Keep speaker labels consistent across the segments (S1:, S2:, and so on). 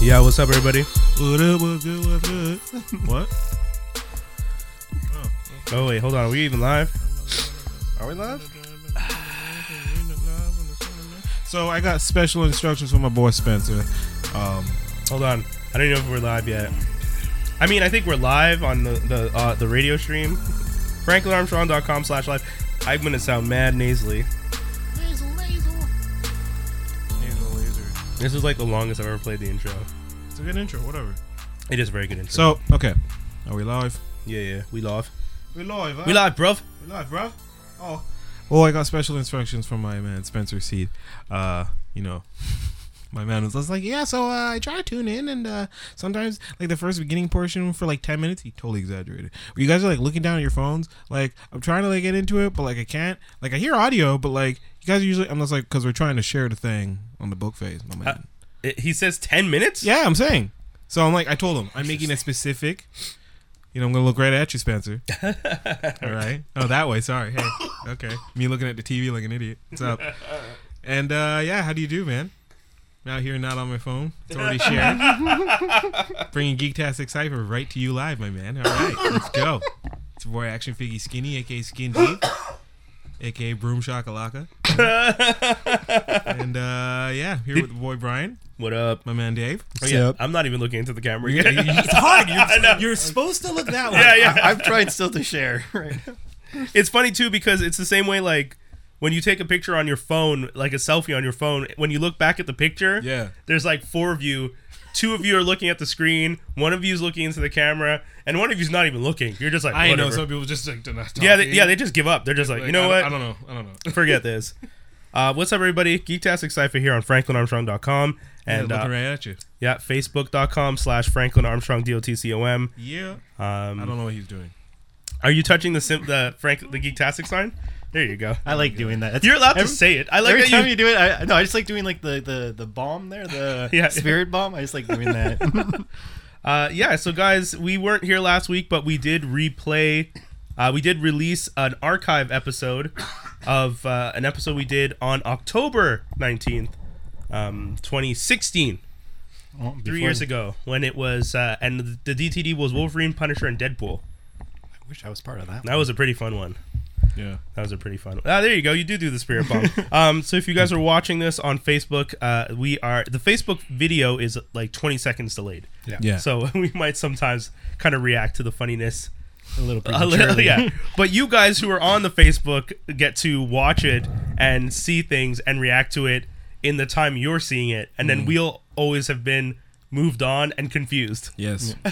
S1: Yeah, what's up, everybody?
S2: What up, what's good, what's good? What?
S1: Oh wait, hold on. Are we even live? Are we live?
S2: So I got special instructions from my boy Spencer. Um,
S1: Hold on. I don't even know if we're live yet. I mean, I think we're live on the the uh, the radio stream. FranklinArmstrong.com slash live. I'm gonna sound mad nasally.
S2: Nasal laser.
S1: This is like the longest I've ever played the intro.
S2: It's a good intro, whatever.
S1: It is a very good intro.
S2: So okay, are we live?
S1: yeah, yeah, we live.
S2: We live. Huh?
S1: We live, bruv.
S2: We live, bro. Oh. Well, I got special instructions from my man Spencer Seed. Uh, you know, my man was just like, yeah. So uh, I try to tune in, and uh, sometimes like the first beginning portion for like ten minutes, he totally exaggerated. Where you guys are like looking down at your phones, like I'm trying to like get into it, but like I can't. Like I hear audio, but like you guys are usually, I'm just like, because we're trying to share the thing on the book phase, my man.
S1: Uh, It, he says ten minutes.
S2: Yeah, I'm saying. So I'm like, I told him I'm making a specific. You know, I'm gonna look right at you, Spencer. All right. Oh, that way. Sorry. Hey. Okay. Me looking at the TV like an idiot. What's up? And uh, yeah, how do you do, man? I'm Out here, not on my phone. It's already shared. Bringing Geektastic Cipher right to you live, my man. All right, let's go. It's your boy Action Figgy Skinny, aka Skin Deep, aka Broom Shakalaka, and uh, yeah, here with the boy Brian,
S1: What up?
S2: my man Dave.
S1: Oh, yeah,
S3: Sup?
S1: I'm not even looking into the camera yet.
S3: It's hard. You're,
S1: I know.
S3: you're supposed to look that way.
S1: Yeah, yeah.
S3: I, am trying still to share right now.
S1: it's funny too because it's the same way like when you take a picture on your phone, like a selfie on your phone, when you look back at the picture,
S2: Yeah.
S1: there's like four of you. Two of you are looking at the screen, one of you is looking into the camera, and one of you's not even looking. You're just like,
S2: I
S1: whatever.
S2: know some people just like do not talk.
S1: yeah, they, yeah, they just give up. They're just like, you know
S2: I,
S1: what?
S2: I don't know. I don't know.
S1: Forget this. Uh, what's up, everybody? Geektastic Cypher here on FranklinArmstrong.com and
S2: yeah,
S1: yeah,
S2: looking
S1: uh,
S2: right at you.
S1: yeah Facebook.com slash FranklinArmstrong, D-O-T-C-O-M.
S2: Yeah. I
S1: Um,
S2: don't know what he's doing.
S1: are you touching the, sim- the, Frank- the Geektastic sign? There you go.
S3: I like doing that. It's-
S1: You're allowed
S3: Uh, every,
S1: to say it. I like
S3: every
S1: that
S3: time you,
S1: you.
S3: do it. I, no, I just like doing like the the the bomb there, the
S1: Yeah.
S3: spirit bomb. I just like doing that.
S1: Uh, yeah, so guys, we weren't here last week, but we did replay. Uh, we did release an archive episode of uh, an episode we did on October 19th, um, 2016,
S3: Well,
S1: three
S3: before-
S1: years ago, when it was, uh, and the DTD was Wolverine, Punisher, and Deadpool.
S3: I wish I was part of that.
S1: That was a pretty fun one.
S2: Yeah.
S1: That was a pretty fun. Ah, there you go. You do do the spirit bomb. um, so if you guys are watching this on Facebook, uh, we are the Facebook video is like 20 seconds delayed.
S3: Yeah.
S2: Yeah.
S1: So we might sometimes kind of react to the funniness.
S3: A little
S1: A little,
S3: prematurely.
S1: yeah. But you guys who are on the Facebook get to watch it and see things and react to it in the time you're seeing it, and then we'll always have been moved on and confused.
S2: Yes.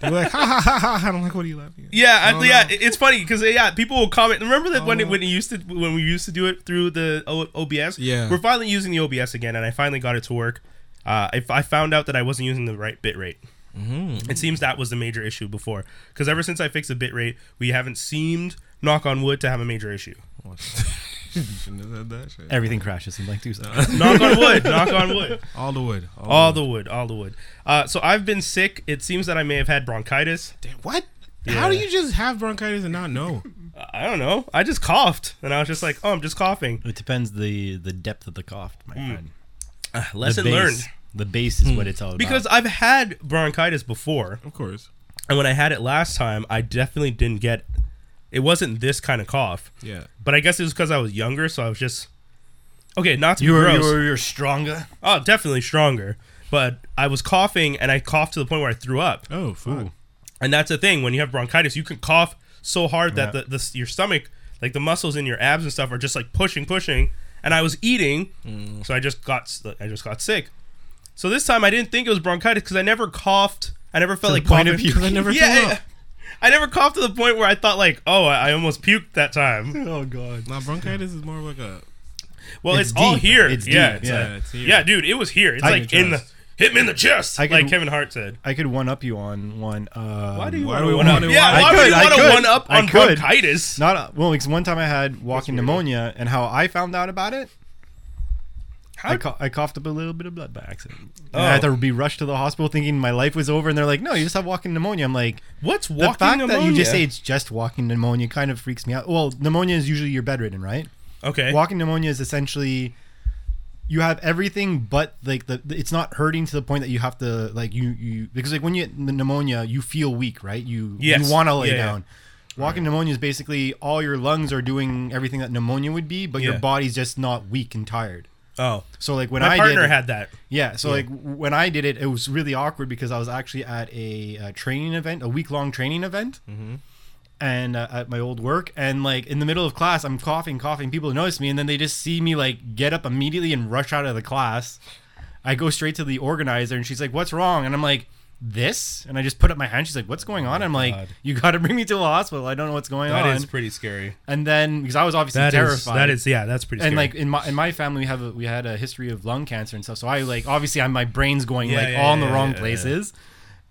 S2: they were like ha ha ha ha. ha. And I'm like, what are you laughing at?
S1: Yeah, I,
S2: don't
S1: yeah,
S2: know.
S1: it- it's funny because yeah, people will comment. Remember that when it,
S2: no.
S1: when it used to when we used to do it through the o- OBS.
S2: Yeah.
S1: we're finally using the OBS again, and I finally got it to work. Uh, I, I found out that I wasn't using the right bit rate. Mm-hmm. It seems that was the major issue before, because ever since I fixed the bit rate, we haven't seemed, knock on wood, to have a major issue.
S2: Shouldn't have said that shit.
S3: Everything crashes in like two seconds.
S1: knock on wood, knock on wood,
S2: All the wood.
S1: all the wood, all the wood. Uh, so I've been sick. It seems that I may have had bronchitis.
S2: the what? How do
S1: Yeah.
S2: you just have bronchitis and not know?
S1: I don't know. I just coughed, and I was just like, oh, I'm just coughing.
S3: It depends the the depth of the cough, my friend.
S1: Mm. Lesson
S3: the base,
S1: learned. Mm.
S3: The base is what it's all about.
S1: Because I've had bronchitis before,
S2: Of course.
S1: and when I had it last time, I definitely didn't get. It wasn't this kind of cough,
S2: Yeah.
S1: but I guess it was because I was younger, so I was just okay. Not to
S3: you
S1: be
S3: were, you
S1: gross.
S3: were you were stronger.
S1: Oh, definitely stronger, but I was coughing, and I coughed to the point where I threw up.
S2: Oh, fuck.
S1: And that's the thing when you have bronchitis, you can cough so hard that the, the your stomach, like the muscles in your abs and stuff, are just like pushing, pushing. And I was eating,
S3: Mm.
S1: so I just got s- I just got sick. So this time I didn't think it was bronchitis because I never coughed. I never felt
S3: the
S1: like
S3: point
S1: coughing.
S3: of puking.
S2: I never threw
S1: yeah,
S2: up.
S1: I, I never coughed to the point where I thought like, oh, I, I almost puked that time.
S3: Oh god.
S2: Now bronchitis is more of like a
S1: Well, it's,
S3: It's
S1: all
S3: deep.
S1: here.
S3: It's
S1: yeah,
S3: deep.
S1: It's
S3: Yeah,
S1: like-
S2: it's here.
S1: yeah, dude, it was here. It's
S3: I
S1: like
S3: can
S1: in the
S3: trust.
S1: hit me in the chest,
S3: I can-
S1: like Kevin Hart said.
S3: I could one up you on one. Uh,
S1: Why do you
S2: why
S1: want
S2: do
S1: to
S2: we
S1: one up?
S2: wanna-
S1: Yeah,
S2: why-
S1: why
S3: I
S1: would
S3: could,
S1: you
S3: I
S1: want to
S3: could,
S1: one up
S3: I
S1: on
S3: could.
S1: bronchitis?
S3: Not well, because one time I had walking pneumonia, and how I found out about it, I,
S1: How-
S3: cou- I coughed up a little bit of blood by accident. And
S1: Oh.
S3: I had to be rushed to the hospital, thinking my life was over, and they're like, "No, you just have walking pneumonia." I'm like,
S1: What's
S3: "The
S1: walking
S3: fact
S1: pneumonia?
S3: that you just say it's just walking pneumonia kind of freaks me out." Well, pneumonia is usually you're bedridden, right?
S1: okay.
S3: Walking pneumonia is essentially you have everything but like the it's not hurting to the point that you have to like you you because like when you get the pneumonia you feel weak right you
S1: Yes.
S3: you want to lay
S1: Yeah, yeah.
S3: down walking pneumonia is basically all your lungs are doing everything that pneumonia would be but
S1: Yeah.
S3: your body's just not weak and tired
S1: Oh,
S3: so like when
S1: my
S3: I
S1: partner
S3: did,
S1: had that.
S3: yeah. So like w- when I did it, it was really awkward because I was actually at a, uh training event, a week long training event,
S1: Mm-hmm.
S3: and uh, at my old work, and like in the middle of class, I'm coughing, coughing. People notice me, and then they just see me like get up immediately and rush out of the class. I go straight to the organizer, and she's like, "What's wrong?" And I'm like. This and I just put up my hand. She's like, "What's going on?" I'm like,
S1: Oh God.
S3: "You got to bring me to the hospital. I don't know what's going
S1: That is
S3: on."
S1: pretty scary.
S3: and then because I was obviously
S1: That is
S3: terrified.
S1: that is yeah. That's pretty.
S3: And
S1: scary.
S3: like in my in my family, we have a, we had a history of lung cancer and stuff. So I like obviously I'm my brain's going
S1: Yeah,
S3: like
S1: yeah,
S3: all in
S1: yeah,
S3: the wrong
S1: yeah, yeah.
S3: places.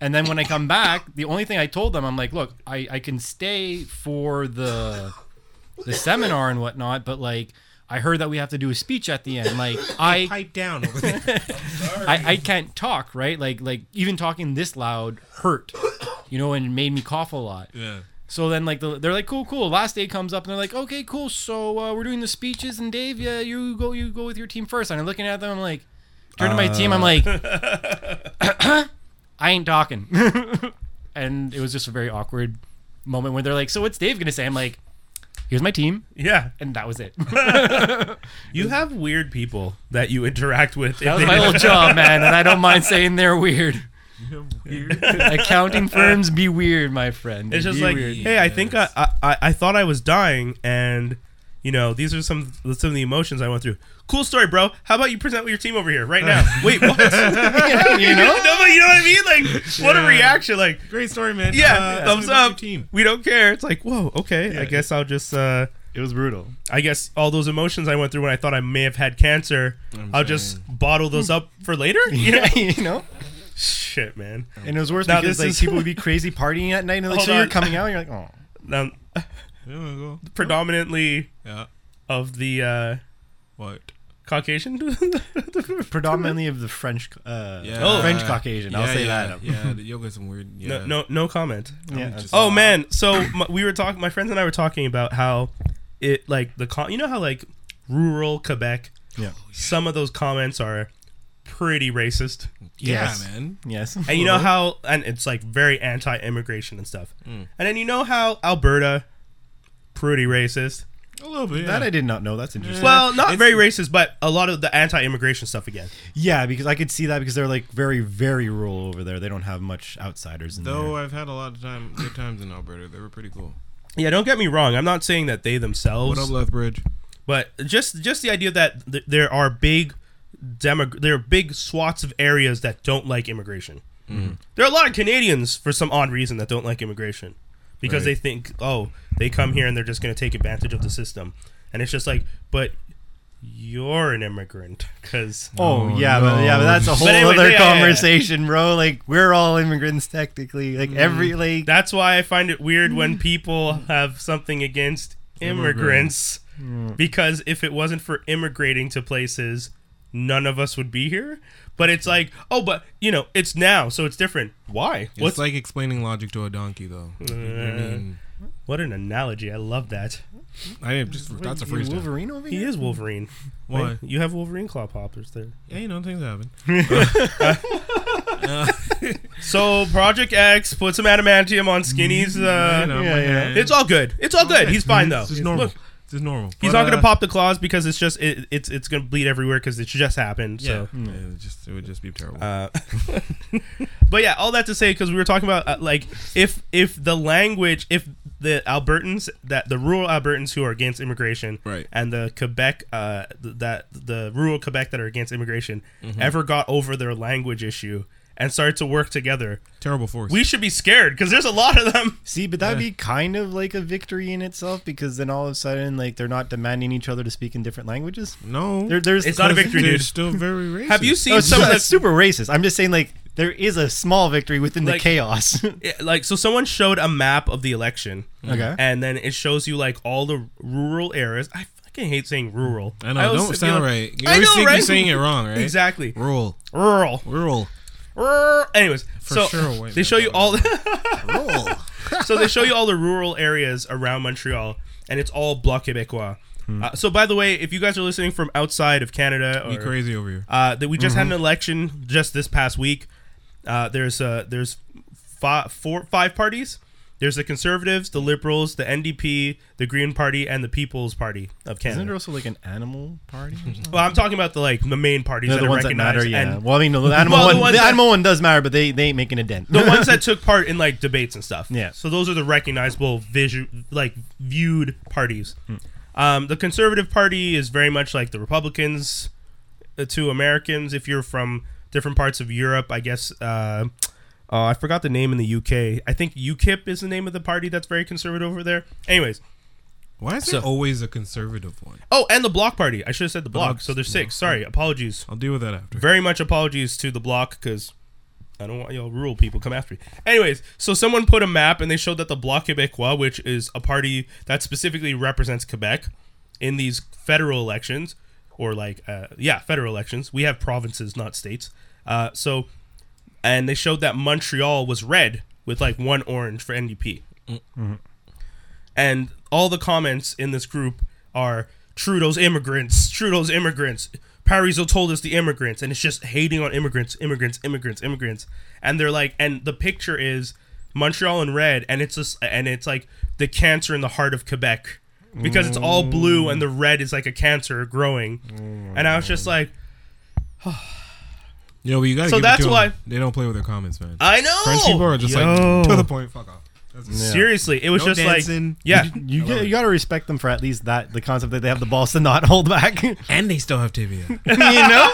S3: And then when I come back, the only thing I told them, I'm like, look, I I can stay for the the seminar and whatnot, but like I heard that we have to do a speech at the end. Like I
S2: Pipe down over there.
S3: I, I can't talk right. Like like even talking this loud hurt, you know, and made me cough a lot.
S2: yeah.
S3: So then, like, the, they're like, "Cool, cool." Last day comes up, and they're like, "Okay, cool. So uh, we're doing the speeches, and Dave, yeah, you go, you go with your team first. And I'm looking at them, I'm like, turn to my team, I'm like, "I ain't talking." and it was just a very awkward moment when they're like, "So what's Dave gonna say?" I'm like, "Here's my team,"
S1: yeah,
S3: and that was it.
S1: you have weird people that you interact with.
S3: That was my little job, man, and I don't mind saying they're weird. Accounting firms be weird, my friend.
S1: It's just
S3: Be
S1: like,
S3: weird.
S1: hey, I think I, I I- I thought I was dying, and you know these are some some of the emotions I went through. Cool story, bro. How about you present with your team over here right now? Wait, what?
S3: you
S1: No,
S3: know.
S1: but you know what I mean? Like, what a
S2: Yeah.
S1: reaction! Like,
S2: Great story, man.
S1: yeah, thumbs
S2: Uh, tell me about
S1: up.
S2: your Team.
S1: We don't care. It's like, whoa, okay. I
S2: Yeah.
S1: guess I'll just. uh
S3: It was brutal.
S1: I guess all those emotions I went through when I thought I may have had cancer,
S2: I'm
S1: I'll just bottle those up for later. You know?
S3: Yeah, you know.
S1: Shit, man.
S3: And it was worse
S1: Now,
S3: because
S1: this
S3: like
S1: is-
S3: people would be crazy partying at night, and like,
S1: Hold
S3: so you're
S1: on.
S3: coming out, and you're like, oh,
S1: Um,
S2: There we go.
S1: predominantly
S2: Yeah.
S1: of the uh,
S2: What?
S1: Caucasian.
S3: predominantly of the French, uh,
S2: Yeah.
S1: Oh,
S3: French Caucasian. I'll
S2: Yeah,
S3: say
S2: yeah,
S3: that.
S2: Yeah, the yoga's some weird. Yeah.
S1: No, no, no comment.
S2: I'm
S3: Yeah.
S2: just-
S1: Oh man, so m we were talking. My friends and I were talking about how it like the con. You know how like rural Quebec,
S3: Yeah.
S1: some of those comments are pretty racist,
S2: Yeah,
S3: Yes.
S2: man. Hmm.
S3: Yes.
S1: and you know how, and it's like very anti-immigration and stuff. And then you know how Alberta, pretty racist.
S2: A little bit.
S3: That
S2: yeah.
S3: I did not know. That's
S2: Eh,
S3: interesting.
S1: Well, not very racist, but a lot of the anti-immigration stuff again.
S3: yeah, because I could see that because they're like very, very rural over there. They don't have much outsiders in
S2: Though
S3: there.
S2: I've had a lot of time, good times in Alberta. They were pretty cool.
S1: Yeah, don't get me wrong. I'm not saying that they themselves
S2: What up, Lethbridge?
S1: But just just the idea that th- there are big demo there are big swaths of areas that don't like immigration. There are a lot of Canadians for some odd reason that don't like immigration because they think oh they come here and they're just going to take advantage of the system, and it's just like but you're an immigrant because
S3: Oh,
S2: Oh,
S3: yeah,
S2: no.
S3: but yeah, but that's a whole
S1: anyway,
S3: other
S1: yeah, yeah, yeah.
S3: conversation, bro. Like we're all immigrants technically. Like every like
S1: that's why I find it weird when people have something against immigrants because if it wasn't for immigrating to places, none of us would be here. But it's like, oh, but you know, it's now, so it's different. Why?
S2: It's
S1: What's
S2: like explaining logic to a donkey, though. I mean,
S1: what an analogy? I love that.
S2: I am just that's a
S3: you
S2: freestyle.
S3: Wolverine over
S1: He
S3: here.
S1: is Wolverine.
S2: Why?
S1: Right? You have Wolverine claw poppers there.
S2: Yeah, you know things happen. Uh,
S1: So Project X put some adamantium on Skinny's.
S2: You
S1: Uh,
S2: Mm, know,
S3: yeah,
S2: my
S3: yeah.
S2: hand.
S1: it's all good. It's all good. He's fine though.
S2: This is normal.
S1: Look,
S2: This is normal.
S1: he's
S2: But,
S1: not gonna
S2: uh,
S1: pop the claws because it's just it, it's it's gonna bleed everywhere because it's just happened. So.
S2: Yeah,
S3: Mm.
S2: yeah it, just, it would just be terrible.
S1: Uh, but yeah, all that to say, because we were talking about uh, like if if the language, if the Albertans that the rural Albertans who are against immigration,
S2: Right.
S1: and the Quebec uh, th- that the rural Quebec that are against immigration ever got over their language issue and started to work together,
S2: terrible force.
S1: we should be scared because there's a lot of them.
S3: See, but that'd be kind of like a victory in itself because then all of a sudden, like, they're not demanding each other to speak in different languages.
S2: no,
S3: There, there's
S1: It's not a
S3: there's-
S1: victory,
S2: they're
S1: dude.
S2: still very racist.
S1: Have you
S3: No,
S1: seen
S3: it's
S1: some of
S3: not-
S1: the
S3: it's Oh, super racist. I'm just saying, like, there is a small victory within
S1: Like-
S3: the chaos.
S1: Yeah, like so someone showed a map of the election
S3: Okay.
S1: and then it shows you like all the rural areas i fucking hate saying rural
S2: I know.
S1: always
S2: don't
S1: be
S2: sound
S1: like-
S2: right. You
S1: I
S2: always
S1: know,
S2: think
S1: right?
S2: you're saying it wrong, right?
S1: exactly
S2: Rural.
S1: rural
S2: Rural.
S1: rural anyways so
S2: sure, wait,
S1: they show you all the,
S2: Rural.
S1: so they show you all the rural areas around montreal and it's all bloc québécois Uh, so, by the way, if you guys are listening from outside of Canada,
S2: Hmm. You
S1: or,
S2: crazy over here.
S1: uh, that we just
S3: Mm-hmm.
S1: had an election just this past week. Uh, there's uh, there's five, four, five parties. There's the Conservatives, the Liberals, the NDP, the Green Party, and the People's Party of
S3: Isn't there
S1: Canada.
S3: also like an animal party? Or something?
S1: Well, I'm talking about the like the main parties
S3: They're
S1: that
S3: the
S1: are
S3: ones that
S1: recognized
S3: matter, yeah.
S1: and
S3: Well, I mean, the animal
S1: Well, the
S3: one,
S1: ones
S3: the
S1: that-
S3: animal one does matter, but they, they ain't making a dent.
S1: the ones that took part in like debates and stuff.
S3: Yeah.
S1: So those are the recognizable visu- like viewed parties. Um, the Conservative Party is very much like the Republicans uh, to Americans. If you're from different parts of Europe, I guess. Uh, oh, I forgot the name in the UK. I think UKIP is the name of the party that's very conservative over there. Anyways,
S2: Why is
S1: So-
S2: there always a conservative one?
S1: oh, and the Bloc Party. I should have said the Bloc.
S2: Bloc,
S1: So there's six. Sorry, apologies.
S2: I'll deal with that after.
S1: very much apologies to the block because I don't want y'all rural people come after me. Anyways, so someone put a map and they showed that the Bloc Québécois, which is a party that specifically represents Quebec in these federal elections, or like uh, yeah, federal elections. We have provinces, not states. Uh, so, and they showed that Montreal was red with like one orange for NDP and all the comments in this group are Trudeau's immigrants, Trudeau's immigrants. Parizeau told us the immigrants, and it's just hating on immigrants, immigrants, immigrants, immigrants. And they're like, and the picture is Montreal in red, and it's just, and it's like the cancer in the heart of Quebec because it's all blue and the red is like a cancer growing. And I was just like,
S2: You know, but you gotta.
S1: So
S2: give it
S1: that's
S2: to 'em.
S1: why- Oh!
S2: they don't play with their comments, man.
S1: I know.
S2: French people are just
S3: Yo.
S2: like to the point. Fuck off. That's
S3: Yeah.
S1: Seriously, it was
S2: No
S1: just like,
S2: dancing.
S1: yeah,
S3: You, get, you got to respect them for at least that the concept that they have the balls to not hold back. you
S2: and they still have TVM.
S3: know,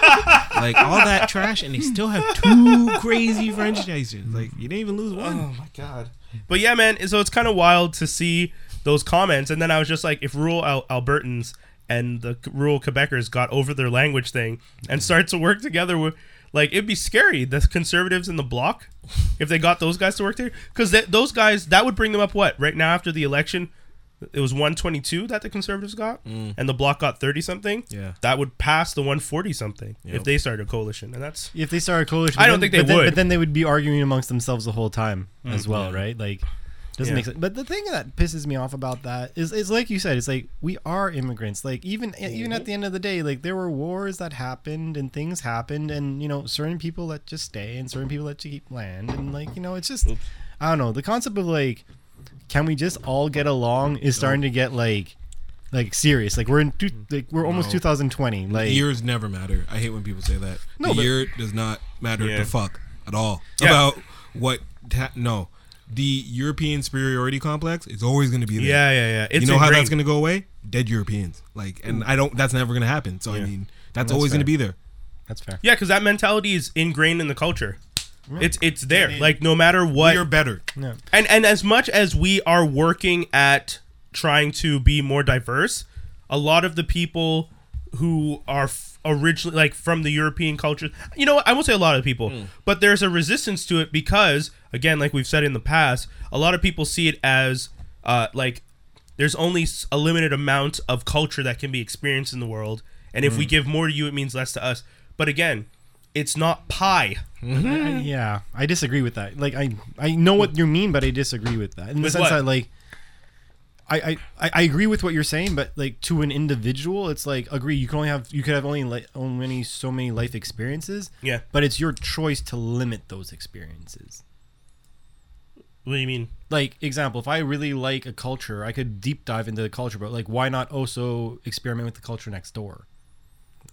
S2: like all that trash, and they still have two crazy French nations. Like you didn't even lose one.
S1: Oh my god. But yeah, man. So it's kind of wild to see those comments, and then I was just like, if rural Al- Albertans and the c- rural Quebecers got over their language thing
S2: Mm-hmm.
S1: and start to work together, with, like it'd be scary. The conservatives in the block, if they got those guys to work there, because those guys that would bring them up what right now after the election. It was 122 that the conservatives got, and the block got 30 something.
S2: Mm. Yeah.
S1: that would pass the 140 something if
S2: Yep.
S1: they started a coalition, and that's
S3: if they started coalition,
S1: I
S3: but
S1: don't think
S3: then-
S1: they
S3: but then-
S1: would. Mm,
S3: but then they would be arguing amongst themselves the whole time as well, right? Like, doesn't
S1: Yeah.
S3: make sense. But the thing that pisses me off about that is, it's like you said, it's like we are immigrants. Like even e, even at the end of the day, like there were wars that happened and things happened, and you know, certain people let just stay and certain people let you keep land, and like you know, it's just I don't know. The concept of like, can we just all get along is starting to get like. Like serious, like we're in two,
S1: Mm.
S3: like we're almost
S2: No.
S3: 2020. Like
S2: Years never matter. I hate when people say that.
S3: No,
S2: the
S3: but-
S2: year does not matter
S1: Yeah.
S2: the fuck at all
S1: Yeah.
S2: about what. Ta- no, the European superiority complex is always going to be there.
S1: yeah, yeah, yeah. It's
S2: you know how
S1: ingrained.
S2: that's going to go away? Dead Europeans. Like, and I don't. That's never going to happen. So I
S3: Yeah.
S2: mean, that's,
S3: That's
S2: always going to
S3: fair.
S2: be there.
S3: that's fair.
S1: Yeah, because that mentality is ingrained in the culture. It's it's there. Like no matter what,
S2: You're better.
S3: Yeah.
S1: and and as much as we are working at trying to be more diverse, a lot of the people who are f- originally like from the European culture, you know, what? I won't say a lot of people, but there's a resistance to it because again, like we've said in the past, a lot of people see it as uh, like there's only s- a limited amount of culture that can be experienced in the world, and if we give more to you, it means less to us. But again, it's not pie.
S3: I- yeah, I disagree with that. Like, I I know what you mean, but I disagree with that in the
S1: With
S3: sense
S1: what?
S3: that like. I, I, I agree with what you're saying, but like to an individual, it's like agree you can only have you could have only like only so many life experiences.
S1: Yeah.
S3: But it's your choice to limit those experiences.
S1: What do you mean?
S3: Like example, if I really like a culture, I could deep dive into the culture, but like why not also experiment with the culture next door?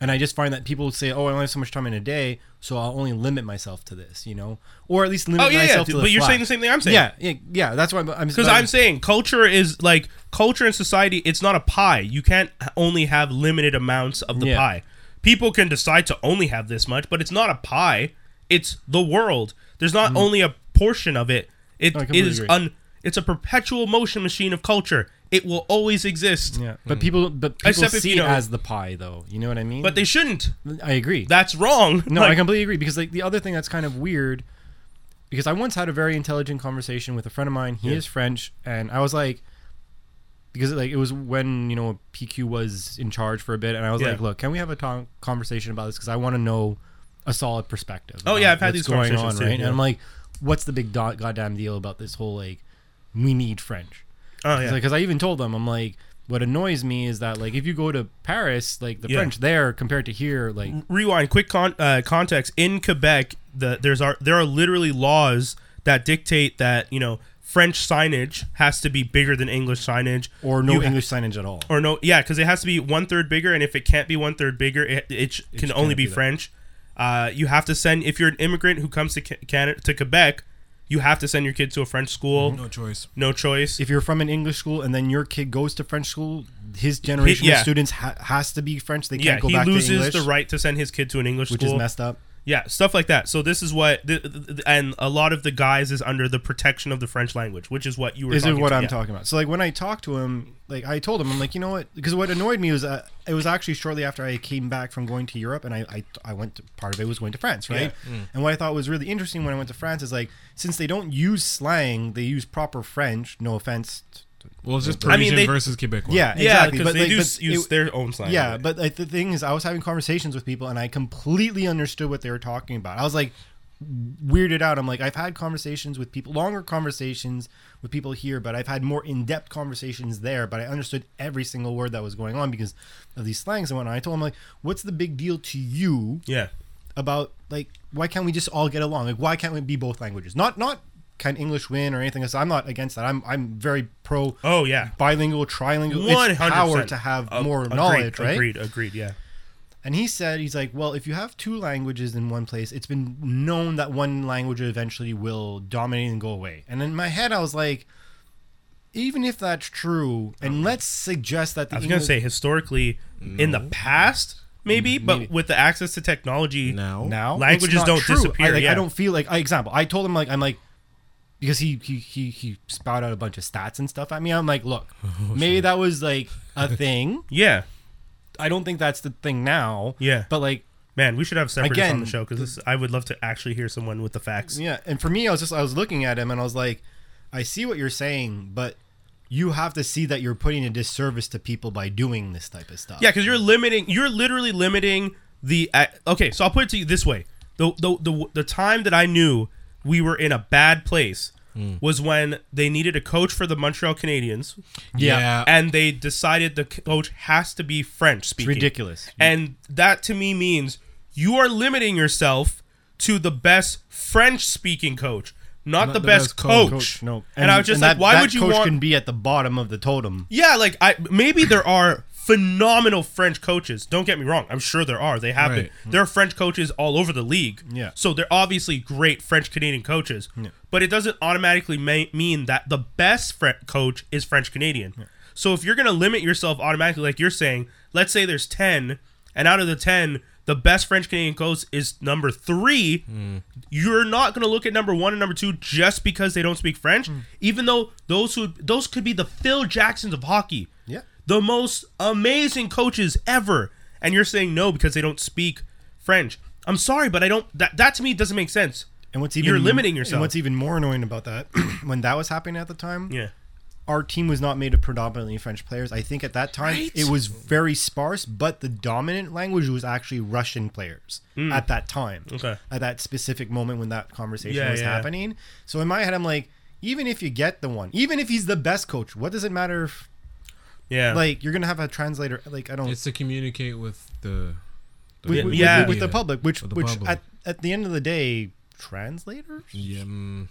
S3: And I just find that people say, "Oh, I only have so much time in a day, so I'll only limit myself to this," you know, or at least limit
S1: Oh yeah, yeah.
S3: myself to the
S1: But you're
S3: flat.
S1: saying the same thing I'm saying.
S3: Yeah, yeah, yeah. That's why I'm
S1: Because I'm saying culture is like culture and society. It's not a pie. You can't h- only have limited amounts of the
S3: Yeah.
S1: pie. People can decide to only have this much, but it's not a pie. It's the world. There's not only a portion of it. It
S3: Mm. I completely
S1: is
S3: agree.
S1: un. It's a perpetual motion machine of culture. It will always exist.
S3: Yeah, but people, but people
S1: Mm. Except if
S3: see
S1: you
S3: it
S1: don't-
S3: as the pie, though. You know what I mean?
S1: But they shouldn't.
S3: I agree.
S1: That's wrong.
S3: no,
S1: Like,
S3: I completely agree because like the other thing that's kind of weird, because I once had a very intelligent conversation with a friend of mine. He is French, and I was like, because like it was when you know PQ was in charge for a bit, and I was
S1: Yeah.
S3: like, look, can we have a ton- conversation about this? Because I want to know a solid perspective.
S1: Oh,
S3: about
S1: yeah, I've had these
S3: what's going on,
S1: conversations too,
S3: right?
S1: yeah.
S3: And I'm like, what's the big do- goddamn deal about this whole like, we need French?
S1: Oh yeah.
S3: Because I even told them, I'm like, what annoys me is that like if you go to Paris, like the
S1: Yeah.
S3: French there compared to here, like
S1: rewind quick con- uh, context in quebec the there's are there are literally laws that dictate that you know french signage has to be bigger than english signage
S3: or no
S1: You-
S3: English signage at all.
S1: or no yeah because it has to be one third bigger and if it can't be one third bigger it, it sh- can only
S3: can't
S1: be
S3: be that.
S1: french uh, you have to send if you're an immigrant who comes to Ca- canada to quebec you have to send your kid to a french school
S2: No choice.
S1: no choice
S3: Mm-hmm. if you're from an English school and then your kid goes to French school, his generation
S1: yeah.
S3: of students ha- has to be French. They can't
S1: yeah
S3: go
S1: he
S3: back to
S1: loses
S3: English,
S1: the right to send his kid to an english
S3: which
S1: school
S3: is messed up.
S1: Yeah, stuff like that. So this is what, th th- th- and a lot of the guys is under the protection of the French language, which is what you were.
S3: This is
S1: talking
S3: what
S1: to-
S3: I'm
S1: yeah.
S3: talking about. So like when I talked to him, like I told him, I'm like, you know what? Because what annoyed me was uh, it was actually shortly after I came back from going to Europe, and I I, I went to, part of it was going to France, right?
S1: Mm.
S3: And what I thought was really interesting when I went to France is like since they don't use slang, they use proper French. No offense. t-
S2: Well, it's just
S1: I
S2: Parisian
S1: mean, they-
S2: versus Quebec.
S3: Yeah,
S1: Yeah,
S3: exactly.
S1: because
S3: But,
S1: they do
S3: like, but
S1: s- use
S3: it-
S1: their own slang.
S3: Yeah, but like, the thing is, I was having conversations with people, and I completely understood what they were talking about. I was like weirded out. I'm like, I've had conversations with people, longer conversations with people here, but I've had more in-depth conversations there. But I understood every single word that was going on because of these slangs and whatnot. I told them like, what's the big deal to you
S1: yeah,
S3: about like why can't we just all get along? Like why can't we be both languages? Not not can English win or anything else. I'm not against that. I'm I'm very pro
S1: oh yeah,
S3: bilingual, trilingual.
S1: one
S3: It's
S1: hundred
S3: power to have more knowledge, right?
S1: Agreed, agreed. Yeah,
S3: And he said, he's like, well, if you have two languages in one place, it's been known that one language eventually will dominate and go away. And in my head, I was like, even if that's true, and let's suggest that the
S1: I was gonna
S3: Engli-
S1: say historically in the past maybe, but
S3: Maybe.
S1: with the access to technology
S2: Now.
S3: now it's
S1: languages
S3: not
S1: don't
S3: true.
S1: disappear,
S3: I, like,
S1: yeah.
S3: I don't feel like I example. I told him like I'm like because he he he he spout out a bunch of stats and stuff at me. I'm like, look,
S1: Oh,
S3: maybe that was like a thing.
S1: yeah,
S3: I don't think that's the thing now.
S1: Yeah.
S3: but like
S1: man, we should have separates on
S3: Again,
S1: the show because I would love to actually hear someone with the facts.
S3: Yeah, and for me, I was just I was looking at him and I was like, I see what you're saying, but you have to see that you're putting a disservice to people by doing this type of stuff.
S1: Yeah, because you're limiting. You're literally limiting the. Uh, okay, so I'll put it to you this way: the the the, the time that I knew we were in a bad place
S3: Mm.
S1: was when they needed a coach for the Montreal Canadiens,
S3: yeah,
S2: Yeah.
S1: and they decided the coach has to be French
S3: it's
S1: speaking.
S3: ridiculous. Mm.
S1: And that to me means you are limiting yourself to the best French speaking coach, not, the, best, coach.
S3: no,
S1: and, I was just like,
S3: that-
S1: why
S3: that
S1: would you
S3: coach
S1: want?
S3: can be at the bottom of the totem?
S1: Yeah, like I maybe there are phenomenal French coaches. Don't get me wrong. I'm sure there are. They have
S2: Right.
S1: been. There are French coaches all over the league.
S3: Yeah.
S1: So they're obviously great French Canadian coaches. But it doesn't automatically ma- mean that the best Fre- coach is French Canadian. So if you're going to limit yourself automatically like you're saying, let's say there's 10 and out of the 10 the best French Canadian coach is number three. You're not going to look at number one and number two just because they don't speak French, even though those who those could be the Phil Jacksons of hockey
S3: Yeah.
S1: the most amazing coaches ever and you're saying no because they don't speak french i'm sorry but i don't that, that to me doesn't make sense
S3: And what's even
S1: You're limiting
S3: And
S1: yourself.
S3: what's even more annoying about that, when that was happening at the time,
S1: yeah
S3: our team was not made of predominantly French players. I think at that time
S1: Right?
S3: it was very sparse, but the dominant language was actually Russian players at that time.
S1: Hmm. Okay.
S3: At that specific moment when that conversation
S1: Yeah,
S3: was
S1: yeah.
S3: happening. So in my head, I'm like, even if you get the one, even if he's the best coach, what does it matter if
S1: yeah
S3: like you're gonna have a translator like I don't
S2: It's to communicate with the. the
S3: with, with-
S1: yeah.
S3: with, with the public, which
S2: With the
S3: which
S2: public.
S3: at at the end of the day, translators?
S2: Yeah, mm,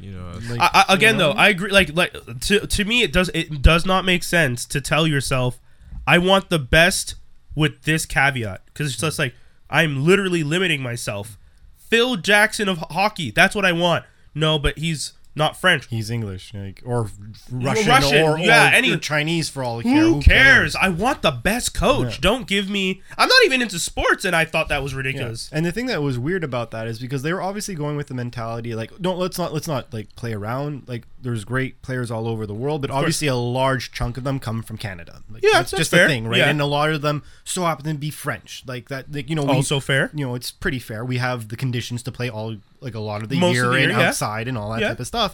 S2: you know. uh,
S3: Like,
S1: I, I, again
S3: you know?
S1: though i agree like like to, to me it does it does not make sense to tell yourself i want the best with this caveat because it's just like i'm literally limiting myself phil jackson of ho- hockey that's what i want no but he's not french
S3: He's English, like, or Russian,
S1: Russian,
S3: or,
S1: yeah,
S3: or
S1: any-
S3: Chinese for all I care.
S1: Who cares? I want the best coach. Don't give me. I'm not even into sports, and I thought that was ridiculous.
S3: And the thing that was weird about that is because they were obviously going with the mentality like, don't let's not let's not like play around. Like there's great players all over the world, but obviously a large chunk of them come from Canada. Like,
S1: Yeah,
S3: that's
S1: that's
S3: just
S1: fair.
S3: the thing, right?
S1: Yeah.
S3: And a lot of them so happen to be French. Like that, like you know, we,
S1: Also fair.
S3: You know, it's pretty fair. We have the conditions to play all like a lot of the
S1: Most of
S3: year
S1: the year,
S3: and
S1: yeah.
S3: outside and all that
S1: Yeah.
S3: type of stuff.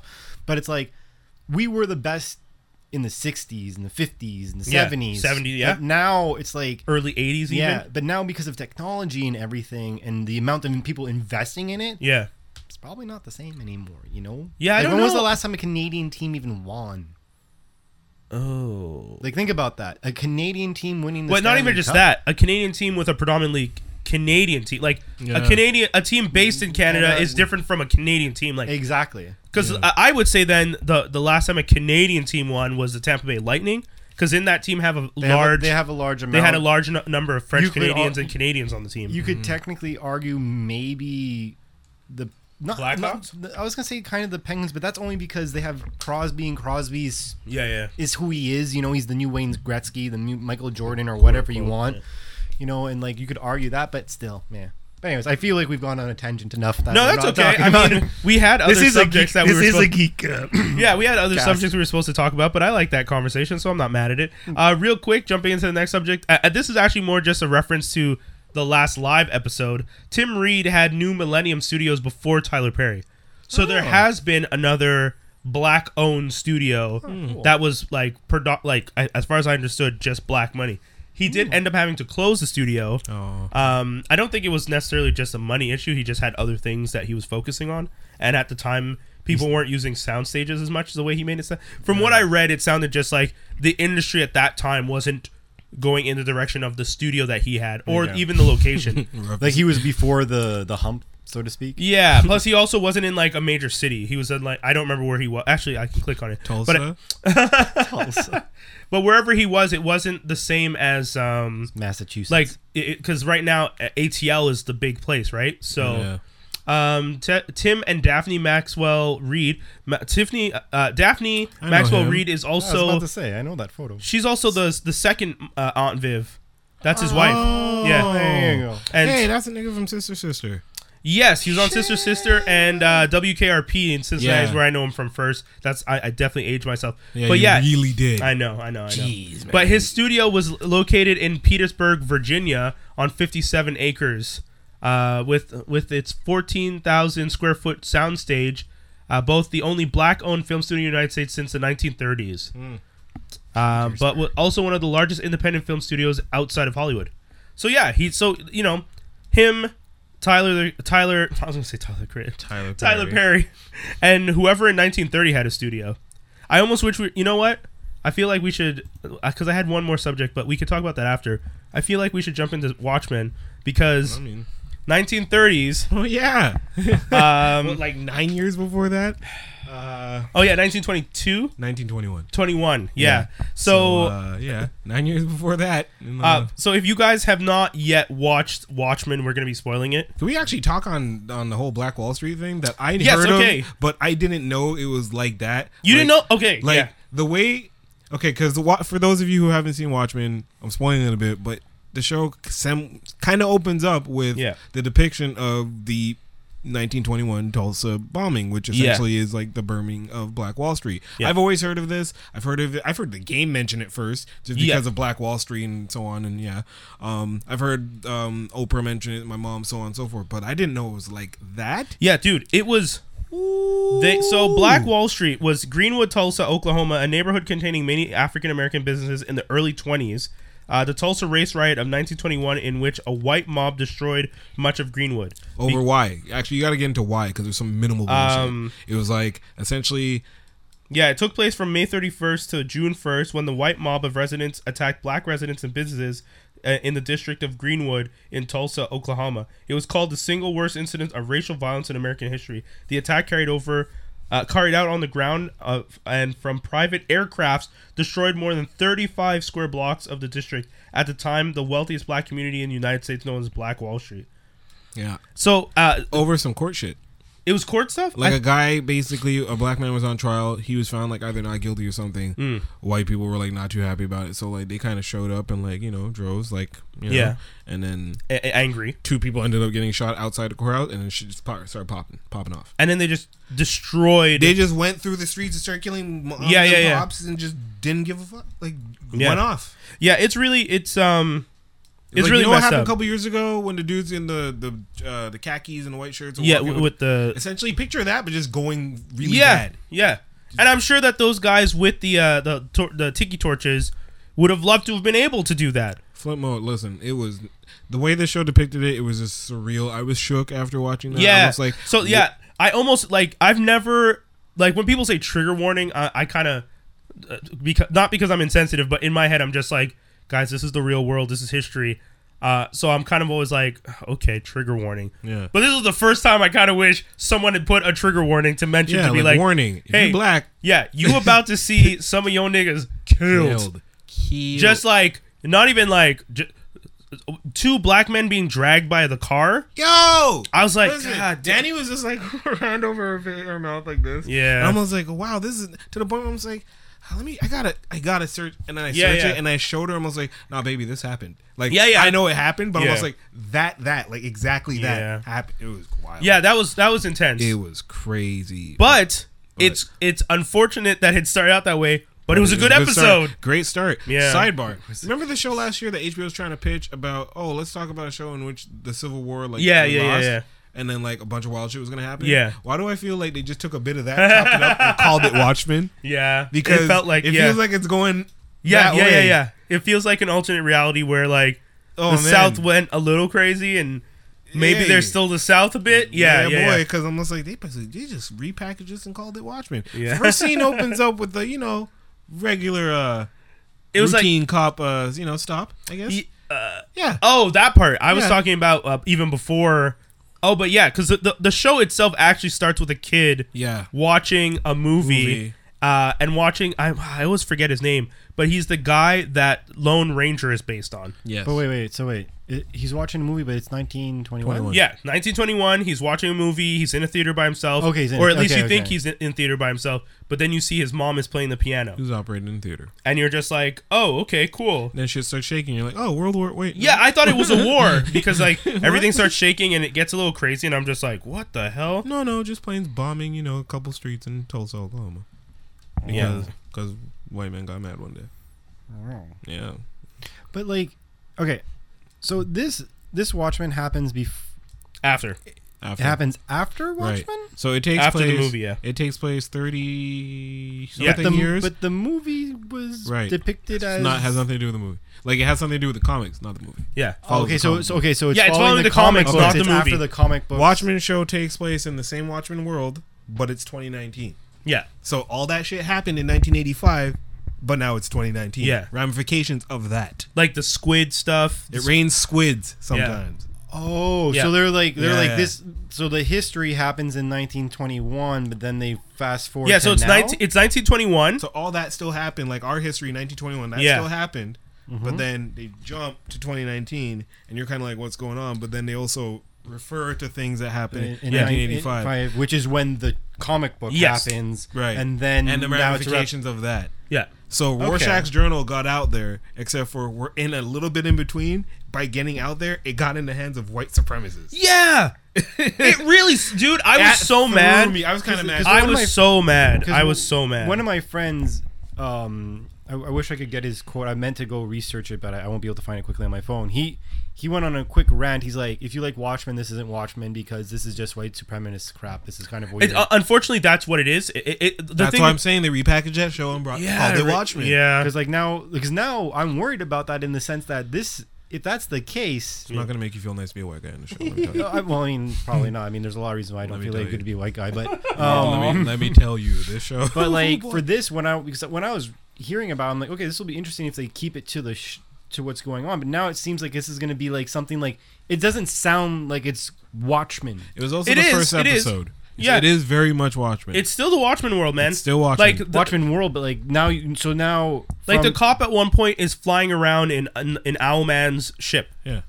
S3: But it's like we were the best in the 60s and the 50s and the
S1: Yeah,
S3: 70s
S1: 70s, yeah.
S3: But now it's like
S1: Early '80s, even.
S3: yeah, but now because of technology and everything, and the amount of people investing in it,
S1: yeah.
S3: it's probably not the same anymore. You know?
S1: Yeah, I
S3: Like,
S1: don't
S3: when was
S1: know.
S3: the last time a Canadian team even won?
S1: Oh.
S3: Like, think about that. A Canadian team winning the
S1: But not
S3: Stanley
S1: even just
S3: Cup.
S1: that. A Canadian team with a predominantly Canadian team, like
S2: Yeah.
S1: a Canadian, a team based in Canada
S3: Canada
S1: is
S3: would-
S1: different from a Canadian team. Like
S3: Exactly.
S1: because I, I would say then the the last time a Canadian team won was the Tampa Bay Lightning because in that team have a
S3: They have
S1: large
S3: a, they have a large amount.
S1: they had a large Mm-hmm. n- number of French
S3: You could al-
S1: Canadians and Canadians on the team.
S3: You could technically argue maybe the not,
S1: Blackhawks?
S3: not- I was gonna say kind of the Penguins, but that's only because they have Crosby and Crosby's
S1: yeah, yeah.
S3: is who he is. You know, he's the new Wayne Gretzky, the new Michael Jordan, or whatever you
S1: unquote,
S3: want.
S1: yeah.
S3: You know, and like you could argue that, but still, man. But anyways, I feel like we've gone on a tangent enough. That
S1: No,
S3: we're
S1: that's
S3: not
S1: okay.
S3: talking
S1: I
S3: about
S1: mean,
S3: it.
S1: we had other
S4: This is a geek.
S1: subjects that we
S4: This
S1: were
S4: is
S1: supposed-
S4: a geek. uh,
S1: Yeah, we had other
S3: Cast.
S1: subjects we were supposed to talk about, but I like that conversation, so I'm not mad at it.
S4: Hmm.
S1: Uh, real quick, jumping into the next subject. Uh, uh, this is actually more just a reference to the last live episode. Tim Reed had New Millennium Studios before Tyler Perry, so
S4: Oh.
S1: there has been another black-owned studio
S4: Hmm.
S1: that was like, produ- like I- as far as I understood, just black money. He
S2: Hmm.
S1: did end up having to close the studio.
S2: Oh.
S1: Um, I don't think it was necessarily just a money issue. He just had other things that he was focusing on, and at the time, people weren't using sound stages as much as the way he made it sound. From what I read, it sounded just like the industry at that time wasn't going in the direction of the studio that he had, or
S2: Yeah.
S1: even the location.
S3: like he was before the the hump, so to speak.
S1: yeah. Plus, he also wasn't in like a major city. He was in like I don't remember where he was. Actually, I can click on it.
S2: Tulsa.
S1: But but wherever he was, it wasn't the same as um
S3: Massachusetts.
S1: like because right now uh, ATL is the big place, right? So.
S2: yeah.
S1: Um, T- Tim and Daphne Maxwell Reed, Ma- Tiffany, uh, Daphne
S2: I know
S1: Maxwell
S2: him.
S1: Reed is
S3: I was
S1: also
S3: about to say, I know that photo.
S1: she's also the the second uh, Aunt Viv. That's his wife.
S2: Oh.
S1: Yeah.
S3: There you go.
S1: And
S2: hey, that's a nigga from Sister Sister.
S1: yes, he was on Sister Sister and uh, WKRP in Cincinnati is
S2: Yeah.
S1: where I know him from first. That's I, I definitely aged myself.
S2: Yeah,
S1: but
S2: you
S1: yeah,
S2: really did.
S1: I know, I know, I know.
S4: Jeez, man.
S1: But his studio was located in Petersburg, Virginia, on 57 acres, uh, with with its 14,000 square foot soundstage, uh, both the only black-owned film studio in the United States since the 1930s, um, but wa- also one of the largest independent film studios outside of Hollywood. So yeah, he so you know him, Tyler the Tyler. I was gonna say Tyler Creator.
S2: Tyler
S1: Tyler Perry, and whoever in 1930 had a studio. I almost wish we. You know what? I feel like we should, because I had one more subject, but we could talk about that after. I feel like we should jump into Watchmen because
S2: I mean,
S1: 1930s.
S2: oh yeah,
S1: Um,
S2: like nine years before that, uh,
S1: oh yeah, 1922,
S2: 1921.
S1: 21. Yeah. So, uh,
S2: uh, yeah, nine years before that. And, uh,
S1: so if you guys have not yet watched Watchmen, we're gonna be spoiling it.
S2: can we actually talk on on the whole Black Wall Street thing that I
S1: Yes,
S2: heard
S1: okay.
S2: of, but I didn't know it was like that.
S1: You didn't
S2: Like-
S1: know? Okay.
S2: like
S1: yeah.
S2: the way okay because the wa- for those of you who haven't seen watchmen i'm spoiling it a bit but the show sem- kind of opens up with
S1: Yeah.
S2: the depiction of the 1921 Tulsa bombing, which
S1: Yeah.
S2: essentially is like the burning of Black Wall Street.
S1: Yeah.
S2: I've always heard of this. I've heard of it. I've heard the game mention it first, just
S1: Yeah.
S2: because of Black Wall Street and so on. And yeah, um, I've heard um, Oprah mention it, my mom, so on and so forth. But I didn't know it was like that.
S1: Yeah, dude, it was. They, so Black Wall Street was Greenwood, Tulsa, Oklahoma, a neighborhood containing many African American businesses in the early 20s. Uh, the Tulsa race riot of 1921, in which a white mob destroyed much of Greenwood.
S2: over why. Actually, you got to get into why because there's some minimal bullshit.
S1: Um,
S2: it was like essentially
S1: Yeah, it took place from May 31st to June 1st when the white mob of residents attacked black residents and businesses uh, in the district of Greenwood in Tulsa, Oklahoma. It was called the single worst incident of racial violence in American history. The attack carried over uh, carried out on the ground of, and from private aircrafts destroyed more than 35 square blocks of the district. At the time, the wealthiest black community in the United States known as Black Wall Street.
S2: yeah
S1: So, uh,
S2: over some court shit.
S1: it was court stuff?
S2: Like
S1: I-
S2: a guy, basically, a black man was on trial. He was found like either not guilty or something. White people were like not too happy about it, so like they kind of showed up and like you know droves, like you know,
S1: Yeah.
S2: And then
S1: a- a- angry.
S2: two people ended up getting shot outside the courthouse, and then shit just pop- started popping, popping off.
S1: And then they just destroyed
S2: They just went through the streets and started killing moms
S1: Yeah,
S2: and
S1: yeah, yeah.
S2: pops and just didn't give a fuck. Like
S1: Yeah.
S2: went off.
S1: Yeah, it's really it's um it's
S2: Like,
S1: really
S2: you know what
S1: messed
S2: happened
S1: up.
S2: a couple years ago when the dudes in the the uh, the khakis and the white shirts. were
S1: yeah,
S2: walking
S1: w- with the
S2: essentially picture that, but just going really
S1: yeah
S2: bad.
S1: yeah, and I'm sure that those guys with the uh the tor- the tiki torches would have loved to have been able to do that.
S2: Flint mode. Listen, it was the way the show depicted it. It was just surreal. I was shook after watching that. I
S1: yeah,
S2: was like
S1: so yeah, I almost like I've never like when people say trigger warning, I, I kind of uh, because not because I'm insensitive, but in my head I'm just like, guys, this is the real world. This is history. Uh, so I'm kind of always like, "Oh, okay, trigger warning.
S2: Yeah.
S1: But this is the first time I kind of wish someone had put a trigger warning to mention
S2: yeah,
S1: to be
S2: like,
S1: like,
S2: warning. If
S1: hey,
S2: you black,
S1: yeah, you about to see some of your niggas killed.
S2: killed. Killed.
S1: Just like, not even like, j- two black men being dragged by the car.
S2: yo.
S1: I was like,
S2: Listen,
S1: God, damn.
S2: Danny was just like hand over her, her mouth like this.
S1: Yeah.
S2: And I'm almost like, wow, this is to the point where I'm just like, "Ah, let me, I gotta, I gotta search, and then I
S1: Yeah,
S2: search
S1: yeah.
S2: it, and I showed her, and I was like, nah, baby, this happened. Like,
S1: Yeah, yeah.
S2: I know it happened, but I
S1: Yeah.
S2: was like, that, that, like exactly
S1: Yeah.
S2: that happened. It was wild.
S1: yeah, that was that was intense.
S2: it was crazy.
S1: but it's it's unfortunate that it started out that way. But it was a good
S2: start.
S1: episode.
S2: Great start.
S1: Yeah.
S2: Sidebar. Remember the show last year that HBO was trying to pitch about? Oh, let's talk about a show in which the Civil War like
S1: Yeah,
S2: we
S1: yeah, yeah,
S2: lost,
S1: yeah.
S2: And then like a bunch of wild shit was gonna happen.
S1: Yeah.
S2: Why do I feel like they just took a bit of that, chopped it up, and called it Watchmen?
S1: Yeah,
S2: Because
S1: it felt like
S2: it
S1: yeah,
S2: feels like it's going.
S1: yeah,
S2: that
S1: yeah, yeah,
S2: way.
S1: yeah. It feels like an alternate reality where like
S2: Oh,
S1: the
S2: man.
S1: South went a little crazy and maybe
S2: Yeah.
S1: they're still the South a bit. Yeah, yeah,
S2: boy.
S1: yeah.
S2: Because I'm just like they, basically- they just repackaged this and called it Watchmen.
S1: Yeah.
S2: First scene opens up with the you know regular uh
S1: It was like
S2: routine cop uh you know stop I guess
S1: y- uh,
S2: yeah
S1: oh that part I was
S2: Yeah.
S1: talking about uh, even before. Oh, but yeah, because the, the the show itself actually starts with a kid
S2: yeah
S1: watching a movie,
S2: Movie.
S1: Uh, and watching I I always forget his name, but he's the guy that Lone Ranger is based on.
S2: yes.
S3: But wait, wait. So wait, It- he's watching a movie, but it's 1921.
S2: 21.
S1: Yeah, 1921. He's watching a movie. He's in a theater by himself.
S3: Okay, he's in-
S1: or at least
S3: okay,
S1: you think
S3: okay.
S1: he's in, in theater by himself. But then you see his mom is playing the piano,
S2: Who's operating in theater?
S1: and you're just like, "Oh, okay, cool."
S2: Then shit starts shaking. You're like, oh, World War. Wait.
S1: Yeah, I thought it was a war because like everything starts shaking and it gets a little crazy, and I'm just like, "What the hell?"
S2: No, no, just planes bombing. You know, a couple streets in Tulsa, Oklahoma.
S1: Yeah. Oh.
S2: Because because white man got mad one day. Yeah.
S3: But like, okay, so this this Watchmen happens bef-
S1: After
S2: After.
S3: It happens after
S2: Right.
S3: Watchmen.
S2: So it takes
S1: After the
S2: place.
S1: movie, yeah.
S2: It takes place thirty
S1: Yeah.
S2: something
S3: The,
S2: years.
S3: But the movie was
S2: Right.
S3: depicted
S2: It's
S3: as
S2: not has nothing to do with the movie. Like it has something to do with the comics, not the movie.
S1: yeah,
S2: follows
S3: Oh, okay,
S2: the
S3: so,
S2: comic
S3: so
S2: book.
S3: okay, so it's
S1: Yeah, it's following the
S3: comic
S1: comics,
S3: books.
S1: not the
S3: it's
S1: movie.
S3: After the comic books.
S2: Watchmen show takes place in the same Watchmen world, but it's 2019.
S1: yeah,
S2: So all that shit happened in 1985, but now it's 2019.
S1: Yeah.
S2: Ramifications of that.
S1: like the squid stuff.
S2: It rains squids sometimes.
S3: Oh,
S1: Yeah.
S3: so they're like they're
S2: Yeah.
S3: like this. So the history happens in 1921, but then they fast forward.
S1: yeah, so
S3: to
S1: it's
S3: now?
S1: 19, it's 1921.
S2: So all that still happened, like our history, 1921, that
S1: Yeah. Mm-hmm.
S2: still happened. But then they jump to 2019, and you're kind of like, what's going on? But then they also refer to things that happened in, 1985.
S3: 1985, which is when the comic book
S1: Yes.
S3: happens.
S2: Right.
S3: and then
S2: and the
S3: now it's rep-
S2: ramifications of that.
S1: yeah,
S2: So Rorschach's journal got out there, except for we're in a little bit in between. By getting out there, it got in the hands of white supremacists.
S1: yeah. it really, s- dude. I
S2: That
S1: was so
S2: threw
S1: mad.
S2: me. I was kind of mad.
S1: I
S3: One of
S1: was
S3: my-
S1: so mad. I
S3: Because
S1: was so mad.
S3: One of my friends, um, I, I wish I could get his quote. I meant to go research it, but I, I won't be able to find it quickly on my phone. He he went on a quick rant. He's like, "If you like Watchmen, this isn't Watchmen because this is just white supremacist crap. This is kind of weird."
S1: It, uh, unfortunately, that's what it is. It, it, it, the
S2: That's
S1: thing
S2: why I'm oh, saying they repackaged that show and brought
S1: yeah,
S2: called it
S1: re-
S2: Watchmen.
S1: Yeah,
S3: because like now, because now I'm worried about that in the sense that this, if that's the case,
S2: It's not gonna make you feel nice to be a white guy in the show. Let me tell
S3: No,
S2: you.
S3: I, well, I mean, probably not. I mean, there's a lot of reasons why I don't
S2: me
S3: feel
S2: tell
S3: like
S2: you.
S3: good to be a white guy, but
S1: Oh,
S2: let, me,
S3: um,
S2: let me tell you this show.
S3: but like for this, when I because when I was hearing about, it, I'm like, okay, this will be interesting if they keep it to the sh- to what's going on. But now it seems like this is going to be like something like it doesn't sound like it's Watchmen.
S2: it was also
S1: It
S2: the
S1: is,
S2: first
S1: it is.
S2: episode.
S1: Yeah.
S2: it is very much Watchmen.
S1: it's still the Watchmen world, man.
S2: It's still Watchmen.
S1: Like the,
S3: Watchmen world, but like now, you, so now
S1: like the
S3: from-
S1: cop at one point is flying around in in, in Owlman's ship.
S2: yeah.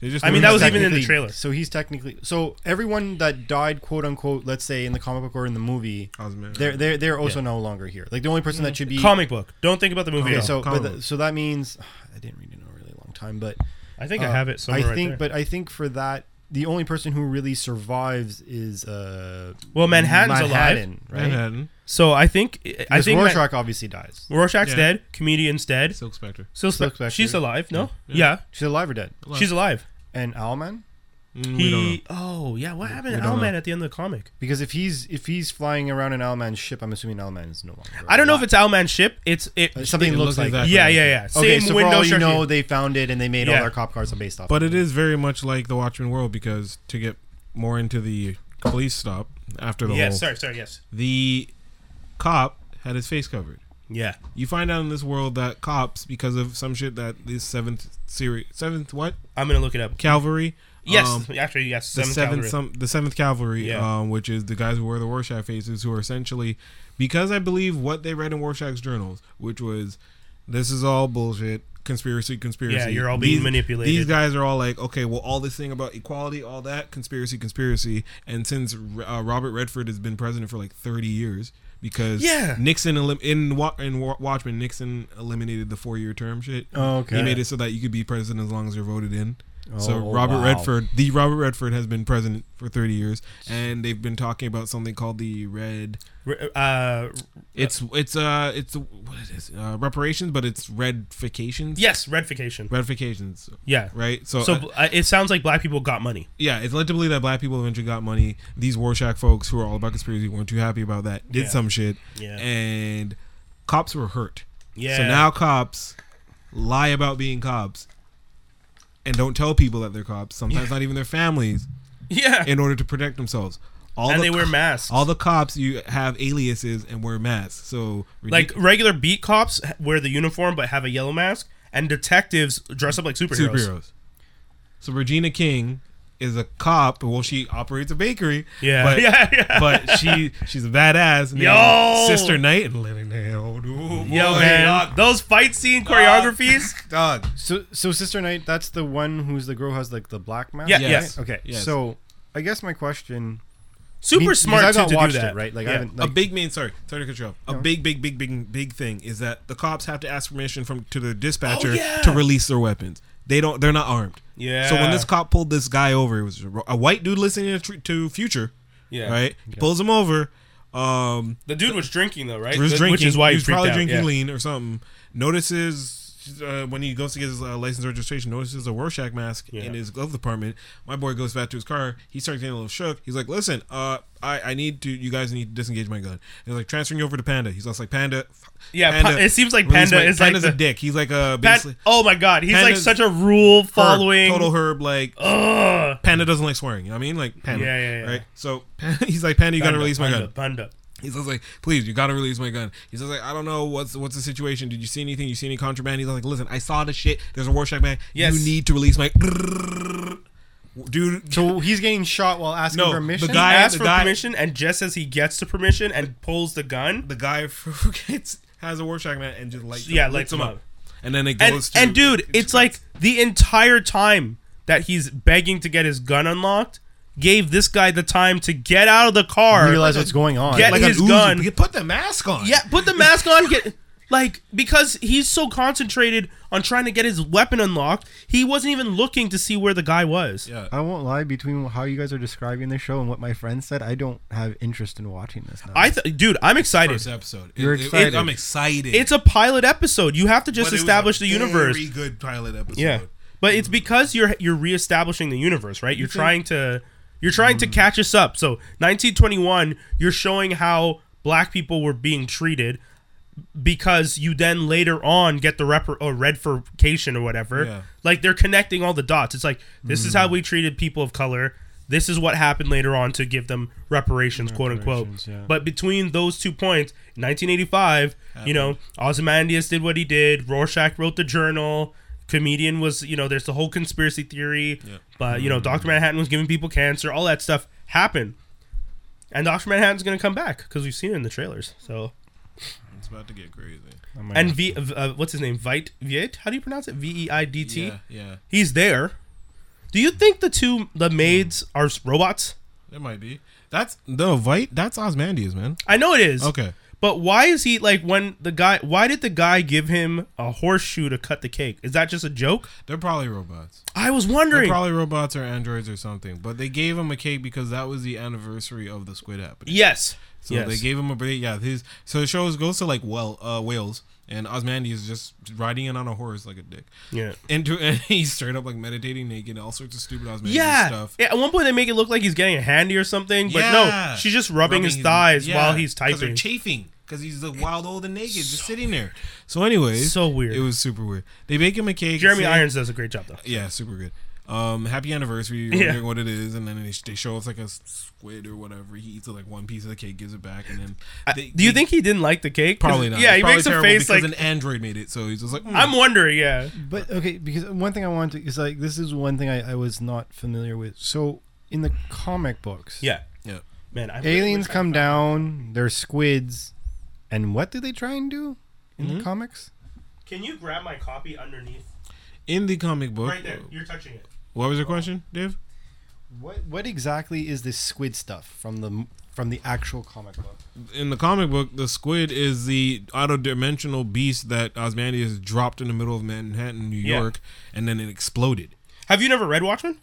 S2: They just
S1: I mean,
S2: moved
S1: that was
S2: it
S1: even in the
S3: technically-
S1: trailer.
S3: So he's technically so everyone that died, quote unquote, let's say in the comic book or in the movie,
S2: Ozman.
S3: they're they're they're also no longer here. Like the only person
S1: Mm.
S3: that should be
S1: Comic book. Don't think about the movie.
S3: Okay,
S1: at all.
S3: so
S2: comic
S3: but the-
S2: books.
S3: so that means I didn't read it in a really long time, but
S1: I think I
S3: uh,
S1: have it somewhere.
S3: I think,
S1: right there.
S3: but I think for that, the only person who really survives is uh,
S1: Well, Manhattan's alive.
S3: Manhattan, right?
S2: Manhattan.
S1: so I think I
S3: Because
S1: think that-
S3: Rorschach obviously dies.
S1: Rorschach's
S2: Yeah.
S1: dead. Comedian's dead.
S2: Silk Spectre.
S1: So
S3: Silk Spectre.
S1: she's alive. No, yeah,
S3: She's alive or dead?
S2: Alive.
S1: she's alive.
S3: And Owlman,
S2: Mm, we don't know.
S1: He. Oh yeah, what happened
S2: we
S1: to
S2: don't
S1: Owlman at the end of the comic?
S3: because if he's if he's flying around in Owlman's ship, I'm assuming Owlman is no longer.
S2: Uh,
S1: I don't know if
S3: alive.
S1: it's Owlman's ship. It's it.
S3: Uh, something
S2: It looks
S3: looks like that.
S2: exactly
S1: yeah, yeah,
S2: like it.
S1: yeah.
S3: Okay, so for all you
S1: structure.
S3: know, they found it and they made
S1: Yeah.
S3: all their cop cars are based off.
S2: But it is very much like the Watchmen world because to get more into the police stop after the
S1: Yeah,
S2: whole
S1: sorry, sorry, yes.
S2: the cop had his face covered.
S1: Yeah.
S2: You find out in this world that cops, because of some shit that this seventh series, seventh what
S1: I'm gonna look it up.
S2: cavalry,
S1: Yes,
S2: um,
S1: actually, yes.
S2: the
S1: Seventh
S2: seventh
S1: Cavalry.
S2: some the seventh cavalry,
S1: Yeah.
S2: um, which is the guys who wear the Rorschach faces, who are essentially because I believe what they read in Rorschach's journals, which was this is all bullshit, conspiracy, conspiracy.
S1: Yeah, you're all being
S2: These-
S1: manipulated.
S2: These guys are all like, okay, well, all this thing about equality, all that conspiracy, conspiracy, and since uh, Robert Redford has been president for like 30 years. Because
S1: Yeah.
S2: Nixon elim- in Wa- in Wa- Watchmen, Nixon eliminated the four-year term shit.
S3: Oh, okay.
S2: He made it so that you could be president as long as you're voted in. so
S3: Oh,
S2: Robert
S3: wow.
S2: Redford, the Robert Redford has been president for 30 years, and they've been talking about something called the red.
S1: Re- uh,
S2: It's it's uh it's what it is uh, reparations, but it's redfications.
S1: yes, redification.
S2: Redifications,
S1: Yeah.
S2: right? So,
S1: So
S2: uh,
S1: uh, it sounds like black people got money.
S2: yeah, it's led to believe that black people eventually got money. These Rorschach folks who are all about conspiracy weren't too happy about that. Did
S1: Yeah.
S2: some shit,
S1: Yeah.
S2: and cops were hurt.
S1: Yeah.
S2: So now cops lie about being cops and don't tell people that they're cops. Sometimes not even their families
S1: Yeah.
S2: in order to protect themselves. All
S1: and
S2: the
S1: they wear
S2: co-
S1: masks.
S2: all the cops you have aliases and wear masks. So
S1: like
S2: ridic-
S1: regular beat cops h- wear the uniform but have a yellow mask, and detectives dress up like superheroes.
S2: superheroes. So Regina King is a cop. Well, she operates a bakery.
S1: Yeah.
S2: But,
S1: yeah. Yeah.
S2: but she she's a badass. named
S1: Yo!
S2: Sister Knight and living hell. Ooh,
S1: Yo,
S2: boy,
S1: man,
S2: dog,
S1: those fight scene choreographies.
S2: dog.
S3: So, so Sister Knight, that's the one who's the girl who has like the black mask.
S1: Yeah,
S3: right?
S2: yes.
S3: Okay.
S2: Yes.
S3: So, I guess my question.
S1: Super
S3: because
S1: smart
S3: I
S1: too,
S3: got
S1: to do
S3: watched
S1: that,
S3: it, right? Like I
S1: Yeah.
S3: haven't.
S2: a
S3: Like,
S2: big main sorry, sorry to cut you off. A big, big, big, big, big thing is that the cops have to ask permission from to the dispatcher
S1: Oh, yeah.
S2: to release their weapons. They don't. They're not armed.
S1: Yeah.
S2: So when this cop pulled this guy over, it was a, a white dude listening to, tr- to Future.
S1: Yeah.
S2: Right. He pulls him over. Um,
S1: The dude was drinking though, right?
S2: was
S1: Th-
S2: drinking.
S1: Which is why
S2: he
S1: he
S2: was
S1: freaked
S2: probably
S1: out,
S2: drinking
S1: yeah.
S2: lean or something. Notices uh, when he goes to get his uh, license registration. Notices a Rorschach mask
S1: Yeah.
S2: in his glove compartment. My boy goes back to his car. He starts getting a little shook. He's like, "Listen, uh, I I need to. You guys need to disengage my gun." And he's like, "Transferring you over to Panda." He's also like, "Panda." fuck,
S1: Yeah,
S2: Panda,
S1: Pa- it seems like
S2: release
S1: Panda is like
S2: Panda's
S1: the-
S2: a dick. He's like a
S1: Pat-
S2: basically
S1: oh my god, he's like
S2: Panda's-
S1: such a rule
S2: herb,
S1: following.
S2: total herb. Like
S1: Ugh.
S2: Panda doesn't like swearing. You know what I mean? Like Panda.
S1: Yeah, yeah, yeah.
S2: Right. So he's like, "Panda, you gotta release my
S1: Panda,
S2: gun."
S1: Panda.
S2: He says like, please, you gotta release my gun. He says like, I don't know what's what's the situation. Did you see anything? You see any contraband? He's like, listen, I saw the shit. There's a Rorschach man.
S1: Yes.
S2: You need to release my dude.
S3: so he's getting shot while asking
S2: No,
S3: permission.
S2: the
S1: He
S2: guy-
S1: asks
S2: the
S1: for
S2: guy-
S1: permission, and just as he gets the permission and pulls the gun,
S2: The guy who gets has a Rorschach man and just lights
S1: Yeah,
S2: him,
S1: lights him up.
S2: and then it
S1: and,
S2: goes to
S1: and dude, it's like the entire time that he's begging to get his gun unlocked, gave this guy the time to get out of the car.
S3: realize what's going on.
S1: Get-
S2: like
S1: his
S2: an Uzi.
S1: gun.
S2: He Put the mask on.
S1: Yeah, put the mask on. Get like because he's so concentrated on trying to get his weapon unlocked, he wasn't even looking to see where the guy was.
S2: Yeah.
S3: I won't lie. Between how you guys are describing the show and what my friend said, I don't have interest in watching this now.
S1: I th- dude, I'm excited.
S2: First episode.
S3: You're
S2: It- it-
S3: excited.
S2: I'm excited.
S1: It's a pilot episode. You have to
S2: But it
S1: just
S2: was a
S1: establish the universe.
S2: Very good pilot episode.
S1: Yeah, but it's because you're you're reestablishing the universe, right? You're
S2: Mm-hmm.
S1: trying to you're trying to catch us up. So 1921, you're showing how black people were being treated because you then later on get the oh, rep or redfurcation or whatever.
S2: Yeah. Mm.
S1: Like they're connecting all the dots. It's like this is how we treated people of color. This is what happened later on to give them reparations, quote unquote.
S3: Reparations, yeah.
S1: But between those two points, 1985, you know, Ozymandias did what he did. Rorschach wrote the journal. Comedian was, you know, there's the whole conspiracy theory. But,
S2: Mm-hmm.
S1: you know, Dr. Manhattan was giving people cancer. All that stuff happened. And Dr. Manhattan's going to come back because we've seen it in the trailers. So,
S2: It's about to get crazy.
S3: Oh my
S1: and
S3: God.
S1: V, uh, what's his name? Veit, Viet? How do you pronounce it? V E I D T?
S2: Yeah, yeah.
S1: He's there. Do you think the two, the maids are robots?
S2: It might be. That's no Vite. That's Osmandius, man.
S1: I know it is.
S2: Okay.
S1: But why is he like when the guy? Why did the guy give him a horseshoe to cut the cake? Is that just a joke?
S2: They're probably robots.
S1: I was
S2: They're
S1: wondering.
S2: probably robots or androids or something. But they gave him a cake because that was the anniversary of the squid happening.
S1: yes.
S2: So
S1: yes.
S2: they gave him a break. Yeah, his so the show goes to like well uh, Wales and Osmandy is just riding in on a horse like a dick.
S1: Yeah.
S2: Into and he's straight up like meditating naked, all sorts of stupid Osmandy
S1: Yeah.
S2: stuff.
S1: yeah. At one point, they make it look like he's getting a handy or something, but
S2: Yeah.
S1: no, she's just rubbing, his thighs
S2: yeah,
S1: while he's
S2: 'cause
S1: typing.
S2: They're chafing because he's the wild old and naked, just sitting there. So anyways,
S1: so weird.
S2: It was super weird. They make him a cake.
S1: Jeremy
S2: say-
S1: Irons does a great job though.
S2: Yeah, super good. um, happy anniversary,
S1: Yeah.
S2: wondering what it is, and then they, they show us like a squid or whatever. He eats like one piece of the cake, gives it back, and then they,
S1: Uh, Do you
S2: they-
S1: think he didn't like the cake? 'Cause-
S2: probably not?
S1: Yeah,
S2: It's
S1: he
S2: probably
S1: makes a
S2: terrible
S1: face
S2: because
S1: like
S2: an android made it, so he's just like, mm.
S1: I'm wondering. Yeah,
S3: But okay, because one thing I want to is like this is one thing I, I was not familiar with. So in the comic books,
S1: yeah,
S2: yeah.
S1: man. I really
S3: aliens
S1: wish I-
S3: come down, they're squids, and what do they try and do in
S1: Mm-hmm.
S3: the comics?
S1: Can you grab my copy underneath?
S2: In the comic book,
S1: Right there. You're touching it.
S2: what was your question, Dave?
S3: What what exactly is this squid stuff from the from the actual comic book?
S2: in the comic book, the squid is the out-of-dimensional beast that Osmandius dropped in the middle of Manhattan, New
S1: Yeah.
S2: York, and then it exploded.
S1: Have you never read Watchmen?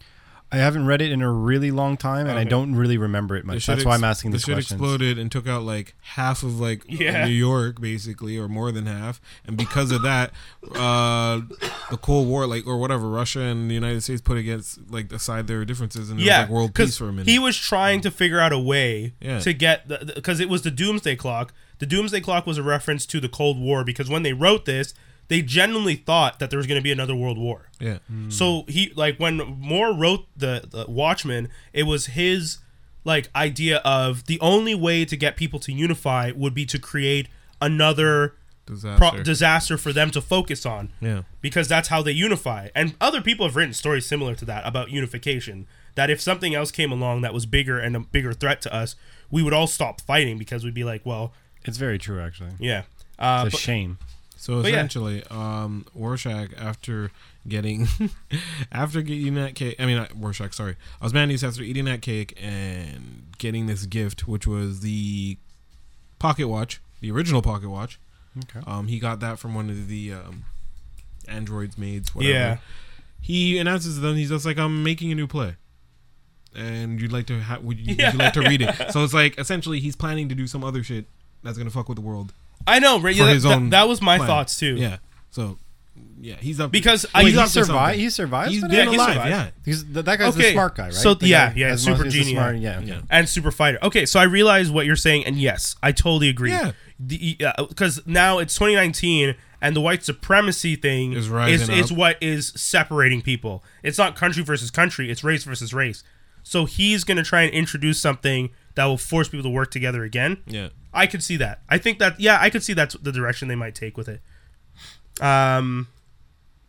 S3: I haven't read it in a really long time, and I
S1: Okay.
S3: don't really remember it
S2: The
S3: much.
S2: shit
S3: That's why
S2: ex-
S3: I'm asking
S2: The
S3: this
S2: shit
S3: question.
S2: exploded and took out like half of like
S1: Yeah.
S2: New York, basically, or more than half. And because of that, uh, the Cold War, like or whatever, Russia and the United States put against like aside their differences and it
S1: yeah,
S2: was like world
S1: 'cause
S2: peace for a minute.
S1: He was trying to figure out a way
S2: Yeah.
S1: to get the because it was the Doomsday Clock. The Doomsday Clock was a reference to the Cold War because when they wrote this, they genuinely thought that there was going to be another World War.
S2: yeah, Mm.
S1: So he like when Moore wrote the, the Watchmen, it was his like idea of the only way to get people to unify would be to create another
S2: disaster.
S1: pro- disaster for them to focus on.
S2: Yeah.
S1: Because that's how they unify. And other people have written stories similar to that about unification. That if something else came along that was bigger and a bigger threat to us, we would all stop fighting because we'd be like, well,
S3: It's very true, actually.
S1: yeah. Uh,
S3: It's a
S1: but-
S3: shame.
S2: So
S1: yeah.
S2: essentially, um, Rorschach after getting after eating that cake, I mean not Rorschach, sorry, Osmandius after eating that cake and getting this gift, which was the pocket watch, the original pocket watch.
S3: Okay.
S2: Um, he got that from one of the um, androids, maids, whatever.
S1: Yeah.
S2: He announces to them, he's just like, "I'm making a new play." And you'd like to ha- would, you,
S1: Yeah.
S2: would you like to read it? So it's like essentially he's planning to do some other shit that's gonna fuck with the world
S1: I know, right?
S2: for
S1: Yeah, that,
S2: his
S1: that-
S2: own
S1: that was my
S2: plan.
S1: thoughts too.
S2: Yeah. So, yeah, he's up
S1: Because I
S2: Wait,
S1: used
S2: he's
S3: he
S2: up to
S3: survived.
S2: something.
S3: He survives.
S2: He's
S3: that?
S2: been
S1: Yeah, he
S2: alive.
S1: survived.
S2: yeah.
S3: He's, th- that guy's the
S1: Okay,
S3: smart guy, right?
S1: so-
S3: The
S1: yeah,
S3: guy-
S1: yeah,
S3: as
S1: super
S3: much as the
S1: genius.
S3: smart- yeah. okay.
S2: Yeah.
S1: and super fighter. Okay, so I realize what you're saying, and yes, I totally agree.
S2: Yeah.
S1: because now it's 2019, and the white supremacy thing
S2: Is
S1: is,
S2: rising
S1: is
S2: up.
S1: what is separating people. It's not country versus country; it's race versus race. So he's gonna try and introduce something that will force people to work together again.
S2: Yeah.
S1: I could see that. I think that yeah, I could see that's the direction they might take with it. Um,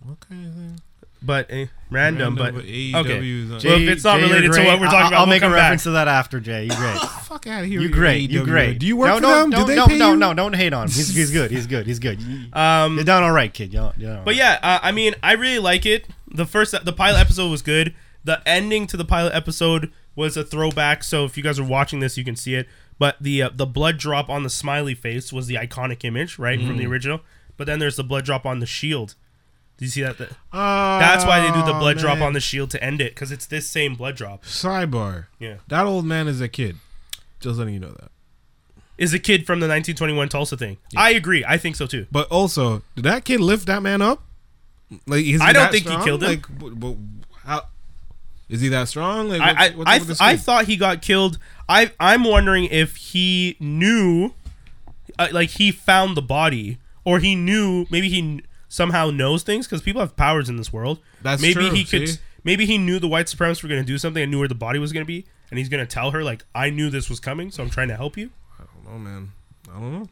S2: What kind of thing?
S1: but eh, random,
S2: Random,
S1: but,
S2: but
S1: okay.
S2: AEW is on-
S1: Well, if it's not
S3: Jay, you're
S1: related to
S3: great.
S1: what we're
S3: I-
S1: talking
S3: I'll,
S1: about,
S3: I'll
S1: we'll
S3: make a
S1: come
S3: reference
S1: back.
S3: to that after, Jay. You're great.
S2: Fuck out of here.
S3: You great. You
S2: AEW.
S3: great.
S2: Do you work
S3: no,
S2: for
S3: no,
S2: them?
S3: No,
S2: Did they
S3: no,
S2: pay
S3: no,
S2: you?
S3: no, don't hate on him. He's, he's good. He's good. He's good.
S1: Um,
S3: You're done all right, kid. You're, you
S1: But yeah, uh, I mean, I really like it. The first, the pilot episode was good. The ending to the pilot episode was a throwback. So if you guys are watching this, you can see it. But the uh, the blood drop on the smiley face was the iconic image, right, from the original. But then there's the blood drop on the shield. Do you see that? That-
S2: Ah,
S1: That's why they do the blood drop
S2: man.
S1: on the shield to end it, because it's this same blood drop.
S2: sidebar.
S1: Yeah,
S2: That old man is a kid. Just letting you know that.
S1: is a kid from the 1921 Tulsa thing. I agree. I think so too.
S2: But also, did that kid lift that man up? Like, is
S1: I don't
S2: he that
S1: think he
S2: strong?
S1: killed him.
S2: Like, w- w- how, is he that strong? Like,
S1: I
S2: what's- what's
S1: I,
S2: up with
S1: I, I
S2: this kid?
S1: thought he got killed. I I'm wondering if he knew, uh, like he found the body, or he knew. Maybe he kn- somehow knows things because people have powers in this world.
S2: That's
S1: maybe
S2: true,
S1: he could.
S2: see?
S1: Maybe he knew the white supremacists were going to do something and knew where the body was going to be, and he's going to tell her like, "I knew this was coming, so I'm trying to help you."
S2: I don't know, man. I don't know.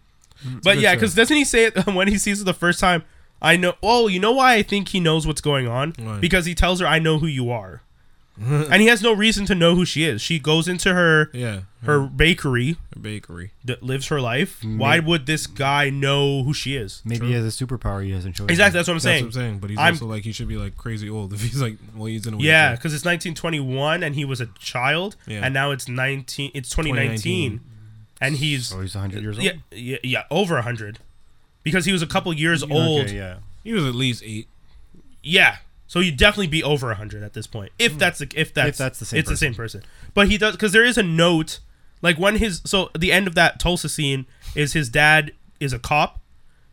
S1: but
S2: good
S1: yeah,
S2: show.
S1: because doesn't he say it when he sees it the first time? I know. Oh, you know why I think he knows what's going on
S2: Why?
S1: because he tells her, "I know who you are," and he has no reason to know who she is. She goes into her
S2: Yeah,
S1: her bakery
S2: a bakery.
S1: that lives her life. Why would this guy know who she is?
S3: Maybe he has a superpower he hasn't shown.
S1: Exactly, that's what I'm
S2: That's
S1: saying.
S2: what I'm saying. But he's
S1: I'm-
S2: also like he should be like crazy old if he's like well he's in a
S1: Yeah,
S2: wheelchair.
S1: because it's 1921 and he was a child,
S2: Yeah.
S1: and now it's 19. It's 2019, and he's
S3: Oh, he's 100 years old.
S1: yeah, yeah, yeah, over 100 because he was a couple years old. yeah.
S3: Okay, yeah.
S2: he was at least eight.
S1: so you'd definitely be over 100 at this point if that's the if that's
S3: Hmm. that's the same
S1: it's the same person. But he does because there is a note like when his so the end of that Tulsa scene is his dad is a cop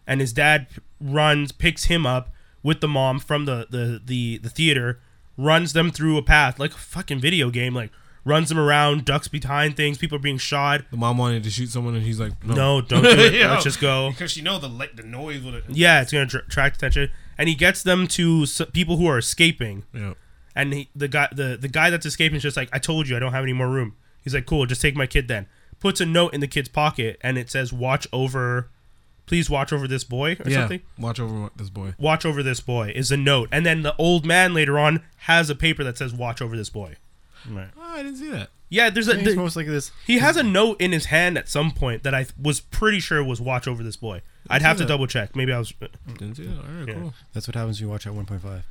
S1: and his dad runs picks him up with the mom from the the the, the theater runs them through a path like a fucking video game like runs them around ducks behind things people are being shot
S2: The mom wanted to shoot someone and he's like no.
S1: no don't do it
S2: Yeah.
S1: let's just go
S2: Because you know the like the noise would.
S1: yeah it's gonna tr- attract attention and he gets them to s- people who are escaping
S2: Yeah.
S1: and he, the guy the, the guy that's escaping is just like, I told you I don't have any more room. He's like, cool, just take my kid then. Puts a note in the kid's pocket and it says, watch over, please watch over this boy or
S2: yeah.
S1: something.
S2: Watch over this boy.
S1: Watch over this boy is a note, and then the old man later on has a paper that says, watch over this boy.
S2: Oh, I didn't see that.
S1: Yeah, there's a
S3: It's
S1: the,
S3: most like this.
S1: he has a note in his hand at some point that I th- was pretty sure was watch over this boy. I'd have to
S2: that.
S1: double check. Maybe I was uh,
S2: Didn't see that. All right,
S1: Yeah.
S2: cool.
S3: That's what happens when you watch at 1.5.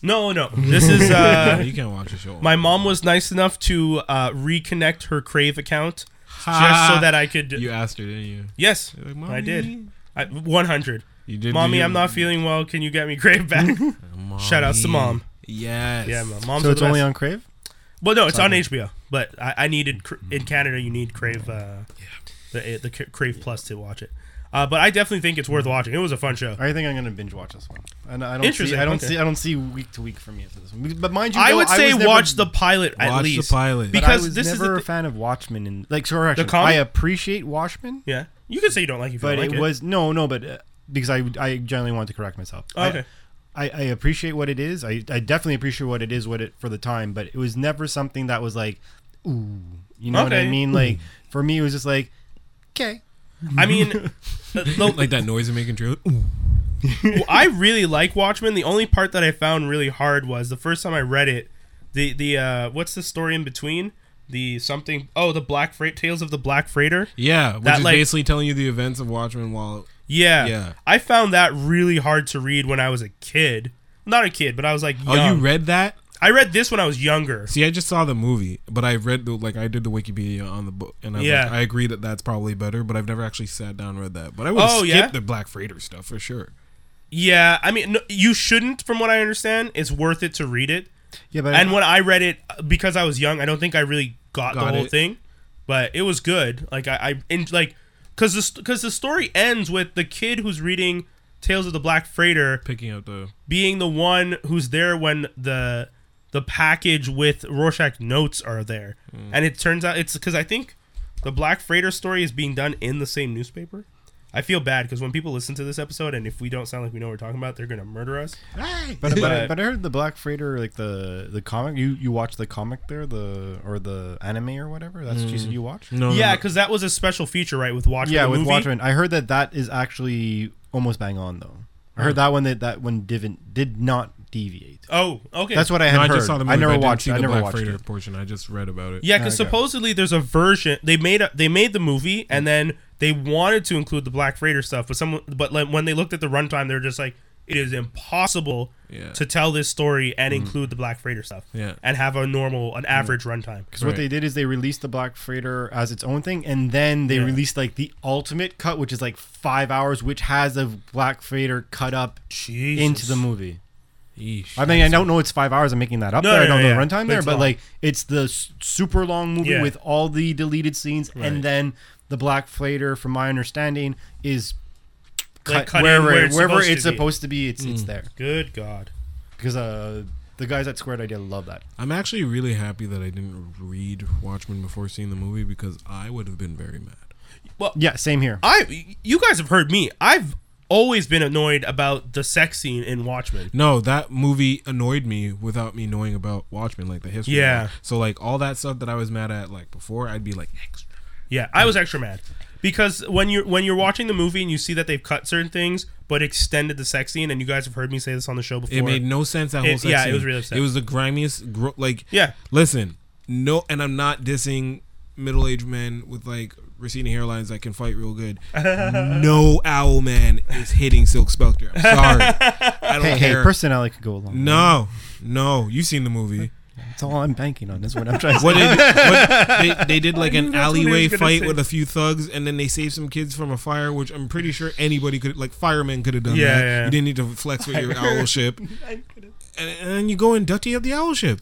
S1: no no. This is
S2: Yeah,
S1: uh,
S2: you can't watch the show.
S1: my mom was nice enough to uh, reconnect her Crave account just
S2: Ha.
S1: so that I could
S2: You asked her, didn't you?
S1: yes
S2: You're like,
S1: I did
S2: "Mommy."
S1: I, 100
S2: You did.
S1: mommy
S2: you-
S1: I'm not feeling well can you get me Crave back shout outs to mom
S2: Yes.
S1: yeah mom. mom's
S3: So
S1: are
S3: it's
S1: the
S3: only
S1: best.
S3: on Crave?
S1: well no it's on HBO but I, I needed cr- in Canada you need Crave uh, the the C- Crave Plus to watch it uh, but I definitely think it's worth
S2: Mm-hmm.
S1: watching it was a fun show
S3: I think I'm gonna binge watch this one. And I don't
S1: Interesting,
S3: see I don't
S1: okay.
S3: see I don't see week to week from you for this one. But mind you,
S1: I
S3: though,
S1: would say
S3: was never-
S1: watch the pilot at
S2: Watch
S1: least
S2: the pilot.
S1: Be-
S3: but I
S1: because
S3: was
S1: this is the
S3: never a
S1: thi-
S3: fan of Watchmen and like sorry, actually, I
S1: comic?
S3: appreciate Watchmen,
S1: yeah you could say you don't like it if you
S3: but
S1: don't like
S3: it was no, no, but uh, because I I generally want to correct myself.
S1: Oh,
S3: I-
S1: okay.
S3: I, I appreciate what it is. I, I definitely appreciate what it is what it for the time, but it was never something that was like, ooh, you know what I
S1: Okay.
S3: mean? Like for me, it was just like, okay,
S1: I mean uh, the,
S2: Like that noise I'm making trailer.
S1: Well, I really like Watchmen. The only part that I found really hard was the first time I read it. The the uh, what's the story in between? The something. Oh, the Black Freight Tales of the Black Freighter.
S2: Yeah, which
S1: That,
S2: is
S1: like-
S2: basically telling you the events of Watchmen while
S1: Yeah.
S2: Yeah.
S1: I found that really hard to read when I was a kid. Not a kid, but I was like young.
S2: Oh, you read that?
S1: I read this when I was younger.
S2: See, I just saw the movie, but I read the like I did the Wikipedia on the book, and I was
S1: Yeah.
S2: like, I agree that that's probably better, but I've never actually sat down and read that. But I would have
S1: Oh,
S2: skipped
S1: yeah?
S2: the Black Freighter stuff for sure.
S1: Yeah, I mean, no, you shouldn't, from what I understand. It's worth it to read it.
S3: yeah, but
S1: And when I read it, uh, because I was young, I don't think I really got,
S2: Got
S1: the whole
S2: it.
S1: thing, but it was good. Like I, I in, like because the because the story ends with the kid who's reading Tales of the Black Freighter
S2: Picking up the
S1: being the one who's there when the the package with Rorschach notes are there,
S3: Mm.
S1: and it turns out it's because I think the Black Freighter story is being done in the same newspaper. I feel bad because when people listen to this episode, and if we don't sound like we know what we're talking about, they're gonna murder us.
S3: but, but, I,
S1: but-
S3: but I heard the Black Freighter, like the the comic. You you watch the comic there, the or the anime or whatever. That's what you
S2: Mm.
S3: said you watch.
S2: no,
S1: Yeah, because that was a special feature, right? With Watchmen,
S3: yeah,
S1: the
S3: with
S1: movie.
S3: Watchmen, I heard that that is actually almost bang on though. I heard that one that that one didn't did not deviate.
S1: Oh, okay.
S3: That's what I had
S2: no, I
S3: heard.
S2: just saw the movie.
S3: I
S2: but
S3: never
S2: didn't
S3: watched.
S2: see
S3: it. I
S2: the
S3: never
S2: Black
S3: watched
S2: Freighter
S3: it.
S2: portion. I just read about it.
S1: Yeah, because
S3: Okay.
S1: supposedly there's a version they made. A, they made the movie,
S3: Mm.
S1: and then they wanted to include the Black Freighter stuff, but someone, but like, when they looked at the runtime, they were just like, it is impossible
S2: Yeah.
S1: to tell this story and
S3: Mm.
S1: include the Black Freighter stuff,
S2: Yeah.
S1: and have a normal, an average runtime.
S3: Because what
S2: Right.
S3: they did is they released the Black Freighter as its own thing, and then they
S1: Yeah.
S3: released like the ultimate cut, which is like five hours, which has the Black Freighter cut up
S1: Jesus.
S3: into the movie.
S2: Yeesh.
S3: I mean, I don't know it's five hours. I'm making that up
S1: No,
S3: there. I
S1: no,
S3: don't
S1: no,
S3: know the
S1: yeah.
S3: runtime
S1: But
S3: there,
S1: it's
S3: but
S1: long.
S3: like it's the s- super long movie
S1: Yeah.
S3: with all the deleted scenes,
S2: Right.
S3: and then the Black Freighter, from my understanding, is cut,
S1: Like, cut in
S3: wherever
S1: where it's
S3: wherever
S1: supposed to
S3: it's
S1: be.
S3: supposed to be. It's it's there
S1: Good God.
S3: because uh, the guys at Squared Idea love that.
S2: I'm actually really happy that I didn't read Watchmen before seeing the movie because I would have been very mad.
S3: Yeah, same here.
S1: I, you guys have heard me. I've always been annoyed about the sex scene in Watchmen.
S2: No, that movie annoyed me without me knowing about Watchmen, like the history. of
S1: Yeah.
S2: it. So like all that stuff that I was mad at like before, I'd be like extra.
S1: Yeah, I was extra mad because when you're when you're watching the movie and you see that they've cut certain things but extended the sex scene, and you guys have heard me say this on the show before.
S2: It made no sense that whole
S1: It-
S2: sex
S1: yeah, it
S2: scene.
S1: was really upset.
S2: It was the grimiest, gro- like
S1: Yeah.
S2: Listen, no, and I'm not dissing middle-aged men with like receding hairlines that can fight real good. no owl man is hitting Silk Spectre. I'm sorry, I don't
S3: Hey, hey,
S2: care.
S3: personality could go along.
S2: no, no, you've seen the movie.
S3: That's all I'm banking on. That's what I'm trying to say.
S2: What they, did- what they, they did like an
S1: that's what he was
S2: alleyway
S1: gonna
S2: fight
S1: say.
S2: with a few thugs, and then they saved some kids from a fire, which I'm pretty sure anybody could, like firemen, could have done
S1: Yeah,
S2: that.
S1: yeah.
S2: You didn't need to flex with your owl ship, and, and then you go and dirty up the owl ship.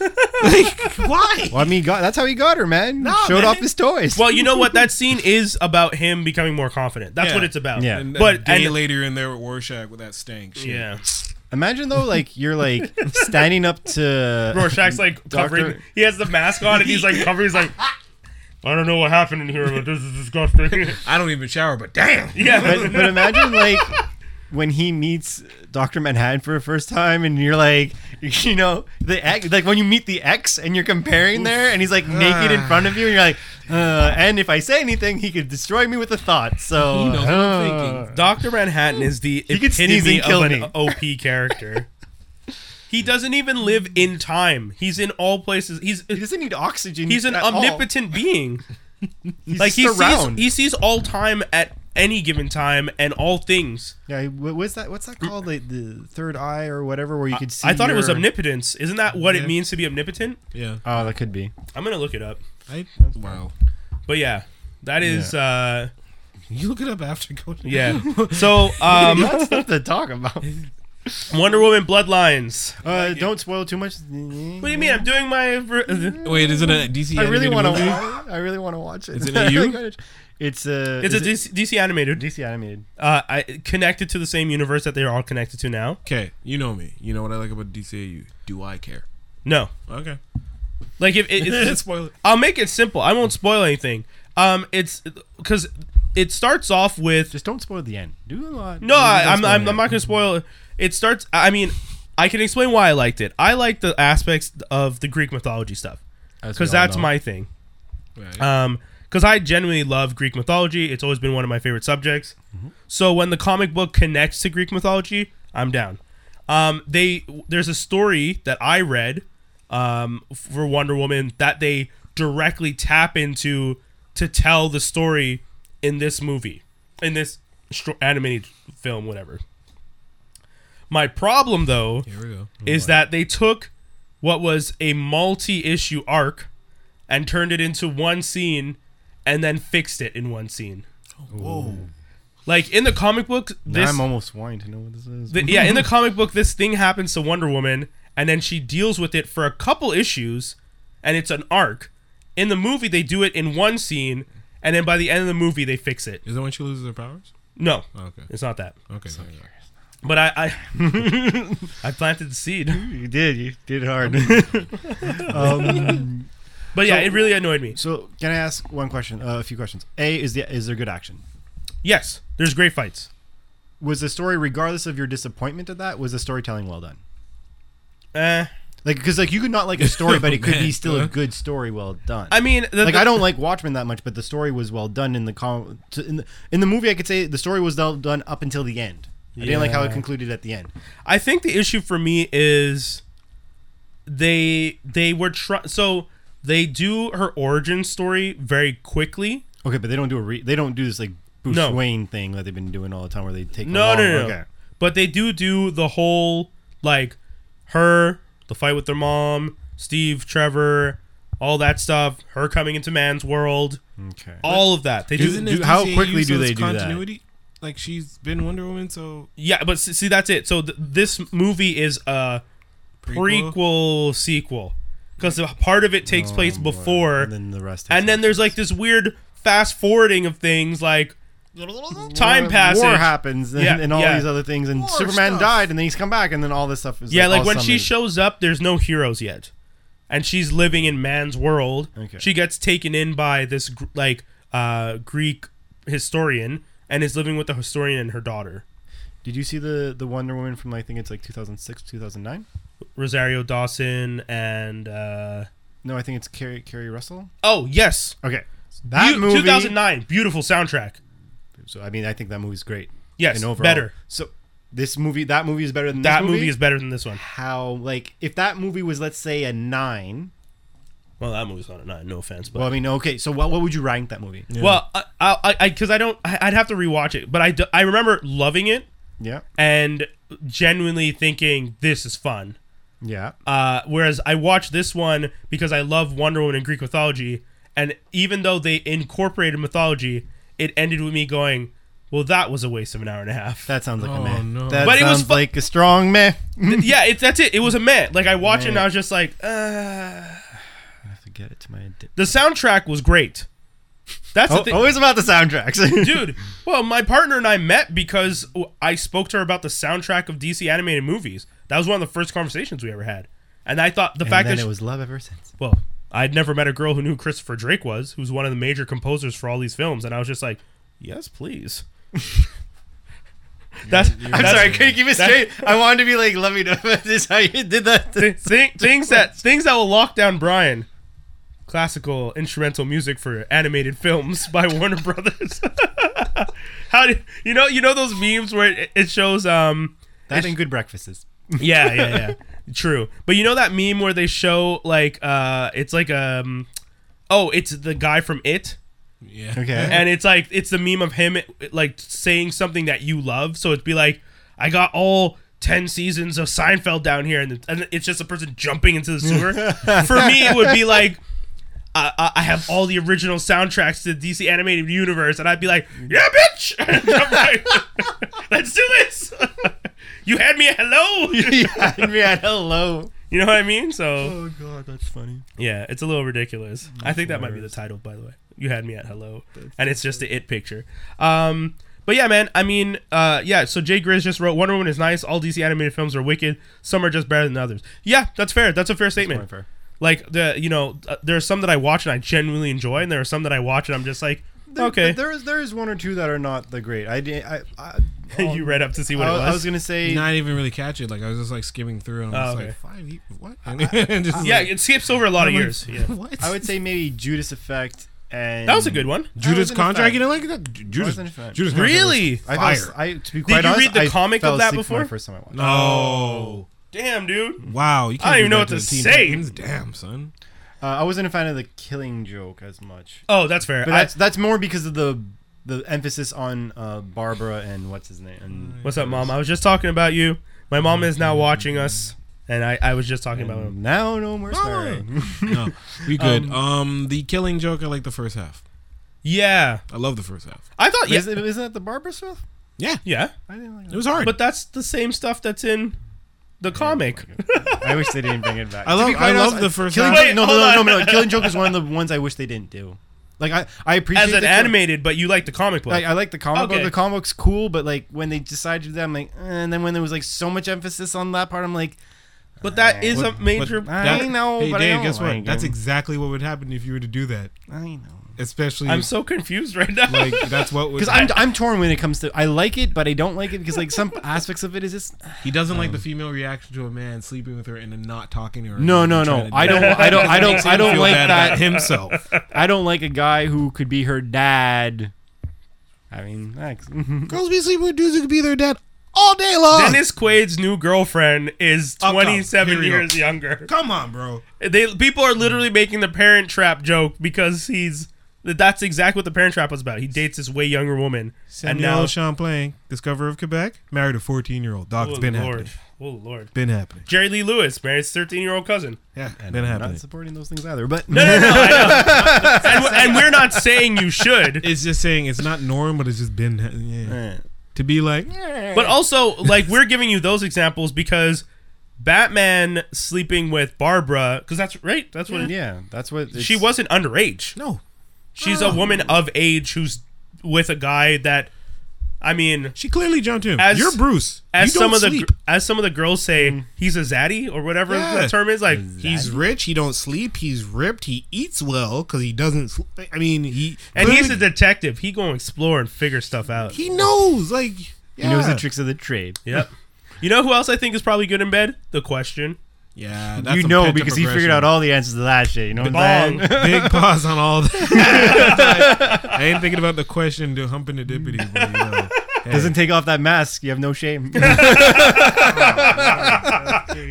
S2: like why?
S3: Well, I mean, God, that's how he got her, man.
S2: Nah,
S3: Showed
S2: man.
S3: off his toys.
S1: Well, you know what? That scene is about him becoming more confident. That's
S2: Yeah.
S1: what it's about.
S3: Yeah.
S2: And
S1: But-
S2: but a day
S1: and-
S2: later in there with Rorschach with that stank. Shit.
S1: Yeah.
S3: Imagine though, like you're like standing up to
S1: Rorschach's like
S3: Doctor-
S1: covering. He has the mask on and he's like covering. He's like, I don't know what happened in here, but this is disgusting.
S2: I don't even shower, but damn.
S1: yeah.
S3: But, but imagine like when he meets Doctor Manhattan for the first time, and you're like, you know, the ex, like when you meet the ex, and you're comparing there, and he's like naked in front of you, and you're like, uh, and if I say anything, he could destroy me with a thought. So
S4: He knows what I'm
S3: uh,
S4: thinking.
S1: Doctor Manhattan is the
S3: could sneeze
S1: epitome
S3: and kill
S1: of an
S3: me.
S1: OP character. he doesn't even live in time. He's in all places. He's
S3: He doesn't need oxygen.
S1: he's an
S3: at all.
S1: omnipotent being.
S3: He's
S1: Like he
S3: just
S1: sees
S3: around.
S1: he sees all time at any given time and all things.
S3: yeah, wh- what's that? What's that called? Like the third eye or whatever, where you could see.
S1: I thought it was
S3: your-
S1: omnipotence. Isn't that what
S2: Yeah.
S1: it means to be omnipotent?
S2: Yeah.
S3: Oh, that could be.
S1: I'm gonna look it up.
S2: I, wow.
S1: But yeah, that is uh
S2: You look it up after going.
S1: yeah. So um
S3: That's stuff to talk about.
S1: Wonder Woman Bloodlines.
S3: Uh, don't spoil too much.
S1: What do you mean? I'm doing my ver-
S2: Wait, is it a DC?
S3: I really want to.
S2: animated movie?
S3: I really want to watch it.
S2: Is it EU?
S3: it's a.
S1: it's a DC, DC animated.
S3: DC animated.
S1: Uh I connected to the same universe that they're all connected to now.
S2: Okay, you know me. You know what I like about DCAU. Do I care?
S1: No.
S2: Okay.
S1: Like if it, it's,
S2: Spoiler.
S1: I'll make it simple. I won't spoil anything. Um it's cuz it starts off with
S3: Just don't spoil the end. Do a lot.
S1: No,
S3: Don't
S1: I, I'm,
S3: spoil
S1: I'm,
S3: the
S1: I'm not going
S3: end.
S1: to spoil it. It starts, I mean, I can explain why I liked it. I like the aspects of the Greek mythology stuff
S3: As we
S1: because
S3: all
S1: that's
S3: know.
S1: my thing.
S2: Right.
S1: Um, because I genuinely love Greek mythology. It's always been one of my favorite subjects. So when the comic book connects to Greek mythology, I'm down. Um, they there's a story that I read um, for Wonder Woman that they directly tap into to tell the story in this movie, in this stro- animated film, whatever. My problem though
S2: Here we go.
S1: is that they took what was a multi-issue arc and turned it into one scene and then fixed it in one scene.
S2: Whoa.
S1: Like in the comic book,
S3: Now
S1: this
S3: I'm almost wanting to know what this is.
S1: the- yeah, in the comic book this thing happens to Wonder Woman and then she deals with it for a couple issues and it's an arc. In the movie they do it in one scene and then by the end of the movie they fix it.
S2: Is that when she loses her powers? Oh,
S1: No,
S2: Okay.
S1: it's not that.
S2: Okay. sorry.
S1: But I I, I planted the seed.
S3: you did. You did hard. um,
S1: But yeah, it really annoyed me.
S3: so can I ask one question? Uh, a few questions. A is the is there good action?
S1: Yes, there's great fights.
S3: Was the story, regardless of your disappointment at that, was the storytelling well done?
S1: Eh.
S3: Like, because like you could not like a story, but it could
S2: Man.
S3: be still a good story, well done.
S1: I mean, the,
S3: like
S1: the-
S3: I don't like Watchmen that much, but the story was well done in the com- to, in the in the movie. I could say the story was well done up until the end. I didn't like how it
S1: Yeah.
S3: concluded at the end.
S1: I think the issue for me is they they were trying. So they do her origin story very quickly.
S3: Okay, but they don't do a re- they don't do this like Bruce
S1: No.
S3: Wayne thing that they've been doing all the time, where they take
S1: No,
S3: along-
S1: no, no, no.
S3: Oh, Okay.
S1: But they do do the whole like her the fight with their mom, Steve, Trevor, all that stuff. Her coming into man's world,
S3: Okay.
S1: all of that. They do.
S2: Isn't
S3: do-
S2: it
S3: Mm. how
S2: DCAU,
S3: quickly do
S2: it's
S3: they do that?
S2: Continuity. Like she's been Wonder Woman, so
S1: Yeah, but s- see, that's it. So th- this movie is a
S2: Prequel?
S1: prequel, sequel because part of it takes place before.
S3: Oh, and then the rest.
S1: and then there's like this weird fast forwarding of things like time passage.
S3: War happens, and,
S1: Yeah,
S3: and all
S1: yeah.
S3: these other things, and Superman died, and then he's come back, and then all this stuff is
S1: yeah, like,
S3: all
S1: when she
S3: summoned.
S1: shows up, there's no heroes yet, and she's living in man's world.
S3: Okay.
S1: She gets taken in by this gr- like uh, Greek historian and is living with the historian and her daughter
S3: Did you see the the Wonder Woman from I think it's like 2006, 2009?
S1: Rosario Dawson and uh,
S3: No, I think it's Carrie Carrie Russell.
S1: oh yes,
S3: Okay, that
S1: Bu-
S3: movie.
S1: 2009, beautiful soundtrack.
S3: So I mean, I think that movie's great.
S1: Yes,
S3: and overall.
S1: better.
S3: So this movie, that movie is better than
S1: That
S3: this movie.
S1: movie is better than this one.
S3: how like if that movie was let's say a nine.
S1: Well, that movie's not a nine. No offense, but
S3: Well, I mean, okay. So what what would you rank that movie? Yeah.
S1: Well, I, I, I, because I don't, I- I'd have to rewatch it, but I, do- I remember loving it
S3: Yeah.
S1: and genuinely thinking this is fun. Uh, whereas I watched this one because I love Wonder Woman and Greek mythology, and even though they incorporated mythology, it ended with me going, "Well, that was a waste of an hour and a half."
S3: That sounds like
S2: Oh,
S3: a meh.
S2: no.
S3: That
S1: But it was
S3: sounds
S1: fu-
S3: like a strong meh.
S1: yeah, it, that's it. It was a meh. Like I watched it and I was just like, uh.
S3: I have to get it to my. Dip.
S1: the soundtrack was great. That's the
S3: Oh,
S1: thing.
S3: always about the soundtracks.
S1: dude. Well, my partner and I met because I spoke to her about the soundtrack of DC animated movies. That was one of the first conversations we ever had, and I thought the
S3: and
S1: fact
S3: then
S1: that
S3: it
S1: she-
S3: was love ever since.
S1: well, I'd never met a girl who knew who Christopher Drake was, who's one of the major composers for all these films, and I was just like, yes, please. That's,
S3: I'm
S1: that's-
S3: sorry, I couldn't keep it straight. I wanted to be like, let me know if this is how you did that.
S1: Th- thi- things that things that will lock down Brian. Classical instrumental music for animated films by Warner Brothers. How do you know? You know those memes where it, it shows um,
S3: That and good breakfasts.
S1: Yeah, yeah, yeah. True. But you know that meme where they show like uh it's like um oh, it's the guy from It
S2: Yeah.
S3: Okay.
S1: and it's like it's the meme of him like saying something that you love. So it'd be like I got all 10 seasons of Seinfeld down here and, and it's just a person jumping into the sewer. For me it would be like I- I I have all the original soundtracks to the DC animated universe, and I'd be like, "Yeah, bitch, And I'm like, let's do this." you had me at hello.
S3: yeah, and we had hello.
S1: You know what I mean? So
S3: Oh god, that's funny.
S1: yeah, it's a little ridiculous.
S3: Mm-hmm.
S1: I think that might be the title, by the way. You had me at hello, and it's just the it picture. Um, but yeah, man. I mean, uh, yeah. So Jay Grizz just wrote Wonder Woman is nice. All DC animated films are wicked. Some are just better than others. Yeah, that's fair. That's a fair statement.
S3: fair.
S1: Like the you know, uh, there are some that I watch and I genuinely enjoy, and there are some that I watch and I'm just like,
S3: There-
S1: okay.
S3: There is there is one or two that are not the great. I did. I, I,
S1: you read up to see what
S3: I,
S1: it
S3: was-
S1: was.
S3: I was gonna say.
S2: Not even really catch it. Like I was just like skimming through, and I was
S1: Oh,
S2: like,
S1: okay.
S2: five, e- what? And just,
S1: yeah,
S2: like,
S1: it skips over a lot of
S2: I'm like,
S1: years. Yeah.
S2: What?
S3: I would say maybe Judas Effect and
S1: That was a good one.
S2: Judas
S3: wasn't a
S2: Contract.
S3: fan.
S2: You didn't like that? Ju- Judas.
S3: wasn't a fan.
S2: Judas Contract was
S1: Really?
S3: I fell,
S2: fire.
S3: as- I to be quite
S1: you
S3: honest,
S1: read the
S3: I
S1: comic
S3: fell
S1: of that
S3: asleep
S1: before?
S3: My first time I watched. it.
S2: no.
S1: Damn,
S3: Mm.
S1: dude.
S2: Wow. You can't
S1: I don't
S2: do
S1: even know
S2: that
S1: what
S2: the
S1: to
S2: Teen
S1: say.
S2: Titans. Damn, son.
S3: Uh, I wasn't a fan of the Killing Joke as much,
S1: Oh, that's fair.
S3: but
S1: I-
S3: that's that's more because of the the emphasis on uh, Barbara and what's his name. And,
S1: What's up, mom? I was just talking about you. My mom is
S2: Mm-hmm.
S1: now watching us, and I, I was just talking about him.
S3: and now no more swearing.
S2: No, we good. Um, the Killing Joke. I like the first half.
S1: Yeah,
S2: I love the first half.
S1: I thought yeah,
S3: Is it, isn't that the Barbara stuff?
S2: Yeah,
S1: yeah,
S3: I didn't like
S2: it
S3: that.
S2: was hard.
S1: but that's the same stuff that's in the comic.
S3: I wish they didn't bring it back.
S2: I
S3: To
S2: love-
S3: be quite
S2: I love
S3: honest,
S2: the first
S3: Killing
S1: half.
S3: Joke. No,
S1: Wait,
S3: no, no,
S1: hold
S3: no, no. Killing Joke is one of the ones I wish they didn't do. Like I, I appreciate
S1: As an
S3: the-
S1: animated, but you like the comic book.
S3: Like I like the comic
S1: Okay.
S3: book. The comic book's cool, but like when they decided to do that, I'm like, eh, and then when there was like so much emphasis on that part, I'm like,
S1: but that is a major.
S3: I know,
S2: Hey,
S3: but I
S2: Dave,
S3: don't
S2: guess what?
S3: like
S2: That's
S3: him.
S2: exactly what would happen if you were to do that.
S3: I know.
S2: Especially
S1: I'm so confused right now.
S2: like that's what would.
S3: Because I'm, I'm torn when it comes to I like it, but I don't like it because like some aspects of it is just
S2: he doesn't like the female reaction to a man sleeping with her and then not talking to her.
S3: no no
S2: Trying
S3: no
S2: to
S3: I
S2: do
S3: don't
S2: it.
S3: I don't I
S2: Makes
S3: don't
S2: him
S3: I don't
S2: feel
S3: like
S2: bad about
S3: that
S2: himself.
S3: I don't like a guy who could be her dad. I mean, that's-
S2: Girls be sleeping with dudes who could be their dad all day long.
S1: Dennis Quaid's new girlfriend is
S2: Oh, come.
S1: 27
S2: Here we go. Mm.
S1: years younger.
S2: come on, bro.
S1: They people are literally making the Parent Trap joke because he's. That's exactly what the Parent Trap was about. He dates this way younger woman, and
S2: Samuel
S1: now.
S2: Champlain, discoverer of Quebec, married a 14-year-old. Dog,
S1: Oh
S2: it's been
S1: lord!
S2: happening.
S1: Oh lord!
S2: Been happening.
S1: Jerry Lee Lewis marries 13 year old cousin.
S2: Yeah,
S3: and
S2: been
S3: I'm
S2: happening.
S3: Not supporting those things either, but
S1: No, no, no. I know. and, we're- and we're not saying you should,
S2: It's just saying it's not norm, but it's just been yeah.
S3: Eh.
S2: to be like.
S1: but also like we're giving you those examples because Batman sleeping with Barbara, because that's right. That's what it-
S3: yeah, that's what it's-
S1: she wasn't underage.
S2: No,
S1: She's a woman of age who's with a guy that, I mean,
S2: she clearly jumped him.
S1: As-
S2: You're Bruce.
S1: as
S2: you
S1: some
S2: don't
S1: of the
S2: sleep. Mm.
S1: gr- as some of the girls say, he's a zaddy or whatever
S2: Yeah.
S1: the term is. Like
S2: He's rich. He don't sleep. He's ripped. He eats well because he doesn't. Sl- I mean, he
S1: and he's a
S2: clearly-
S1: detective. He gonna explore and figure stuff out.
S2: he knows like yeah.
S3: He knows the tricks of the trade.
S1: yep. You know who else I think is probably good in bed? The question.
S2: Yeah, that's
S3: you
S2: some
S3: know
S2: pent-up
S3: because he figured
S2: aggression.
S3: out all the answers to that shit. You know what I'm
S1: Bong.
S3: saying?
S2: Big pause on all that. I ain't thinking about the question to humping the dippity. But, you know, hey.
S3: Doesn't take off that mask. You have no shame.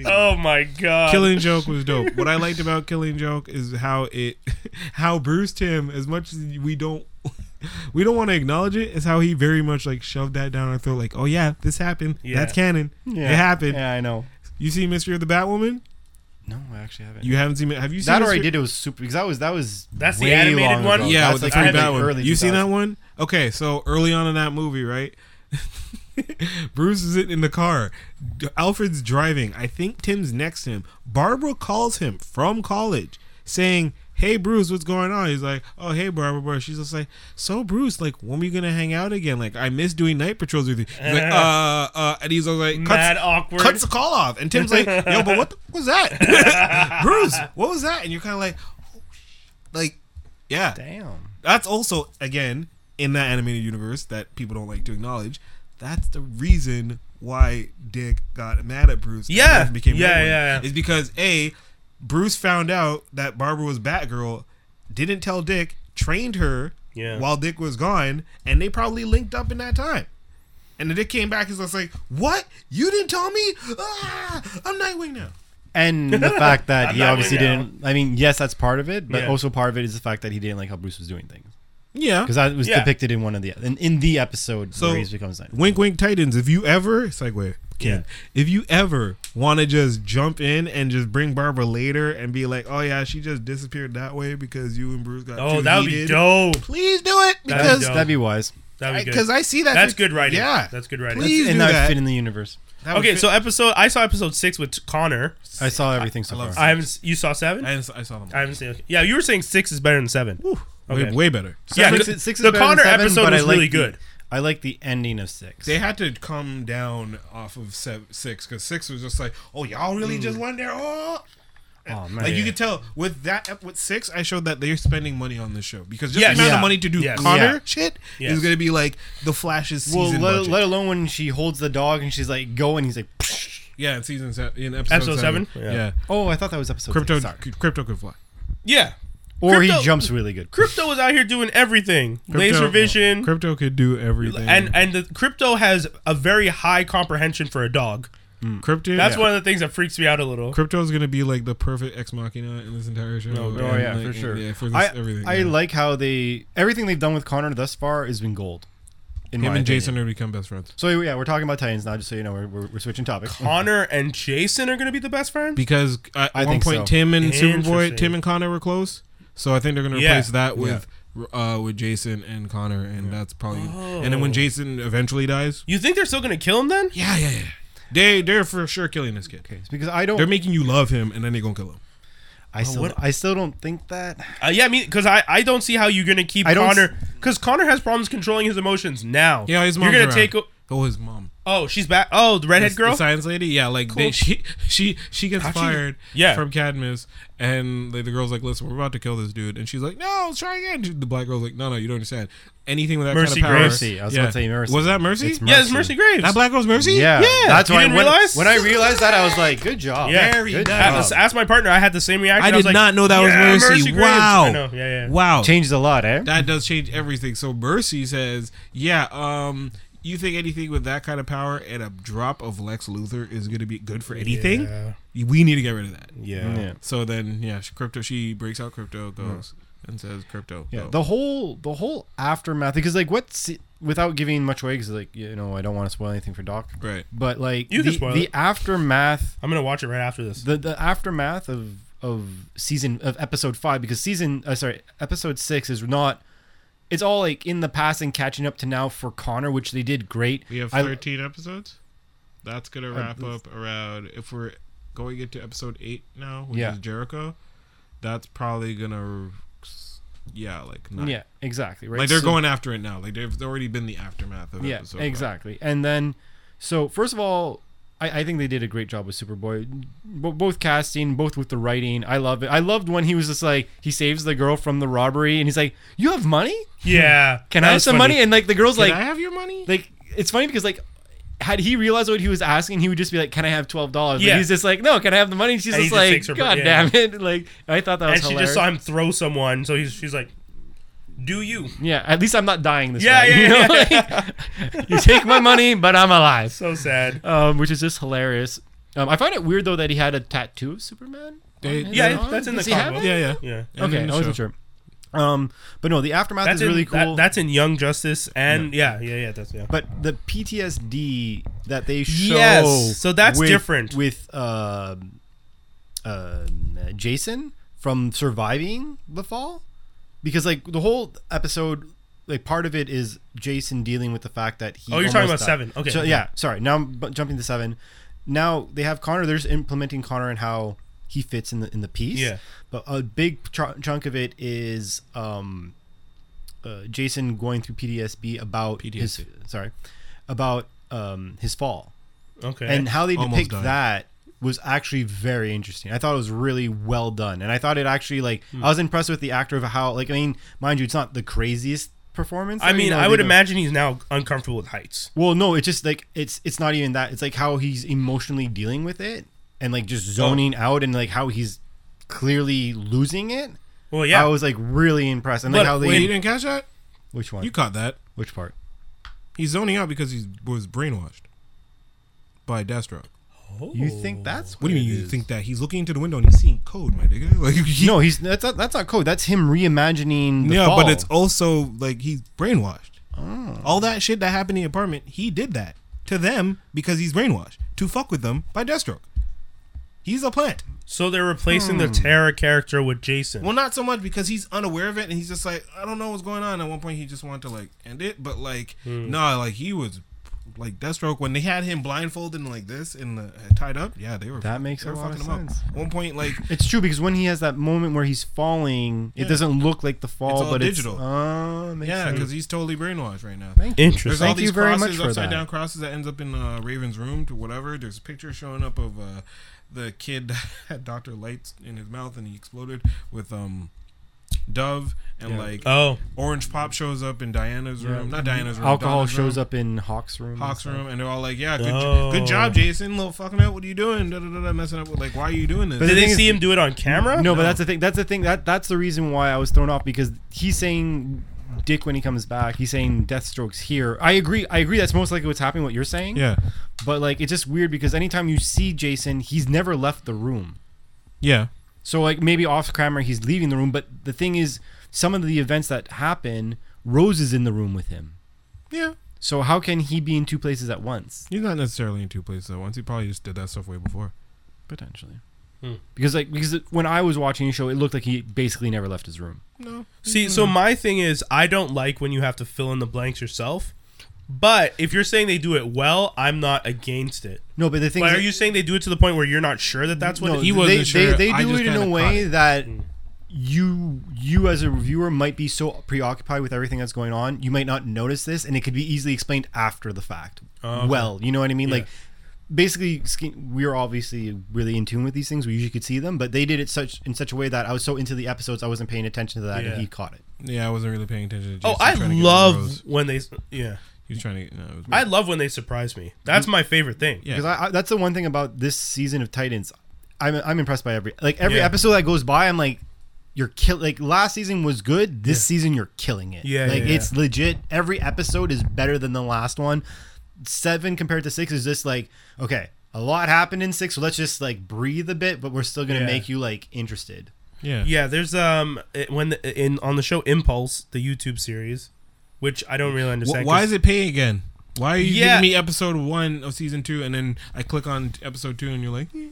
S1: Oh my god.
S2: Killing Joke was dope. What I liked about Killing Joke is how it, how Bruce Tim, as much as we don't, we don't want to acknowledge it, is how he very much like shoved that down our throat. Like, oh yeah, this happened.
S1: Yeah.
S2: That's canon.
S3: yeah.
S2: It happened.
S3: Yeah, I know.
S2: You see Mystery of the Batwoman?
S3: No, I actually haven't.
S2: You haven't seen it? Have you seen
S3: that or I
S2: Mystery-
S3: did it was super because that was that was
S1: That's the
S3: way
S1: animated
S3: long
S1: one?
S3: ago.
S2: Yeah,
S3: That's
S2: with
S3: like
S2: the three
S3: early-
S2: bad one.
S3: early
S2: You seen
S3: 2000s.
S2: that one? Okay, so early on in that movie, right? Bruce is sitting in the car. D- Alfred's driving. I think Tim's next to him. Barbara calls him from college saying, Hey Bruce, what's going on? He's like, Oh hey Barbara, Barbara. She's just like, So Bruce, like when we gonna hang out again? Like I miss doing night patrols with you. He's like, uh uh and he's all like cuts,
S1: Mad awkward.
S2: cuts the call off. And Tim's like, Yo, but what the fuck was that? Bruce, what was that? And you're kinda like, Oh sh-. like yeah
S3: Damn.
S2: that's also again in that animated universe that people don't like to acknowledge. that's the reason why Dick got mad at Bruce. and
S1: Yeah.
S2: Batman became
S1: Yeah,
S2: Nightwing.
S1: yeah, yeah.
S2: Is because a Bruce found out that Barbara was Batgirl, didn't tell Dick, trained her
S1: Yeah.
S2: while Dick was gone, and they probably linked up in that time. And then Dick came back and was like, "What? You didn't tell me? Ah, I'm Nightwing now."
S3: and the fact that
S1: I'm
S3: he
S1: not
S3: obviously
S1: right now.
S3: didn't. I mean, yes, that's part of it, but
S1: Yeah.
S3: also part of it is the fact that he didn't like how Bruce was doing things
S2: Yeah.
S3: because that was
S1: Yeah.
S3: depicted in one of the in, in the episode
S2: So-
S3: where he becomes Nightwing.
S2: Wink, wink, Titans. If you ever segue, Ken,
S1: Yeah.
S2: if you ever want to just jump in and just bring Barbara later and be like, "Oh yeah, she just disappeared that way because you and Bruce got
S1: Oh,
S2: too
S1: that would be
S2: heated."
S1: dope.
S2: Please do it
S1: That'd be
S2: because
S1: dope.
S3: That'd be wise.
S1: That'd be good.
S2: because I, see that.
S1: That's good writing.
S2: Yeah,
S1: that's good writing.
S2: Please
S3: and
S2: do
S3: that would
S2: that.
S3: fit in the universe.
S2: That would
S1: Okay,
S2: fit-
S1: so episode I saw episode six with Connor.
S3: I saw everything so
S2: I love
S3: far.
S1: I haven't. s- You saw seven?
S2: I, I saw them.
S1: I haven't seen. Yeah, you were saying six is better than seven.
S2: way,
S1: okay.
S2: way better.
S1: yeah,
S3: Six-
S1: the,
S3: six is
S1: the
S3: better than
S1: Connor
S3: seven,
S1: episode
S3: but I
S1: was
S3: like
S1: really
S3: the-
S1: good.
S3: I like the ending of six.
S2: They had to come down off of seven, six because six was just like, "Oh, y'all
S1: Mm.
S2: really just went there." Oh,
S3: oh man,
S2: Like you could tell with that ep- with six, I showed that they're spending money on this show because just
S1: Yes.
S2: the amount
S3: Yeah.
S2: of money to do
S1: Yes.
S2: Connor
S3: Yeah.
S2: shit
S1: Yes.
S2: is going to be like the Flash's
S3: well,
S2: season
S3: let,
S2: budget.
S3: let alone when she holds the dog and she's like, "Go," and he's like, "Psh."
S2: yeah, in season seven, in episode,
S1: Episode
S2: seven,
S1: seven?
S2: yeah.
S1: Yeah.
S3: "Oh, I thought that was episode."
S2: crypto,
S3: six, sorry.
S2: crypto could fly.
S1: Yeah,
S3: or he
S1: Crypto-
S3: jumps really good.
S1: Crypto is out here doing everything. Laser
S2: Crypto-
S1: vision,
S2: crypto could do everything,
S1: and and the crypto has a very high comprehension for a dog.
S2: crypto.
S1: That's
S2: yeah.
S1: one of the things that freaks me out a little.
S2: Crypto is going to be like the perfect ex machina in this entire show. Oh,
S3: Oh yeah, for sure.
S2: Yeah, for this,
S3: I,
S2: everything.
S3: I
S2: yeah.
S3: like how they everything they've done with Connor thus far has been gold. In
S2: him and
S3: my opinion.
S2: Jason are become best friends
S3: So yeah, we're talking about Titans now. Just so you know, we're, we're, we're switching topics.
S1: Connor and Jason are going to be the best friends.
S2: because at
S3: I
S2: one
S3: think
S2: point
S3: so.
S2: Tim and Superboy,
S1: Interesting.
S2: Tim and Connor were close. So I think they're gonna
S1: Yeah.
S2: replace that with uh, with Jason and Connor, and that's probably.
S1: Oh.
S2: And then when Jason eventually dies,
S1: You think they're still going to kill him then?
S2: yeah, yeah, yeah, they they're for sure killing this kid.
S3: It's because I don't,
S2: They're making you love him, and then they're gonna kill him.
S3: I still,
S1: what-
S3: I still don't think that.
S1: Uh, yeah, I mean, because I, I don't see how you're going to keep
S3: I don't s-
S1: Connor because Connor has problems controlling his emotions now.
S2: Yeah, his
S1: you're
S2: mom's
S1: gonna
S2: around.
S1: take. o-
S2: Oh, his mom,
S1: Oh, she's back. Oh, the redhead
S2: The-
S1: girl.
S2: the science lady. Yeah, like they,
S1: Cool.
S2: she she she gets
S1: How'd she-
S2: fired.
S1: Yeah.
S2: from Cadmus, and the, the girl's like, "Listen, we're about to kill this dude," and she's like, "No, let's try again." She- The black girl's like, "No, no, you don't understand. Anything with that
S1: Mercy
S2: kind of power,
S1: Graves.
S3: Mercy. I was gonna say Mercy.
S2: Was that mercy?
S3: It's
S1: yeah, it's Mercy
S3: Mercy.
S1: Graves.
S2: That black girl's mercy?
S3: Yeah,
S1: Yeah,
S3: that's
S1: you
S3: why
S1: didn't
S3: when,
S1: realize?
S3: when I realized that I was like, "Good job,
S1: Yeah.
S2: Very
S3: good
S2: nice.
S1: I-
S3: job."
S1: ask- ask my partner. I had the same reaction.
S2: I did
S1: was like,
S2: not know that
S1: "Yeah,
S2: was mercy.
S1: Graves."
S2: wow.
S1: I know. Yeah, yeah.
S2: Wow.
S3: Changes a lot, eh?
S2: That does change everything. So mercy says, "Yeah, um you think anything with that kind of power and a drop of Lex Luthor is going to be good for anything? We need to get rid of that."
S1: Yeah.
S3: Yeah.
S2: So then, yeah, she- crypto she breaks out crypto goes and says crypto.
S3: Yeah,
S2: go.
S3: the whole the whole aftermath because like what's without giving much away because like you know I don't want to spoil anything for Doc,
S2: right.
S3: but like
S1: You can
S3: the,
S1: spoil
S3: the
S1: it.
S3: aftermath
S1: I'm gonna watch it right after this.
S3: the the aftermath of of season of episode five because season uh, sorry episode six is not it's all like in the past and catching up to now for Connor which they did great.
S2: We have
S3: I-
S2: 13 episodes. That's going to wrap up around if we're going into episode 8 now, which
S3: Yeah.
S2: is Jericho. That's probably going to yeah, like nine.
S3: yeah, exactly right.
S2: Like they're
S3: So-
S2: going after it now. Like they've already been the aftermath of
S3: yeah
S2: episode. five.
S3: exactly and then so first of all I, I think they did a great job with superboy Bo- both casting both with the writing i love it i loved when he was just like he saves the girl from the robbery and he's like you have money
S1: Yeah.
S3: can
S1: that
S3: i have
S1: was
S3: some
S1: funny.
S3: money and like the girl's
S2: Can
S3: like
S2: I have your money?
S3: like it's funny because like had he realized what he was asking, he would just be like, "Can I have twelve dollars?"
S1: Yeah.
S3: But he's just like, "No, can I have the money?" And she's
S1: And he
S3: just
S1: just takes her-
S3: like, "God
S1: yeah.
S3: damn it!" Like I thought that was
S1: And she
S3: hilarious.
S1: just saw him throw someone, so he's, she's like, "Do you?"
S3: yeah, at least I'm not dying this
S1: Yeah,
S3: way.
S1: yeah,
S3: you,
S1: yeah,
S3: Like, you take my money, but I'm alive.
S1: So sad.
S3: um, which is just hilarious. Um, I find it weird though that he had a tattoo of Superman.
S2: They-
S3: his
S1: Yeah,
S3: arm.
S1: that's in the
S3: Does he have
S1: comic
S3: it?
S1: book.
S2: yeah, yeah.
S1: Yeah.
S2: And
S3: Okay,
S2: in the
S3: I wasn't
S2: show.
S3: sure. Um, but no, the aftermath
S1: That's
S3: is really
S1: in, that-
S3: cool.
S1: that's in Young Justice, and yeah, yeah, yeah. that's yeah.
S3: but the PTSD that they show,
S1: Yes, so that's
S3: with-
S1: different.
S3: with um um, uh, Jason from surviving the fall, because like the whole episode, like part of it is Jason dealing with the fact that he.
S1: Oh, you're talking
S3: almost
S1: about seven. Okay,
S3: So
S1: okay.
S3: yeah, sorry. Now I'm bu- jumping to seven. Now they have Connor. They're just implementing Connor and how he fits in the in the piece.
S1: Yeah.
S3: but a big chunk chunk of it is. um uh, Jason going through PTSD about his
S2: PTSD.
S3: sorry about um, his fall
S1: okay.
S3: and how they
S2: Almost
S3: depict
S2: died.
S3: that was actually very interesting. I thought it was really
S1: Hmm.
S3: well done, and I thought it actually like I was impressed with the actor of how like I mean, mind you, it's not the craziest performance.
S1: I
S3: there, you
S1: mean,
S3: know,
S1: I
S3: they
S1: would
S3: don't-
S1: imagine he's now uncomfortable with heights.
S3: Well, no, it's just like it's it's not even that. It's like how he's emotionally dealing with it and like
S1: Oh.
S3: just zoning out and like how he's clearly losing it.
S1: Well, yeah.
S3: I was like really impressed and like
S1: But
S3: how they
S2: Wait,
S1: Wait.
S2: you didn't catch that?
S3: which one
S2: You caught that.
S3: which part.
S2: He's zoning out because he was brainwashed by Deathstroke.
S3: Oh, You think that's
S2: What do you mean? You think that he's looking into the window and he's seeing code, my nigga? Like, he-
S3: No, he's that's not, that's not code. That's him reimagining. The
S2: yeah,
S3: fall. Oh.
S2: but it's also like he's brainwashed. All that shit that happened in the apartment, he did that to them because he's brainwashed to fuck with them by Deathstroke. He's a plant.
S1: So they're replacing
S2: Hmm.
S1: the Terra character with Jason.
S2: Well, not so much because he's unaware of it and he's just like, I don't know what's going on. At one point, he just wanted to like end it, but like,
S3: Hmm.
S2: nah, like he was like Deathstroke when they had him blindfolded and like this and uh, tied up. Yeah, they were
S3: That makes
S2: they were
S3: a lot of
S2: fucking him up.
S3: sense.
S2: At one point, like
S3: It's true because when he has that moment where he's falling, it doesn't look like the fall,
S2: It's all
S3: but
S2: digital.
S3: it's uh, makes
S2: yeah,
S3: sense.
S2: because he's totally brainwashed right now.
S3: Thank you.
S1: Interesting.
S2: There's all
S3: Thank
S2: these
S3: you very
S2: crosses,
S3: much for
S2: upside
S3: that.
S2: down crosses that ends up in uh, Raven's room to whatever. There's a picture showing up of uh, the kid that had Doctor Lights in his mouth and he exploded with um Dove and like
S1: Oh,
S2: Orange Pop shows up in Diana's room, not Diana's room.
S3: Alcohol
S2: Donna's
S3: shows
S2: room,
S3: up in Hawk's room.
S2: Hawk's room, and they're all like, "Yeah, good,
S1: Oh.
S2: good job, Jason. Little fucking up. What are you doing? Da, da, da, da, messing up with like, why are you doing this?
S3: But
S1: did
S3: the
S1: they
S3: thing is-
S1: see him do it on camera?
S3: No, but that's the thing. That's the thing. That that's the reason why I was thrown off because he's saying Dick when he comes back. He's saying Deathstroke's here. I agree. I agree. That's most likely what's happening. What you're saying.
S2: yeah,
S3: But like, it's just weird because anytime you see Jason, he's never left the room.
S2: yeah.
S3: So like maybe off camera he's leaving the room, but the thing is, some of the events that happen, Rose is in the room with him.
S2: Yeah,
S3: So how can he be in two places at once?
S2: he's not necessarily in two places at once. He probably just did that stuff way before.
S3: Potentially.
S1: Hmm.
S3: Because like because it- when I was watching the show, it looked like he basically never left his room.
S2: No,
S1: See, so
S2: Hmm.
S1: my thing is, I don't like when you have to fill in the blanks yourself. But if you're saying they do it well, I'm not against it.
S3: No, but the thing
S1: But
S3: is,
S1: are you saying they do it to the point where you're not sure that that's what
S3: no,
S1: he
S2: was- wasn't
S3: they,
S2: sure.
S3: They, they
S2: I
S3: do
S2: just
S3: it in a
S2: kinda caught
S3: way
S2: it.
S3: that you you as a reviewer might be so preoccupied with everything that's going on, you might not notice this, and it could be easily explained after the fact.
S2: Oh,
S1: Okay.
S3: Well, you know what I mean,
S1: Yeah.
S3: like. Basically, ske- we're obviously really in tune with these things. We usually could see them, but they did it such in such a way that I was so into the episodes, I wasn't paying attention to that,
S1: Yeah.
S3: and he caught it.
S2: yeah, I wasn't really paying attention. to
S1: Oh,
S2: Jason
S1: I
S2: trying to get the
S1: love
S2: rose.
S1: when they. Yeah,
S2: He was trying to. get- No, it was
S1: I love when they surprise me. That's my favorite thing.
S2: Mm. Yeah.
S3: Because I, I, that's the one thing about this season of Titans, I'm I'm impressed by every like every
S1: Yeah.
S3: episode that goes by. I'm like, you're kill like last season was good. This season you're killing it.
S1: Yeah,
S3: like
S1: yeah, yeah.
S3: it's legit. Every episode is better than the last one. Seven compared to six is just like okay, a lot happened in six. So let's just like breathe a bit, but we're still gonna
S1: Yeah.
S3: make you like interested.
S2: yeah,
S1: Yeah, there's um it- when the, in on the show Impulse, the YouTube series, which I don't really
S2: Wh-
S1: understand.
S2: why is it pay again? Why are you
S1: Yeah.
S2: giving me episode one of season two, and then I click on episode two, and you're like, "Hmm."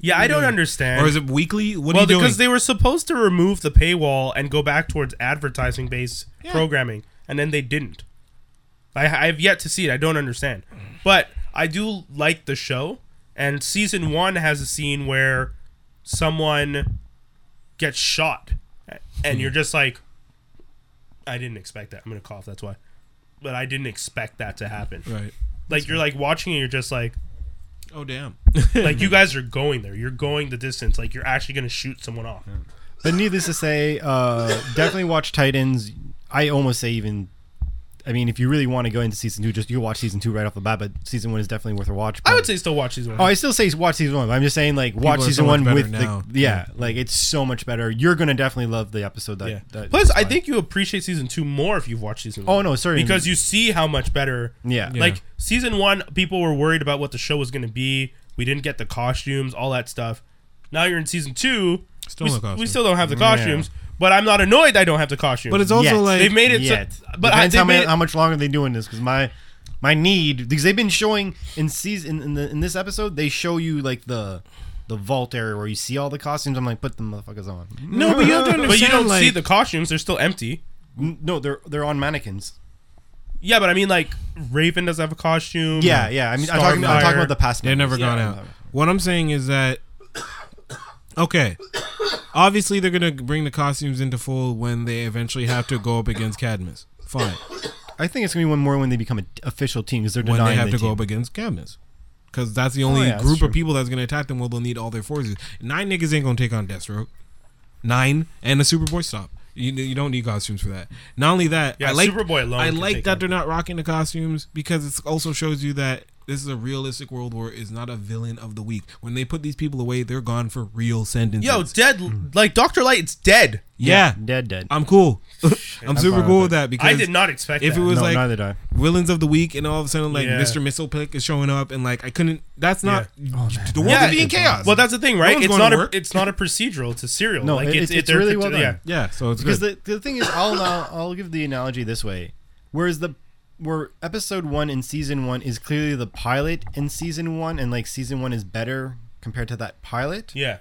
S1: Yeah, I don't understand.
S2: or is it weekly? What
S1: well,
S2: are you doing?
S1: because they were supposed to remove the paywall and go back towards advertising-based
S2: Yeah.
S1: programming, and then they didn't. I, I have yet to see it. I don't understand, but I do like the show. And season one has a scene where someone gets shot, and you're just like, I didn't expect that. I'm gonna cough. That's why. But I didn't expect that to happen.
S2: right.
S1: Like you're like watching it, you're just like,
S2: Oh damn.
S1: like you guys are going there. You're going the distance. Like you're actually gonna shoot someone off.
S3: But needless to say, uh, definitely watch Titans. I almost say even. I mean, if you really want to go into season two, just you watch season two right off the bat. But season one is definitely worth a watch.
S1: I
S3: but-
S1: would say still watch season one.
S3: Oh, I still say watch season one. but I'm just saying like watch
S2: are so
S3: season
S2: much
S3: one
S2: better
S3: with
S2: now.
S3: the yeah, like it's so much better. You're gonna definitely love the episode that.
S1: Yeah.
S3: that
S1: Plus, I
S3: that-
S1: think you appreciate season two more if you've watched season.
S3: Oh
S1: one.
S3: no, sorry.
S1: because you see how much better.
S3: Yeah.
S2: Yeah.
S1: Like season one, people were worried about what the show was going to be. We didn't get the costumes, all that stuff. Now you're in season two.
S2: Still
S1: we,
S2: no
S1: s- we
S2: costumes.
S1: still don't have the costumes, but I'm not annoyed. I don't have the costumes.
S2: But it's also
S3: Yet.
S2: like
S1: they've made it. so-
S3: yet.
S1: but I,
S3: Depends
S1: they
S3: how, many,
S1: made,
S3: how much longer they doing this? Because my my need because they've been showing in season in, the, in this episode they show you like the the vault area where you see all the costumes. I'm like, put the motherfuckers on.
S2: no, but you have to understand.
S1: but you don't
S2: like,
S1: see the costumes; they're still empty.
S3: N- No, they're they're on mannequins.
S1: Yeah, but I mean, like Raven does have a costume.
S3: Yeah, yeah. I mean, I'm talking, I'm
S1: Starfire.
S3: talking about the past.
S2: They've never
S3: members.
S2: gone
S3: Yeah.
S2: out. What I'm saying is that okay, obviously they're gonna bring the costumes into full when they eventually have to go up against Cadmus. Fine,
S3: I think it's gonna be one more when they become an official team because they're
S2: when they
S3: denying
S2: have to
S3: the
S2: go
S3: team. Oh,
S2: up against Cadmus. Because that's the only
S3: yeah, that's
S2: group
S3: true.
S2: of people that's gonna attack them. Well, they'll need all their forces. Nine niggas ain't gonna take on Deathstroke. Nine and a Superboy stop. You, you don't need costumes for that. Not only that,
S1: Yeah,
S2: I like
S1: Superboy alone
S2: I
S1: can
S2: like
S1: take
S2: that
S1: on
S2: they're not rocking the costumes because it also shows you that this is a realistic world war. Is not a villain of the week. When they put these people away, they're gone for real sentences.
S1: Yo, dead. Like Doctor Light's dead.
S2: yeah,
S3: Dead, dead.
S2: I'm cool. I'm super
S3: fine
S2: cool
S3: with
S2: with that because
S1: I did not expect
S2: if
S1: that.
S2: it was
S3: no,
S2: like
S3: neither did I.
S2: villains of the week, and all of a sudden like
S1: Yeah.
S2: Mr. Mistlepick is showing up, and like I couldn't. That's not the world
S1: Yeah, Oh,
S2: would be in chaos.
S1: Well, that's the thing, right?
S2: one's
S1: it's
S2: going
S1: not
S2: to
S1: a
S2: work.
S1: it's not a procedural. It's a serial.
S3: No,
S1: like
S3: it- it's- it's really well done.
S2: yeah, so it's
S3: Because
S2: good.
S3: the, the thing is, I'll now I'll give the analogy this way. Whereas the where episode one in season one is clearly the pilot in season one, and like season one is better compared to that pilot.
S1: Yeah.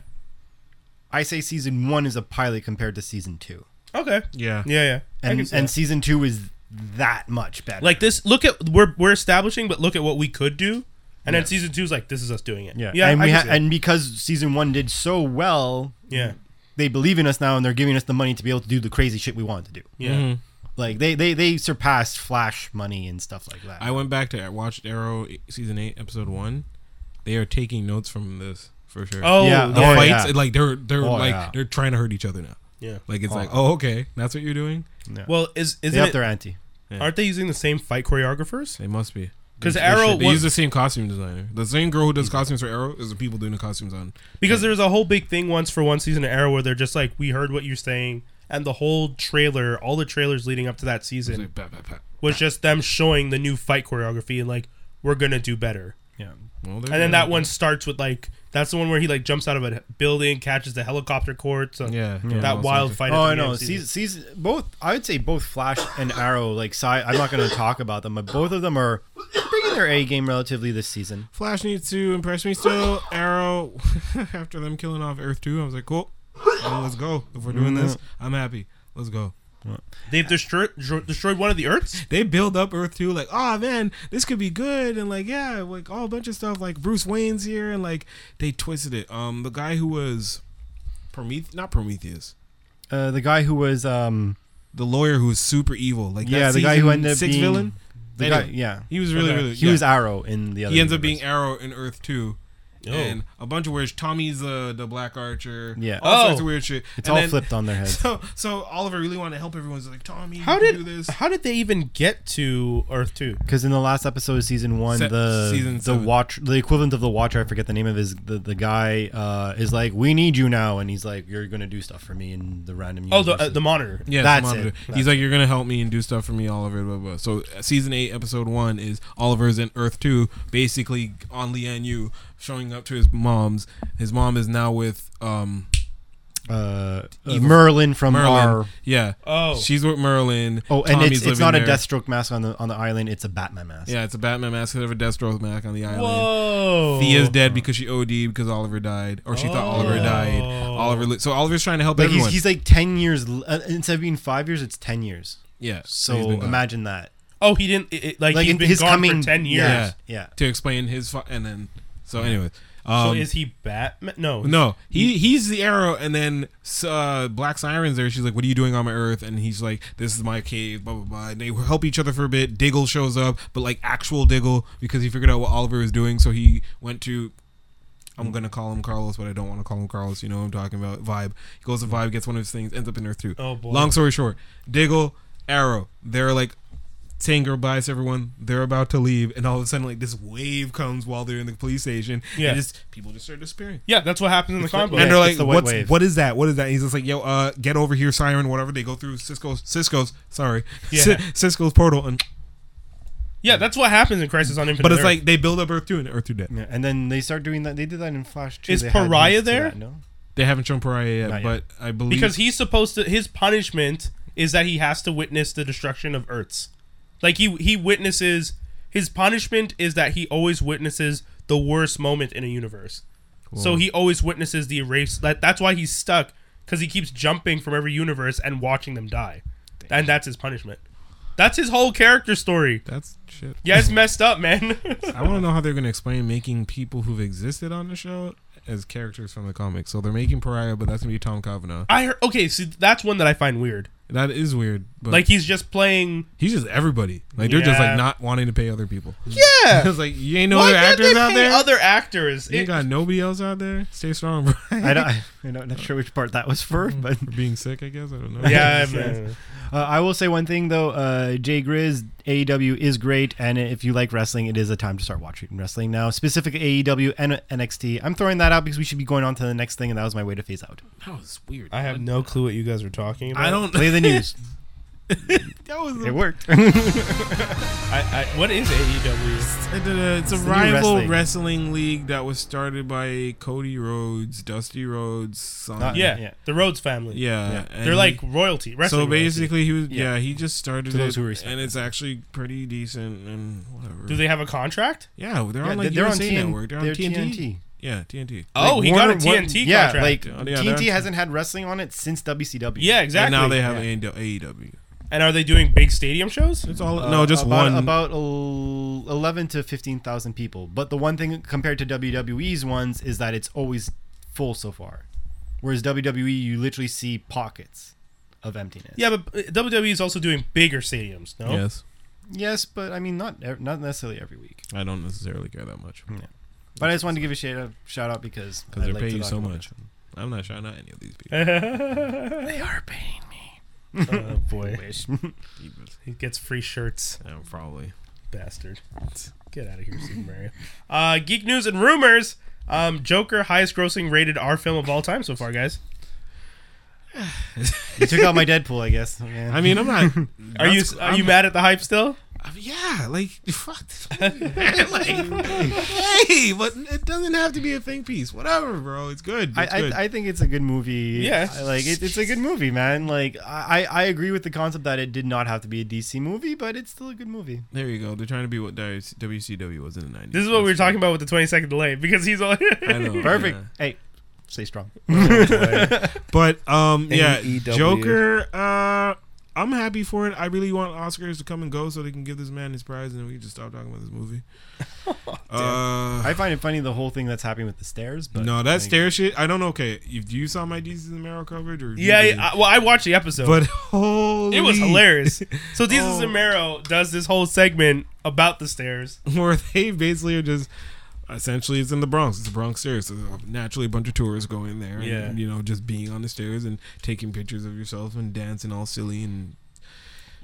S3: I say season one is a pilot compared to season two,
S1: yeah. Okay.
S2: yeah,
S1: Yeah, yeah. I
S3: and
S1: can see
S3: and
S1: that.
S3: season two is that much better.
S1: like this, look at we're we're establishing, but look at what we could do, and then season two's like this is us doing it.
S3: yeah,
S1: yeah.
S3: and
S1: I
S3: we
S1: can
S3: ha-
S1: see that.
S3: and because season one did so well,
S1: yeah,
S3: they believe in us now, and they're giving us the money to be able to do the crazy shit we want to do.
S1: yeah.
S3: Like they they they surpassed Flash money and stuff like that.
S2: I went back to I watched Arrow season eight episode one. They are taking notes from this for sure.
S1: Oh,
S3: Yeah.
S2: the
S1: yeah.
S3: Oh,
S2: fights
S3: yeah.
S2: and, like they're they're
S3: Oh,
S2: like
S3: yeah.
S2: they're trying to hurt each other now.
S1: Yeah.
S2: Like it's
S3: Oh.
S2: like oh okay that's what you're doing.
S1: Well, is
S3: they
S1: isn't
S3: up
S1: it-
S3: their ante.
S1: aren't they using the same fight choreographers?
S2: They must be
S1: 'Cause
S2: They- they
S1: Arrow
S2: should- they
S1: was-
S2: use the same costume designer. The same girl who does costumes for Arrow is the people doing the costumes on.
S1: Because there was a whole big thing once for one season of Arrow where they're just like, we heard what you're saying, and the whole trailer, all the trailers leading up to that
S2: It's
S1: season
S2: like, pat, pat, pat.
S1: was just them showing the new fight choreography and like we're gonna do better.
S3: Yeah.
S2: Well,
S1: And then that one starts with like that's the one where he like jumps out of a building, catches the helicopter cord. So
S2: Yeah, yeah.
S1: that
S2: Yeah.
S1: wild fight.
S3: Oh
S1: at the end
S3: no,
S1: of the
S3: season, season both. I would say both Flash and Arrow. Like, si- I'm not going to talk about them, but both of them are bringing their A game relatively this season.
S2: Flash needs to impress me still. Arrow after them killing off Earth two, I was like cool. Well, let's go. If we're doing this,
S3: Mm-hmm.
S2: I'm happy. Let's go.
S1: They've destroyed dro- destroyed one of the Earths.
S2: they build up Earth 2 like, oh man, this could be good and like yeah, like all a bunch of stuff like Bruce Wayne's here and like they twisted it. Um the guy who was Prometheus not Prometheus.
S3: Uh, the guy who was, um,
S2: The lawyer who was super evil. Like
S3: yeah,
S2: that
S3: the guy who
S2: season
S3: ended up
S2: six
S3: being
S2: villain.
S3: The guy,
S2: Anyway,
S3: yeah,
S2: He was really
S1: Okay.
S2: really
S3: he
S2: yeah.
S3: was Arrow in the other.
S2: he ends up being
S3: universe.
S2: Arrow in Earth 2.
S1: Oh.
S2: And a bunch of weird Tommy's uh, the Black Archer.
S3: Yeah.
S2: All
S1: Oh.
S2: sorts of weird shit. And
S3: It's all
S2: then-
S3: flipped on their head.
S2: So so Oliver really wanted to help everyone. He's like, Tommy,
S1: How
S2: you can
S1: did
S2: do this?
S1: how did they even get to Earth Two?
S3: Because in the last episode of season one,
S2: Se-
S3: the
S2: season
S3: the
S2: seven.
S3: watch the equivalent of the Watcher, I forget the name of his the, the guy uh, is like, "We need you now," and he's like, "You're gonna do stuff for me in the random."
S1: Oh, the uh,
S3: universes."
S1: the monitor.
S2: Yeah,
S3: That's
S2: the monitor.
S3: it.
S2: He's like, you're gonna help me and do stuff for me, Oliver. Blah, blah. So uh, season eight, episode one is Oliver's in Earth two, basically on Leanne Yu showing up to his mom's. His mom is now with um
S3: uh, uh,
S2: Evil.
S3: Merlin from
S2: Merlin.
S3: our
S2: Yeah.
S1: Oh.
S2: She's with Merlin.
S3: Oh, and
S2: Tommy's
S3: it's, it's
S2: living
S3: not a
S2: there.
S3: Deathstroke mask on the on the island. It's a Batman mask.
S2: Yeah, it's a Batman mask instead of a Deathstroke mask on the island.
S1: Whoa.
S2: Thea's dead because she OD'd because Oliver died, or she thought Oliver
S1: Oh.
S2: died. Oliver, li- so Oliver's trying to help
S3: like he's,
S2: everyone.
S3: he's like ten years. l- Uh, instead of being five years, it's ten years.
S2: yeah, he's
S3: So
S2: been gone.
S3: imagine that.
S1: Oh, he didn't. It, it- like
S3: Like
S1: he's
S3: in
S1: been
S3: his
S1: gone
S3: coming
S1: for ten years.
S3: Yeah, yeah.
S2: to explain his fu- and then so anyway. Um,
S1: so is he Batman? No.
S2: No, he he's the arrow, and then uh, Black Siren's there. She's like, "What are you doing on my Earth?" And he's like, "This is my cave." Blah blah blah. And they help each other for a bit. Diggle shows up, but like actual Diggle because he figured out what Oliver was doing, so he went to. I'm gonna call him Carlos, but I don't want to call him Carlos. You know what I'm talking about? Vibe. He goes to Vibe, gets one of his things, ends up in Earth too.
S1: Oh, boy.
S2: Long story short, Diggle, Arrow, they're like saying goodbye to everyone. They're about to leave, and all of a sudden, like this wave comes while they're in the police station.
S1: Yeah.
S2: And just people just start disappearing.
S1: Yeah, that's what happens in the comic book.
S2: And
S3: Yeah,
S2: they're
S3: it's
S2: like,
S3: the white
S2: "What's
S3: wave.
S2: what is that? What is that?" And he's just like, "Yo, uh, get over here, Siren, whatever." They go through Cisco's Cisco's sorry,
S1: Yeah.
S2: Cisco's portal, and
S1: Yeah, that's what happens in Crisis on Infinite.
S2: but it's
S1: Earths.
S2: like they build up Earth two and Earth two dead.
S3: Yeah, And then they start doing that. They did that in Flash. Too.
S1: Is
S3: They had
S1: Pariah
S3: hints to
S1: there?
S3: that, no.
S2: They haven't shown Pariah yet,
S3: Not yet.
S2: but I believe
S1: because he's supposed to his punishment is that he has to witness the destruction of Earths. Like he he witnesses his punishment is that he always witnesses the worst moment in a universe. So he always witnesses the erase. That that's why he's stuck because he keeps jumping from every universe and watching them die, and that's his punishment. That's his whole character story.
S2: that's shit.
S1: Yeah, it's messed up, man.
S2: I want to know how they're gonna explain making people who've existed on the show as characters from the comics. So they're making Pariah, but that's gonna be Tom Kavanaugh.
S1: I heard, okay, see that's one that I find weird.
S2: That is weird. But
S1: Like he's just playing.
S2: he's just everybody. Like they're just
S1: Yeah.
S2: like not wanting to pay other people.
S1: Yeah.
S2: it's like you ain't no
S1: Why
S2: other
S1: can't
S2: actors
S1: they
S2: out
S1: pay
S2: there.
S1: Other actors.
S2: you
S1: It-
S2: ain't got nobody else out there. Stay strong, bro.
S3: I don't, I don't, I'm not sure which part that was for, but
S2: For being sick, I guess. I don't know.
S1: yeah,
S3: Yes,
S1: man.
S3: uh, I will say one thing though. Uh, Jay Grizz, AEW is great, and if you like wrestling, it is a time to start watching wrestling now. Specifically AEW E and NXT. I'm throwing that out because we should be going on to the next thing, and that was my way to phase out.
S2: That was weird.
S1: I have no clue what you guys were talking about.
S2: I don't.
S3: Play the news.
S2: That was.
S3: it
S2: A,
S3: worked.
S1: I, I, what is E AEW?
S2: I did a- it's a
S3: the new
S2: rival
S3: wrestling.
S2: wrestling. league that was started by Cody Rhodes, Dusty Rhodes, son.
S3: Not-
S1: Yeah,
S3: Yeah.
S1: the Rhodes family.
S2: yeah. and
S1: they're
S2: he-
S1: like royalty. Wrestling
S2: So
S1: royalty.
S2: basically, he was
S3: Yeah.
S2: yeah. he just started
S3: To those
S2: it,
S3: who respect
S2: and it's actually pretty decent and whatever.
S1: do they have a contract?
S2: yeah, they're
S3: Yeah,
S2: on like
S3: they're on
S2: USA
S3: TN
S2: Network. They're on
S3: they're
S2: TNT.
S3: TNT.
S2: Yeah, TNT.
S1: Oh,
S3: Like,
S1: he
S3: Warner-
S1: got a
S3: Warner-
S1: TNT
S3: yeah,
S1: contract.
S3: like
S2: Oh, Yeah, they're
S3: TNT
S2: on-
S3: hasn't had wrestling on it since WCW.
S1: yeah, exactly.
S2: And now they have
S3: yeah.
S2: AEW. AEW.
S1: And are they doing big stadium shows?
S2: It's all
S3: Uh,
S2: no, just
S3: about,
S2: one.
S3: about el- eleven to fifteen thousand people. But the one thing compared to WWE's ones is that it's always full so far, whereas WWE you literally see pockets of emptiness.
S1: Yeah, but uh, WWE is also doing bigger stadiums. No.
S2: Yes,
S3: Yes, but I mean not ev- not necessarily every week.
S2: I don't necessarily care that much
S3: But I just wanted to give a shout out, shout out because
S2: because
S3: I
S2: they're
S3: like to
S2: paying you so
S3: document
S2: much. I'm not shouting out any of these people.
S3: it.
S1: oh
S3: They are paying me.
S1: boy,
S3: Wish.
S2: Divas.
S1: he gets free shirts,
S2: Yeah, probably.
S1: bastard. Get out of here, Super Mario. Uh, geek news and rumors. Um, Joker, highest-grossing rated R film of all time so far, guys.
S3: you took out my Deadpool, I guess. man.
S2: I mean, I'm not.
S1: Are you
S2: that's-
S1: are you
S2: I'm-
S1: mad at the hype still?
S2: Uh, Yeah, like fuck, man, like hey, but it doesn't have to be a think piece. Whatever, bro, it's good. It's
S3: I,
S2: good.
S3: I, I think it's a good movie.
S1: Yeah.
S3: I- like it, it's a good movie, man. Like I, I I agree with the concept that it did not have to be a DC movie, but it's still a good movie.
S2: there you go. They're trying to be what W- WCW was in the nineties.
S1: This is what we were talking about with the 20 second delay because he's all.
S2: I know.
S3: Perfect.
S2: yeah.
S3: Hey, stay strong.
S2: But um, yeah,
S1: AEW.
S2: Joker. Uh, I'm happy for it. I really want Oscars to come and go so they can give this man his prize, and then we can just stop talking about this movie. uh,
S3: I find it funny the whhole thing that's happening with the stairs. But
S2: no, that
S3: like,
S2: stair shit. I don't know. Okay, if you saw my DC's Amaro coverage, or if you
S1: yeah,
S2: didn't.
S1: I, well, I watched the episode.
S2: but holy,
S1: it was hilarious. So Jesus
S2: Oh.
S1: Zamero does this whole segment about the stairs.
S2: where they basically are just essentially it's in the Bronx. It's the Bronx stairs. So naturally, a bunch of tourists go in there,
S1: Yeah.
S2: and you know, just being on the stairs and taking pictures of yourself and dancing all silly and.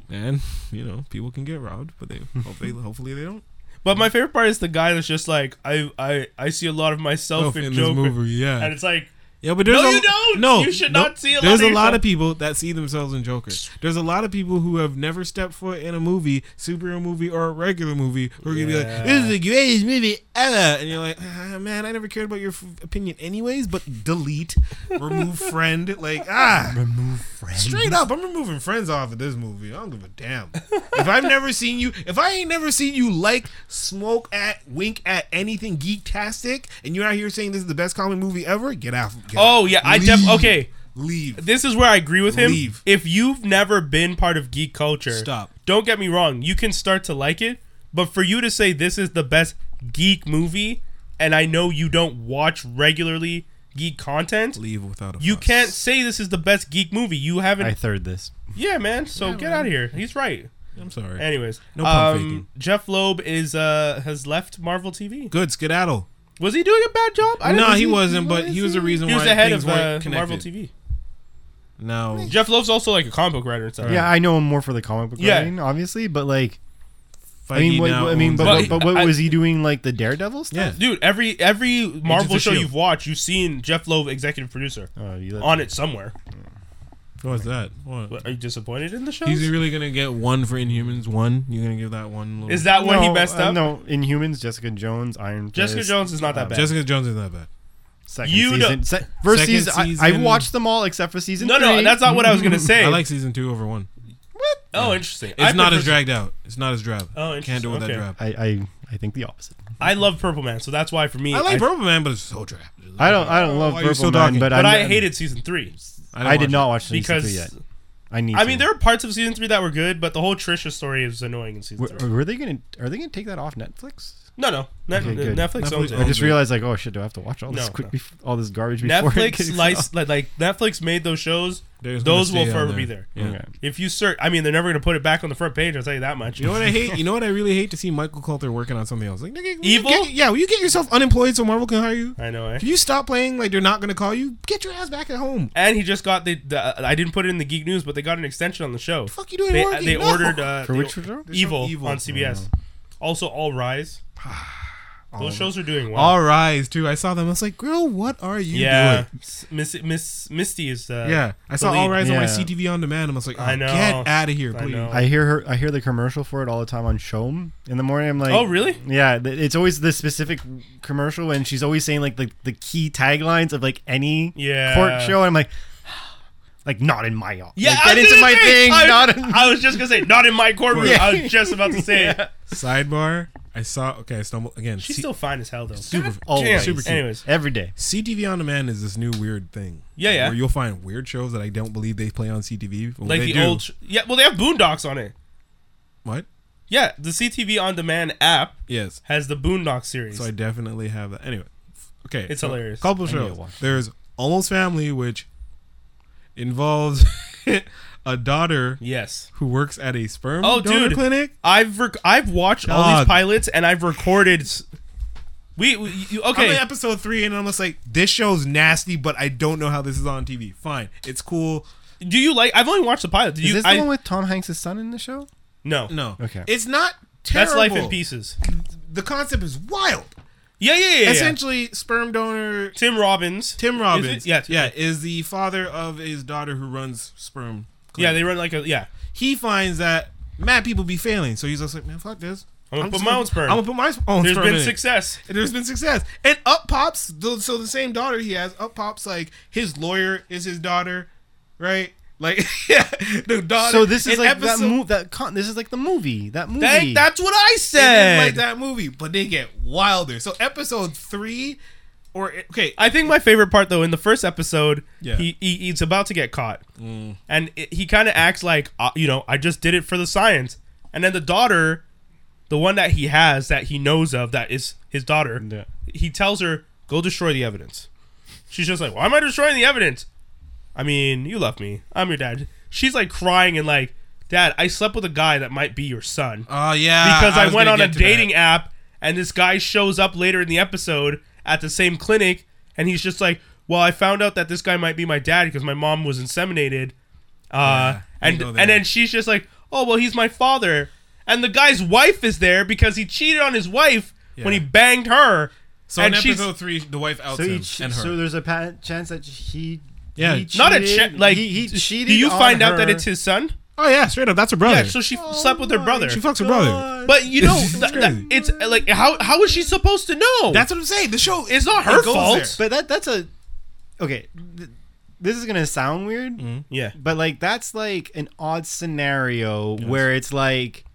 S2: And you know, people can get robbed, but they hopefully, hopefully they don't.
S1: But my favorite part is the guy that's just like, I I, I see a lot of myself
S2: Oh,
S1: in,
S2: in this
S1: Joker,
S2: movie, yeah,
S1: and it's like,
S2: yeah, but there's
S1: No,
S2: a,
S1: you don't!
S2: No,
S1: You should
S2: no,
S1: not see a lot
S2: There's
S1: of
S2: a lot
S1: yourself.
S2: of people that see themselves in Joker. There's a lot of people who have never stepped foot in a movie, superhero movie, or a regular movie, who are gonna be
S1: Yeah.
S2: like, "This is the greatest movie ever," and you're like, ah, "Man, I never cared about your f- opinion, anyways." But delete, remove friend, like ah, remove friend. Straight up, I'm removing friends off of this movie. I don't give a damn. if I've never seen you, if I ain't never seen you like, smoke at, wink at anything geektastic, and you're out here saying this is the best comic movie ever, get out. Get out.
S1: oh yeah, I def-
S2: Leave.
S1: okay.
S2: Leave.
S1: This is where I agree with him.
S2: Leave.
S1: If you've never been part of geek culture,
S2: Stop.
S1: Don't get me wrong. You can start to like it, but for you to say this is the best geek movie, and I know you don't watch regularly geek content,
S2: leave without a
S1: You
S2: fuss.
S1: can't say this is the best geek movie. You haven't.
S3: I third this.
S1: yeah, man. So get out of here. He's right.
S2: I'm sorry.
S1: Anyways,
S2: No pump
S1: um,
S2: faking.
S1: Jeff Loeb is uh has left Marvel TV.
S2: Good skedaddle.
S1: Was he doing a bad job? I
S2: No,
S1: didn't-
S2: he, wasn't, but he was the reason
S1: He was
S2: why
S1: the head
S2: things
S1: of uh,
S2: weren't
S1: Marvel
S2: connected.
S1: TV.
S2: No,
S1: Jeff Loeb's also like a comic book writer and stuff.
S3: Yeah, I know him more for the comic book
S1: Yeah.
S3: writing, obviously, but like I
S2: Feige
S3: mean, what,
S2: now
S3: I mean,
S2: owns
S3: but,
S1: Well,
S3: but,
S1: he-
S3: but what
S1: I-
S3: was he doing? Like the Daredevil
S2: yeah,
S3: stuff?
S1: Dude, every every Marvel
S2: of
S1: show
S2: S.H.I.E.L.D..
S1: you've watched, you've seen Jeff Loeb executive producer
S3: Oh, you left-
S1: on it somewhere.
S2: what's that? What?
S1: But are you disappointed in the show?
S2: He's really gonna get one for Inhumans. One, you're gonna give that one. Little...
S1: Is that when he
S3: No,
S1: messed
S3: uh,
S1: up?
S3: no, Inhumans, Jessica Jones, Iron
S1: Jessica
S3: Fist,
S1: Jones is not that
S3: uh,
S1: bad.
S2: Jessica Jones is not bad?
S3: Second
S1: You
S3: season.
S1: don't-
S3: Se- first
S2: Second
S3: season, I, I've
S2: season.
S3: watched them all except for season
S1: no,
S3: three.
S1: no, that's not what I was gonna say.
S2: I like season two over one.
S1: oh, interesting.
S2: It's
S1: I
S2: not as
S1: prefer-
S2: dragged out. It's not as drab.
S1: Oh,
S2: can't do it with
S1: interesting.
S2: that
S1: Okay.
S2: drab.
S3: I, I, I think the opposite.
S1: I love Purple Man, so that's why for me,
S2: I like Purple Man, but it's so drab.
S3: I don't, I
S1: Oh,
S3: don't love
S2: why are you
S3: Purple
S2: still
S3: Man,
S2: talking?
S3: but,
S1: But
S3: I'm-
S1: I hated season three
S2: didn't
S3: I did
S2: watch
S3: not watch season
S1: because
S3: three yet. I need.
S1: I mean
S3: to.
S1: there are parts of season three that were good, but the whole Trisha story is annoying in season
S3: Were,
S1: three.
S3: were they gonna? Are they gonna take that off Netflix?
S1: No, no, Net-
S3: Okay, good.
S1: Netflix, owns
S2: Netflix
S1: it.
S3: I just
S2: it.
S3: realized, like, oh shit, do I have to watch all this
S1: No,
S3: quick,
S1: no.
S3: bef- all this garbage before it
S1: Netflix
S3: gets
S1: lic-
S3: out?
S1: like, like Netflix made those shows
S2: There's
S1: Those
S2: gonna
S1: will
S2: stay on
S1: forever be there.
S2: Yeah.
S4: Okay.
S1: If you search, I mean, they're never going to put it back on the front page. I'll tell you that much.
S2: You know what I hate? You know what I really hate to see Michael Coulter working on something else. Like nigga, will you
S1: Evil?
S2: get- yeah, will you get yourself unemployed so Marvel can hire you?
S1: I know, eh?
S2: If you stop playing like they're not gonna call you, get your ass back at home.
S1: And he just got the, the I didn't put it in the geek news, but they got an extension on the show.
S2: fuck you doing
S1: They,
S2: working?
S1: they
S2: No.
S1: ordered uh,
S4: For
S1: they-
S4: which show?
S1: evil,
S2: Evil.
S1: on CBS. Also, All Rise. Those shows are doing well.
S2: All Rise too. I saw them. I was like, girl, what are you
S1: yeah,
S2: doing?
S1: S- Miss Miss Misty is. Uh,
S2: Yeah, I saw
S1: the
S2: All
S1: lead.
S2: Rise on my
S3: Yeah.
S2: CTV on demand. I was like, oh,
S1: I know.
S2: get out of here,
S1: I
S2: please.
S1: know.
S3: I hear her. I hear the commercial for it all the time on Showm in the morning. I'm like,
S1: Oh, really?
S3: Yeah, th- it's always this specific commercial, and she's always saying like the, the key taglines of like any
S1: Yeah.
S3: court show. And I'm like, like not in my office.
S1: Yeah,
S3: like,
S1: I
S3: get
S1: was
S3: into
S1: gonna
S3: my
S1: say,
S3: thing.
S1: I,
S3: not in.
S1: I was just gonna say, not in my courtroom.
S3: Yeah.
S1: I was just about to say. it.
S2: Sidebar. I saw. Okay, I stumbled again.
S1: She's
S2: C-
S1: still fine as hell though.
S3: Super,
S1: Damn.
S3: always,
S2: super cute.
S1: Anyways,
S3: every day.
S2: CTV on demand is this new weird thing.
S1: Yeah, yeah.
S2: Where you'll find weird shows that I don't believe they play on CTV. but
S1: like
S2: they
S1: the
S2: do.
S1: old. Sh- yeah, well, they have Boondocks on it.
S2: what?
S1: Yeah, the CTV on demand app
S2: Yes.
S1: has the Boondock series.
S2: So I definitely have that. Anyway, okay.
S1: It's
S2: so
S1: hilarious.
S2: Couple
S3: I need to
S2: shows.
S3: watch
S2: There's Almost Family, which involves a daughter
S1: yes.
S2: who works at a sperm
S1: Oh,
S2: donor
S1: dude.
S2: clinic.
S1: I've rec- I've watched all
S2: Dog.
S1: these pilots and I've recorded. s- We, we you, okay.
S2: I'm at episode three, and I'm just like, this show's nasty, but I don't know how this is on TV. Fine, it's cool.
S1: Do you like? I've only watched the pilot. Do
S3: Is
S1: you?
S3: this the
S1: I-
S3: one with Tom Hanks' son in the show?
S1: no,
S2: No,
S3: Okay.
S2: it's not
S1: That's
S2: terrible.
S1: Life in Pieces.
S2: The concept is wild.
S1: Yeah, yeah, yeah. yeah.
S2: Essentially, sperm donor
S1: Tim Robbins.
S2: Tim
S1: Is it?
S2: Robbins,
S1: Yeah,
S2: yeah, is the father of his daughter who runs sperm.
S1: yeah.
S2: clinic.
S1: They run like a yeah.
S2: he finds that mad people be failing, so he's just like, man, fuck this.
S1: I'm gonna put
S2: just
S1: my own sperm.
S2: I'm gonna put my own
S1: There's
S2: sperm.
S1: been
S2: in it.
S1: success.
S2: And there's been success. And up pops, the, so the same daughter he has, up pops like his lawyer is his daughter, right? Like, yeah, the daughter.
S3: So this is
S2: in
S3: like
S2: episode-
S3: that move. That con- this is like the movie. That movie.
S1: That- that's what I
S2: it is
S1: said.
S2: like that movie, but they get wilder. So episode three, or okay,
S1: I think my favorite part though in the first episode,
S2: Yeah.
S1: he, he he's about to get caught, and it, he kind of acts like uh, you know I just did it for the science, and then the daughter, the one that he has that he knows of that is his daughter,
S4: Yeah.
S1: he tells her go destroy the evidence. She's just like, why am I destroying the evidence? I mean, you love me. I'm your dad. She's like crying and like, Dad, I slept with a guy that might be your son
S2: oh yeah,
S1: because I,
S2: was
S1: went
S2: gonna
S1: on a
S2: get to
S1: dating
S2: that.
S1: app and this guy shows up later in the episode at the same clinic and he's just like, "Well, I found out that this guy might be my dad because my mom was inseminated." Uh,
S2: Yeah,
S1: and
S2: you go there.
S1: and then she's just like, "Oh, well, he's my father." And the guy's wife is there because he cheated on his wife when he
S2: Yeah.
S1: banged her.
S2: So
S1: and
S2: in
S1: she's
S2: episode three, the wife outs
S3: So,
S2: him
S3: he ch-
S2: and her.
S3: so there's a pa- chance that he.
S2: Yeah.
S3: he
S1: not a
S3: cheated-
S1: ch- like
S3: he, he
S1: d-
S3: cheated.
S1: Do you
S3: on
S1: find out
S3: her. Oh
S1: that it's his son?
S2: oh yeah, straight up, that's her brother.
S1: Yeah, so she slept with her brother.
S2: she fucks her brother.
S1: but you know,
S2: That's
S1: th- th-
S2: crazy.
S1: it's uh, like how how is she supposed to know?
S2: That's what I'm saying. The show
S1: it's not
S2: it
S1: her
S2: goes
S1: fault.
S2: there.
S3: But that that's a okay. Th- this is gonna sound weird,
S1: Yeah.
S3: but like that's like an odd scenario where it's like,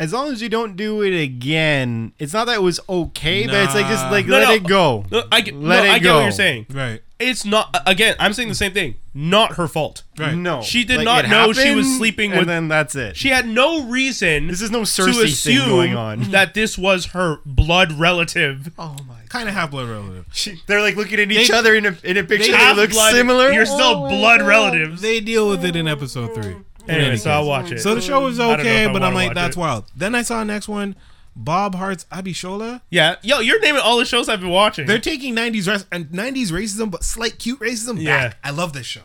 S3: as long as you don't do it again, it's not that it was okay, but it's like just
S2: Nah.
S3: like
S1: No,
S3: let
S1: no.
S3: it go.
S1: No, I get, no,
S3: Let it
S1: I get
S3: go.
S1: what you're saying.
S2: Right.
S1: It's not again. I'm saying the same thing. Not her fault.
S2: Right.
S3: No,
S1: Uh, She did
S3: Like,
S1: not
S3: it
S1: know she was
S3: happened,
S1: sleeping
S3: and
S1: with-
S3: Then that's it.
S1: She had no reason.
S3: This is no
S1: to
S3: Cersei
S1: assume
S3: thing going on.
S1: that this was her blood relative.
S3: oh my!
S2: Kind of half blood relative.
S3: She, they're like looking at each
S2: They-
S3: other in a in a picture. They
S1: Half
S3: look
S1: blood-
S3: similar.
S1: You're
S3: Oh
S1: still blood relatives.
S2: They deal with it in episode three. In
S1: Anyway,
S2: any
S1: so I'll
S2: case.
S1: watch it.
S2: So the show was
S1: don't know
S2: okay,
S1: if I
S2: but I'm
S1: wanna
S2: like,
S1: watch
S2: that's
S1: it.
S2: wild. Then I saw the next one, Bob Hart's Abishola.
S1: yeah, yo, you're naming all the shows I've been watching.
S2: They're taking '90s ras- and '90s racism, but slight cute racism
S1: Yeah.
S2: back. I love this show.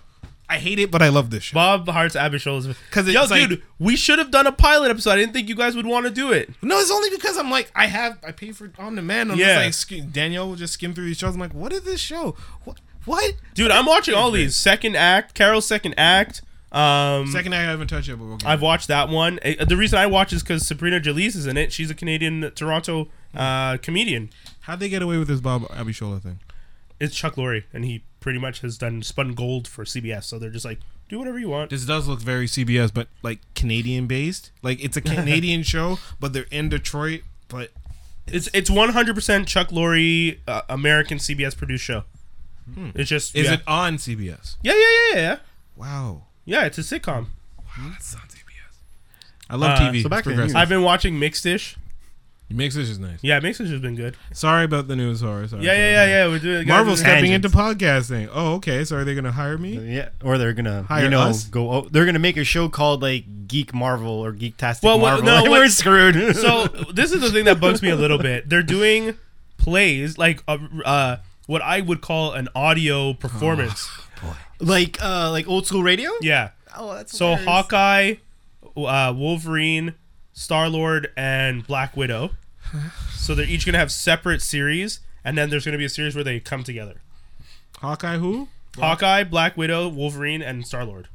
S2: I hate it, but I love this show.
S1: Bob Hart's Abbey Shoals.
S2: 'Cause
S1: yo,
S2: it's like-
S1: dude, we should have done a pilot episode. I didn't think you guys would want to do it.
S2: No, it's only because I'm like, I have, I pay for on demand. I'm
S1: Yeah.
S2: just like, sc- Danielle will just skim through these shows. I'm like, what is this show? What? What?
S1: Dude, I'm watching all these. Second act, Carol's second act. Um,
S2: Second act, I haven't touched it, but we'll get
S1: I've watched that one. Uh, The reason I watch is because Sabrina Jalise is in it. She's a Canadian Toronto uh, comedian.
S2: How'd they get away with this Bob Abishola thing?
S1: It's Chuck Lorre, and he pretty much has done spun gold for CBS. So they're just like, do whatever you want.
S2: This does look very CBS, but like Canadian based. Like it's a Canadian show, but they're in Detroit. But
S1: It's it's one hundred percent Chuck Lorre uh, American CBS produced show. It's just
S2: Hmm. is
S1: yeah.
S2: it on CBS?
S1: Yeah, yeah, yeah, yeah, yeah.
S2: Wow.
S1: Yeah, it's a sitcom.
S2: Wow, that's on CBS. I love
S1: Uh,
S2: TV.
S1: so
S2: It's
S3: Uh, back to the
S2: progressive.
S3: news.
S1: I've been watching Mixed Dish.
S2: Mixed Dish is nice.
S1: Yeah, Mixers has been good.
S2: Sorry about the news horror. Sorry
S1: Yeah,
S2: about
S1: yeah,
S2: that.
S1: yeah, yeah. We're doing
S2: Marvel
S1: guys, we're doing-
S2: stepping into
S3: Tangents.
S2: podcasting. Oh, okay. So are they going to hire me?
S3: Yeah, or they're gonna
S2: Hire
S3: you know
S2: us?
S3: go. Oh, they're gonna make a show called like Geek Marvel or Geek Tastic
S1: Well, what-
S3: Marvel.
S1: no,
S3: and
S1: what-
S3: we're screwed.
S1: so this is the thing that bugs me a little bit. They're doing plays like uh, uh, what I would call an audio performance.
S3: like uh like old school radio.
S1: Yeah.
S3: Oh, that's
S1: So Hawkeye, uh, Wolverine, Star Lord, and Black Widow. So they're each gonna have separate series, and then there's gonna be a series where they come together.
S2: Hawkeye who?
S1: Hawkeye, Black Widow, Wolverine, and Star Lord.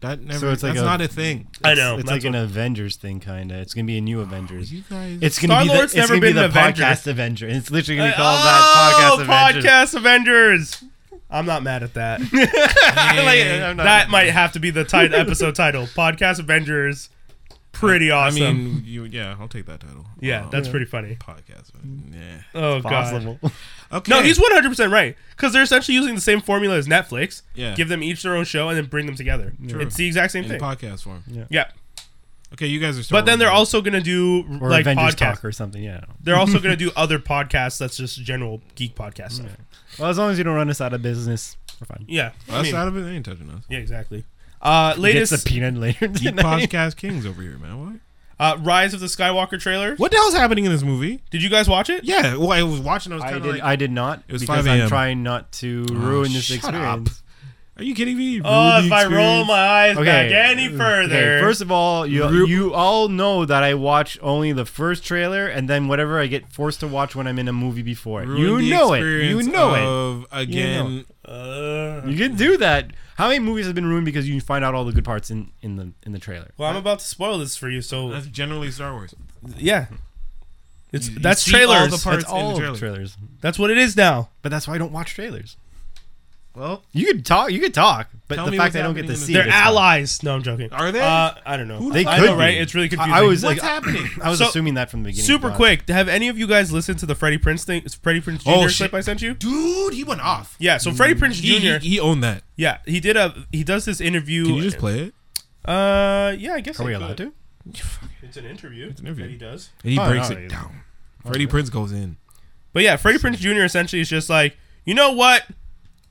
S2: That never.
S3: So it's like
S2: that's
S3: a-
S2: not a thing.
S1: I know.
S3: It's
S1: that's
S3: like an
S1: what-
S3: Avengers thing, kind of. It's gonna be a new Avengers.
S2: You guys.
S3: It's gonna be the,
S1: Star-Lord's
S3: it's
S1: never
S3: gonna be
S1: been
S3: the
S1: an Avenger. Uh,
S3: podcast Avenger. It's literally gonna be called
S1: oh,
S3: that podcast Avenger.
S1: podcast Avengers. I'm not mad at that.
S3: I'm not-
S1: that might have to be the title episode title. Podcast Avengers. Pretty
S2: I
S1: awesome.
S2: mean, you, yeah, I'll take that title.
S1: yeah,
S2: Uh,
S1: that's pretty funny.
S2: podcast.
S3: Mm-hmm.
S2: but, Yeah.
S1: Oh god.
S3: Possible.
S2: Okay.
S1: No, he's 100% right because they're essentially using the same formula as Netflix.
S2: Yeah.
S1: Give them each their own show and then bring them together.
S2: True.
S1: It's the exact same
S2: in
S1: thing.
S2: podcast form.
S1: yeah.
S2: Okay, you guys are. Star
S1: But then
S2: Wars
S1: they're
S2: fans.
S1: also going to do
S3: Or
S1: like
S3: Avengers
S1: podcasts.
S3: talk or something. Yeah.
S1: They're also going to do other podcasts that's just general geek podcast stuff.
S3: Well, as long as you don't run us out of business, we're fine.
S1: Yeah. I
S2: Us
S1: mean,
S2: out of it. They ain't touching us.
S1: yeah, exactly. Uh,
S3: Gets
S1: latest
S3: the peanut later.
S2: Geek
S3: tonight.
S2: podcast kings over here, man. What?
S1: uh, Rise of the Skywalker trailer.
S2: What the hell's happening in this movie?
S1: Did you guys watch it?
S2: Yeah. Well, I was watching. I was
S3: I
S2: kind
S3: did.
S2: of like,
S3: I did not.
S2: It was
S3: because
S2: 5 a.m..
S3: I'm trying not to ruin this
S2: Oh, shut
S3: experience.
S2: Are you kidding me? You
S1: Oh,
S2: ruined
S1: if
S2: the
S1: I roll
S2: experience.
S1: my eyes
S3: Okay.
S1: back any further.
S3: Okay, first of all, you
S2: Ru-
S3: you all know that I watch only the first trailer and then whatever I get forced to watch when I'm in a movie before. it.
S2: Ruined the
S3: you know it. You
S2: experience
S3: know it.
S2: of, Again,
S3: You
S1: Uh,
S3: You can do that. How many movies have been ruined because you find out all the good parts in, in the in the trailer?
S1: well, I'm about to spoil this for you, so
S2: that's generally Star Wars.
S1: yeah. It's
S2: You- you
S1: that's
S2: see all the
S1: trailers.
S2: parts
S3: That's all
S2: in the
S3: of the
S2: trailer.
S3: trailers.
S1: that's what it is now.
S3: But that's why I don't watch trailers.
S2: Well,
S3: You could talk. You could talk, but
S2: Tell
S3: the
S2: me
S3: fact
S2: what's
S3: I don't get to
S2: happening in
S3: see
S2: the-
S3: it.
S1: They're
S3: it's fine.
S1: allies. No, I'm joking.
S2: Are they?
S1: Uh, I don't know.
S2: Who
S1: I
S2: the
S1: I
S3: could
S1: know, right?
S3: be?
S1: It's really confusing.
S3: I, I was
S2: What's
S3: like,
S2: happening?
S3: I was
S1: So-
S3: assuming that from the beginning.
S1: super
S3: but-
S1: quick. Have any of you guys listened to the Freddie Prince thing? It's Freddie Prince Jr.
S2: Oh, shit.
S1: clip I sent you.
S2: dude, he went off.
S1: Yeah. So Freddie Prince
S2: He, he,
S1: Jr.
S2: he owned that.
S1: Yeah, he did a. He does this interview.
S2: Can you just play it?
S1: Uh, yeah, I guess.
S3: Are
S1: I
S3: we
S1: could.
S3: allowed to?
S1: It's an interview.
S2: It's an interview.
S1: that he does.
S2: And he
S3: Oh,
S2: breaks
S3: no,
S2: it
S3: he-
S2: down. Freddie Prince goes in.
S1: But yeah, Freddie Prince Jr. essentially is just like, you know what?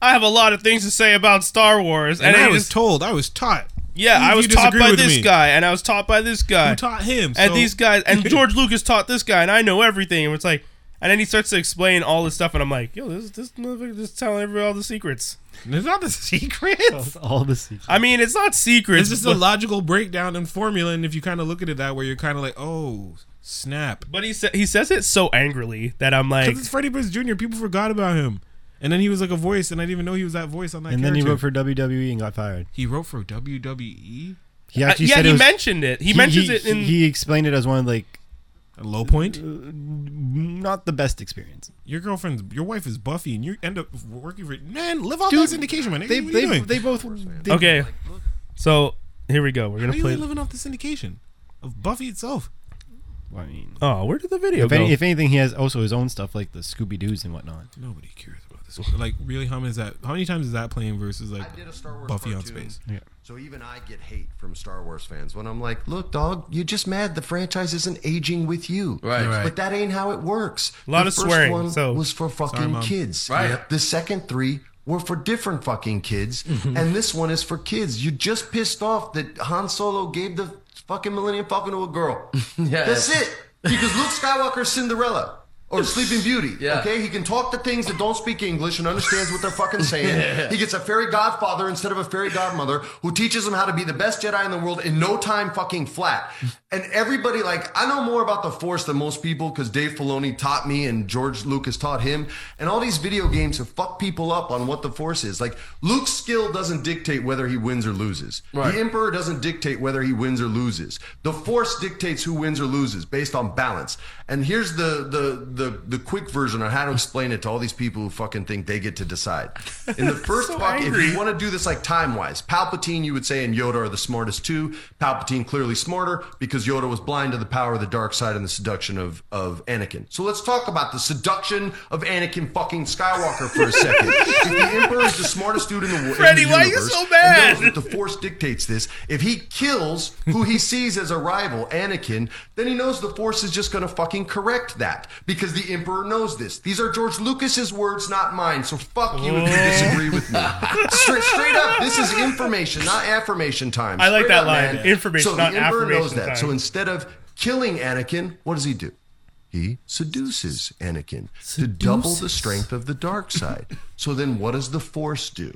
S1: I have a lot of things to say about Star Wars, and,
S2: And, I
S1: he
S2: was
S1: just-
S2: told, I was taught.
S1: yeah,
S2: you
S1: I was taught
S2: disagree
S1: by
S2: with
S1: this
S2: me.
S1: guy, and I was taught by this guy,
S2: Who taught him?
S1: and
S2: so-
S1: these guys, and George Lucas taught this guy, and I know everything. And it's like, and then he starts to explain all this stuff, and I'm like, yo, this this motherfucker just telling everybody all the secrets.
S2: It's not the secret.
S3: That's all the secrets.
S1: I mean, it's not secrets.
S2: It's just a
S1: but,
S2: logical breakdown and formula. And if you kind of look at it that way, you're kind of like, oh, snap.
S1: but he sa- he says it so angrily that I'm like,
S2: Because it's Freddie Prinze Jr. People forgot about him, and then he was like a voice, and I didn't even know he was that voice on that.
S3: And then he
S2: character.
S3: wrote for WWE and got fired.
S2: He wrote for E? WWE.
S3: He
S1: I-
S3: actually
S1: Uh, yeah,
S3: said
S1: he
S3: it was,
S1: mentioned it. He, mentions it in.
S3: He explained it as one of like
S2: A low point.
S3: not the best experience.
S2: Uh, Your girlfriend's, your wife is Buffy, and you end up working for man. Live
S1: Oh,
S2: off
S3: Dude,
S2: that syndication, man.
S3: They
S2: what are
S3: they,
S2: you doing?
S3: they both they,
S1: okay, so here we go. We're
S2: How
S1: gonna
S2: are you
S1: play.
S2: living off the syndication of Buffy itself?
S3: I mean,
S1: Oh, where did the video
S3: if,
S1: go?
S3: any, if anything, he has also his own stuff like the Scooby Doo's and whatnot.
S2: Nobody cares about this. Like, really, how many is that? How many times is that playing versus like
S4: I did a Star Wars
S2: Buffy on
S4: cartoon,
S2: space?
S3: Yeah.
S4: So even I get hate from Star Wars fans when I'm like, "Look, dog, you're just mad the franchise isn't aging with you."
S5: Right. Right.
S4: But that ain't how it works.
S1: A lot
S4: the
S1: of
S4: first
S1: swearing,
S4: One
S1: so-
S4: was for fucking
S2: Mom.
S4: kids.
S5: Right.
S4: The second three were for different fucking kids,
S5: Mm-hmm.
S4: and this one is for kids. You just pissed off that Han Solo gave the fucking Millennium Falcon to a girl.
S5: Yeah.
S4: That's it. Because Luke Skywalker's Cinderella. Or Sleeping Beauty.
S5: Yeah.
S4: Okay, he can talk to things that don't speak English and understands what they're fucking saying. he gets a fairy godfather instead of a fairy godmother who teaches him how to be the best Jedi in the world in no time fucking flat. And everybody, like, I know more about the Force than most people because Dave Filoni taught me and George Lucas taught him. And all these video games have fucked people up on what the Force is. Like, Luke's skill doesn't dictate whether he wins or loses.
S5: Right.
S4: The Emperor doesn't dictate whether he wins or loses. The Force dictates who wins or loses based on balance. And here's the the the the quick version on how to explain it to all these people who fucking think they get to decide. In the first
S1: So
S4: fuck, if
S1: angry.
S4: you want to do this like time wise, Palpatine, you would say, and Yoda are the smartest two. Palpatine clearly smarter because Yoda was blind to the power of the dark side and the seduction of of Anakin. So let's talk about the seduction of Anakin fucking Skywalker for a second. if the Emperor is the smartest dude in the world,
S1: Freddy, why are you so mad?
S4: that the Force dictates this. If he kills who he sees as a rival, Anakin, then he knows the Force is just going to fucking correct that because the Emperor knows this. These are George Lucas's words, not mine. So fuck you if you disagree with me. Straight, straight up, this is information, not affirmation time.
S1: I like
S4: Straight
S1: that
S4: up,
S1: line,
S4: man.
S1: information,
S4: so
S1: not
S4: the Emperor knows
S1: affirmation
S4: that.
S1: time.
S4: So instead of killing Anakin, what does he do? He seduces Anakin to double the strength of the dark side. so then, what does the Force do?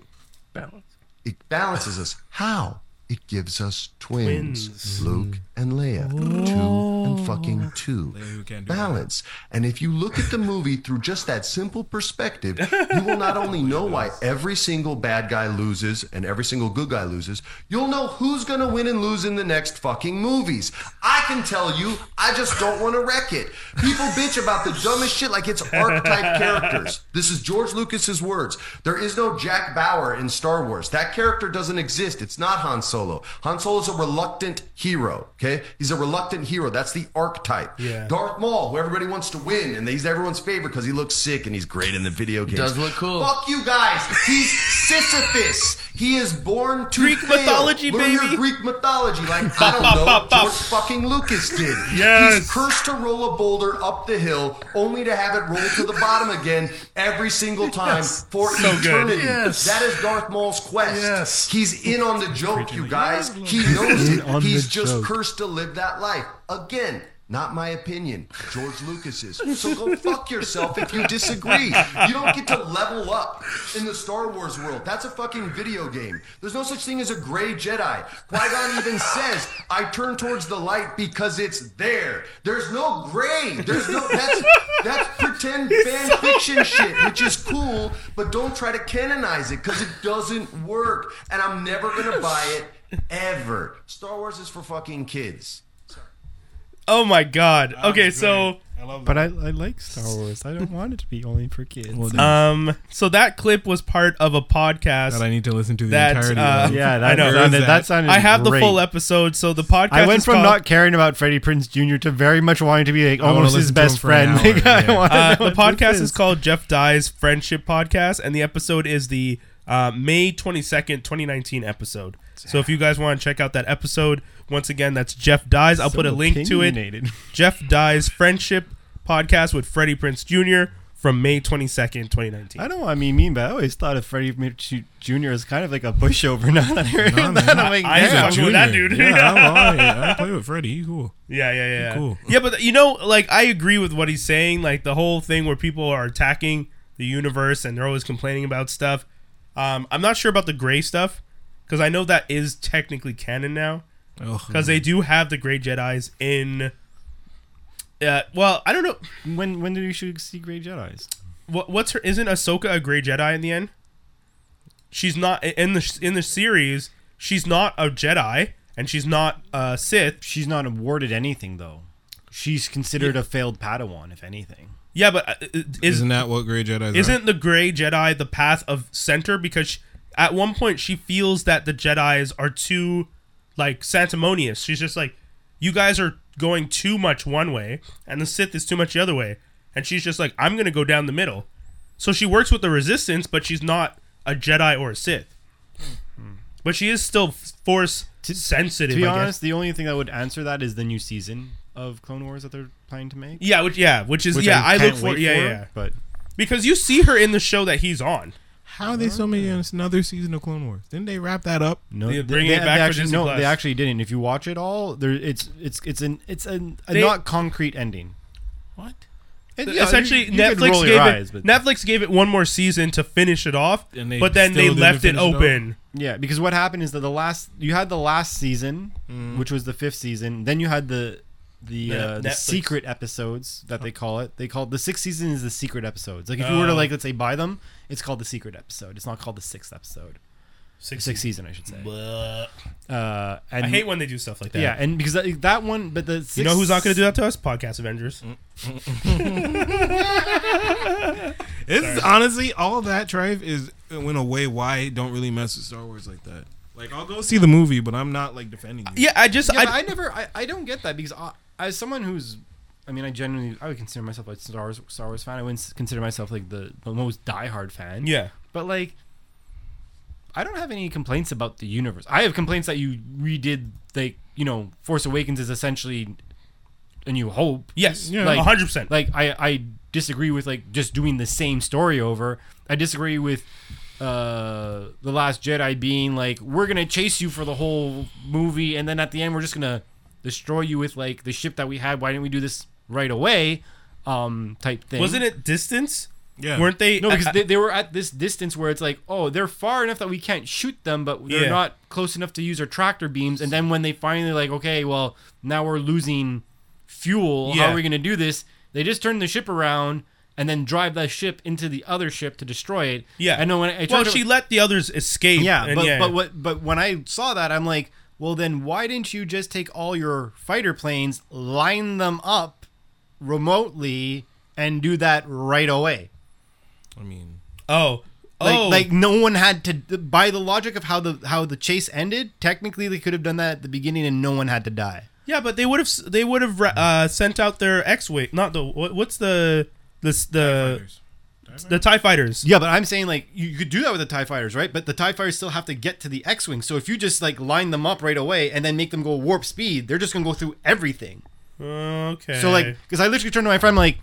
S4: it balances us. How? It gives us twins, Luke and Leia. Two and fucking two.
S2: who can't do that.
S4: Balance. And if you look at the movie through just that simple perspective, you will not only know why every single bad guy loses and every single good guy loses, you'll know who's going to win and lose in the next fucking movies. I can tell you, I just don't want to wreck it. People bitch about the dumbest shit like it's archetype characters. This is George Lucas's words. There is no Jack Bauer in Star Wars. That character doesn't exist. It's not Han Solo. Han Solo is a reluctant hero, okay? He's a reluctant hero. That's the archetype.
S1: Yeah.
S4: Darth Maul, who everybody wants to win, and he's everyone's favorite because he looks sick and he's great in the video games.
S5: Does look cool.
S4: Fuck you guys. He's Sisyphus. He is born to
S1: Greek
S4: fail.
S1: mythology,
S4: Learn your
S1: baby.
S4: Greek mythology, like I don't
S1: Bop,
S4: know,
S1: bop, bop,
S4: George fucking Lucas did.
S1: Yes.
S4: He's cursed to roll a boulder up the hill, only to have it roll to the bottom again every single time for
S1: good.
S4: eternity.
S5: Yes.
S4: That is Darth Maul's quest.
S5: Yes.
S4: He's in on the joke, you guys. He knows
S3: In
S4: it.
S3: on
S4: He's
S3: the
S4: just
S3: joke.
S4: cursed to live that life. Again, not my opinion. George Lucas's. So go fuck yourself if you disagree. You don't get to level up in the Star Wars world. That's a fucking video game. There's no such thing as a gray Jedi. Qui-Gon even says, I turn towards the light because it's there. There's no gray. There's no that's that's pretend fan fiction shit, which is cool, but don't try to canonize it because it doesn't work. And I'm never gonna buy it ever. Star Wars is for fucking kids.
S1: Oh my god. Okay, so
S2: I love
S3: But I, I like Star Wars. I don't want it to be only for kids.
S1: um so that clip was part of a podcast.
S2: that I need to listen to the
S1: That,
S2: entirety.
S1: uh,
S2: of.
S3: yeah, that
S1: I know.
S3: sounded,
S2: Where is
S3: that
S2: that?
S3: sounded.
S1: I have the
S3: great.
S1: full episode, so the podcast.
S3: I went
S1: is
S3: from
S1: called-
S3: not caring about Freddie Prince Jr. to very much wanting to be like,
S2: wanna
S3: almost his
S2: listen to him
S3: best
S2: for an
S3: friend.
S2: hour,
S3: Like, I
S2: yeah.
S3: wanna
S1: Uh,
S3: know
S1: the
S3: what this
S1: podcast is called Jeff Dye's Friendship Podcast, and the episode is the uh, May 22nd, 2019 episode. So if you guys want to check out that episode, once again, that's Jeff Dye's. I'll
S3: So
S1: put a link to it.
S3: opinionated.
S1: Jeff Dye's Friendship Podcast with Freddie Prince Jr. from May 22nd, 2019.
S3: I don't want to be mean, but I always thought of Freddie Prinze Jr. as kind of like a pushover. Now that I heard
S2: Nah,
S3: that,
S2: man.
S3: I'm like,
S1: I- I-
S3: damn.
S1: fucking with that dude.
S2: Yeah, I, don't know. I play with Freddy. He cool.
S1: Yeah, yeah, yeah. yeah.
S2: Cool.
S1: Yeah, but you know, like I agree with what he's saying. Like the whole thing where people are attacking the universe and they're always complaining about stuff. Um, I'm not sure about the gray stuff because I know that is technically canon now
S2: Ugh.
S1: because they do have the gray Jedi's in. Uh, well, I don't know.
S3: when when did you shoot see Grey Jedi's?
S1: What, what's her? Isn't Ahsoka a gray Jedi in the end? She's not in the in the series. She's not a Jedi and she's not a Sith.
S3: She's not awarded anything though. She's considered a failed Padawan, if anything.
S1: Yeah, but uh, uh, is
S2: Isn't that what Grey Jedi's
S1: Isn't the gray Jedi the path of center? Because she, at one point she feels that the Jedi's are too like sanctimonious. She's just like, you guys are going too much one way, and the Sith is too much the other way. And she's just like, I'm gonna go down the middle. So she works with the Resistance, but she's not a Jedi or a Sith. But she is still Force sensitive.
S3: Hmm. To be
S1: I guess.
S3: honest, the only thing that would answer that is the new season of Clone Wars that they're planning to make.
S1: yeah, which yeah, which is
S3: which
S1: yeah. I,
S3: can't
S1: look for
S3: wait
S1: yeah, yeah, yeah,
S3: But
S1: because you see her in the show that he's on.
S2: How are they so many in another season of Clone Wars? Didn't they wrap that up?
S3: no,
S1: They're
S3: they,
S1: bringing
S3: they-
S1: it
S3: they
S1: back for
S3: actually
S1: Disney
S3: no,
S1: Plus.
S3: they actually didn't. If you watch it all, there it's it's it's an it's an, a
S1: They-
S3: not concrete ending.
S2: What?
S3: It- yeah,
S1: essentially
S3: you- you could
S1: Netflix
S3: roll
S1: gave
S3: your
S1: it
S3: eyes, but-
S1: Netflix gave it one more season to finish it off,
S2: And they
S1: but then
S2: still
S1: they
S2: didn't
S1: left it
S2: finish it off?
S1: open.
S3: Yeah, because what happened is that the last you had the last season, which was the fifth season. Then you had the the,
S1: Mm-hmm. The
S3: uh, the
S1: Netflix.
S3: secret episodes that they call it. They call the sixth season is the secret episodes. Like if you were to
S1: Oh.
S3: like let's say buy them, it's called the secret episode. It's not called the sixth episode.
S1: Six.
S3: sixth season, I should say.
S1: Blah.
S3: Uh, and
S1: I hate when they do stuff like that.
S3: yeah, and because that, that one, but the sixth,
S1: You know who's not going to do that to us? Podcast Avengers.
S2: It's honestly all that trife is it went away. Why I don't really mess with Star Wars like that? Like I'll go see the movie, but I'm not like defending you.
S1: Yeah, I just
S3: Yeah, but I,
S1: I,
S3: never, I, I don't get that because I, as someone who's, I mean, I genuinely, I would consider myself a Star Wars, Star Wars fan. I wouldn't s- consider myself like the, the most diehard fan.
S1: yeah.
S3: But like, I don't have any complaints about the universe. I have complaints that you redid, like, you know, Force Awakens is essentially a new hope.
S1: Yes.
S2: Yeah.
S1: Like
S3: Like-
S1: 100%.
S3: Like, I, I disagree with like just doing the same story over. I disagree with uh the last jedi being like we're gonna chase you for the whole movie and then at the end we're just gonna destroy you with like the ship that we had why didn't we do this right away um type thing
S1: Wasn't it distance?
S2: Yeah.
S1: Weren't they?
S3: no, because they, they were at this distance where it's like, oh, they're far enough that we can't shoot them, but they're
S1: Yeah.
S3: not close enough to use our tractor beams. And then when they finally like, okay, well, now we're losing fuel. How
S1: Yeah.
S3: are we going to do this? They just turn the ship around and then drive that ship into the other ship to destroy it.
S1: yeah.
S3: I know when I
S1: well,
S3: talked
S1: she
S3: to-
S1: let the others escape.
S3: yeah,
S1: and
S3: but but what but when I saw that, I'm like, well, then why didn't you just take all your fighter planes, line them up remotely, and do that right away?
S2: I mean,
S1: Oh.
S3: Like,
S1: oh.
S3: like no one had to. By the logic of how the how the chase ended, technically they could have done that at the beginning, and no one had to die.
S1: Yeah, but they would have they would have uh, sent out their X wing, not the what, what's the this the the Tie Fighters.
S3: Yeah, but I'm saying like you, you could do that with the Tie Fighters, right? But the Tie Fighters still have to get to the X-wing. So if you just like line them up right away and then make them go warp speed, they're just gonna go through everything.
S1: Okay.
S3: So like, because I literally turned to my friend like,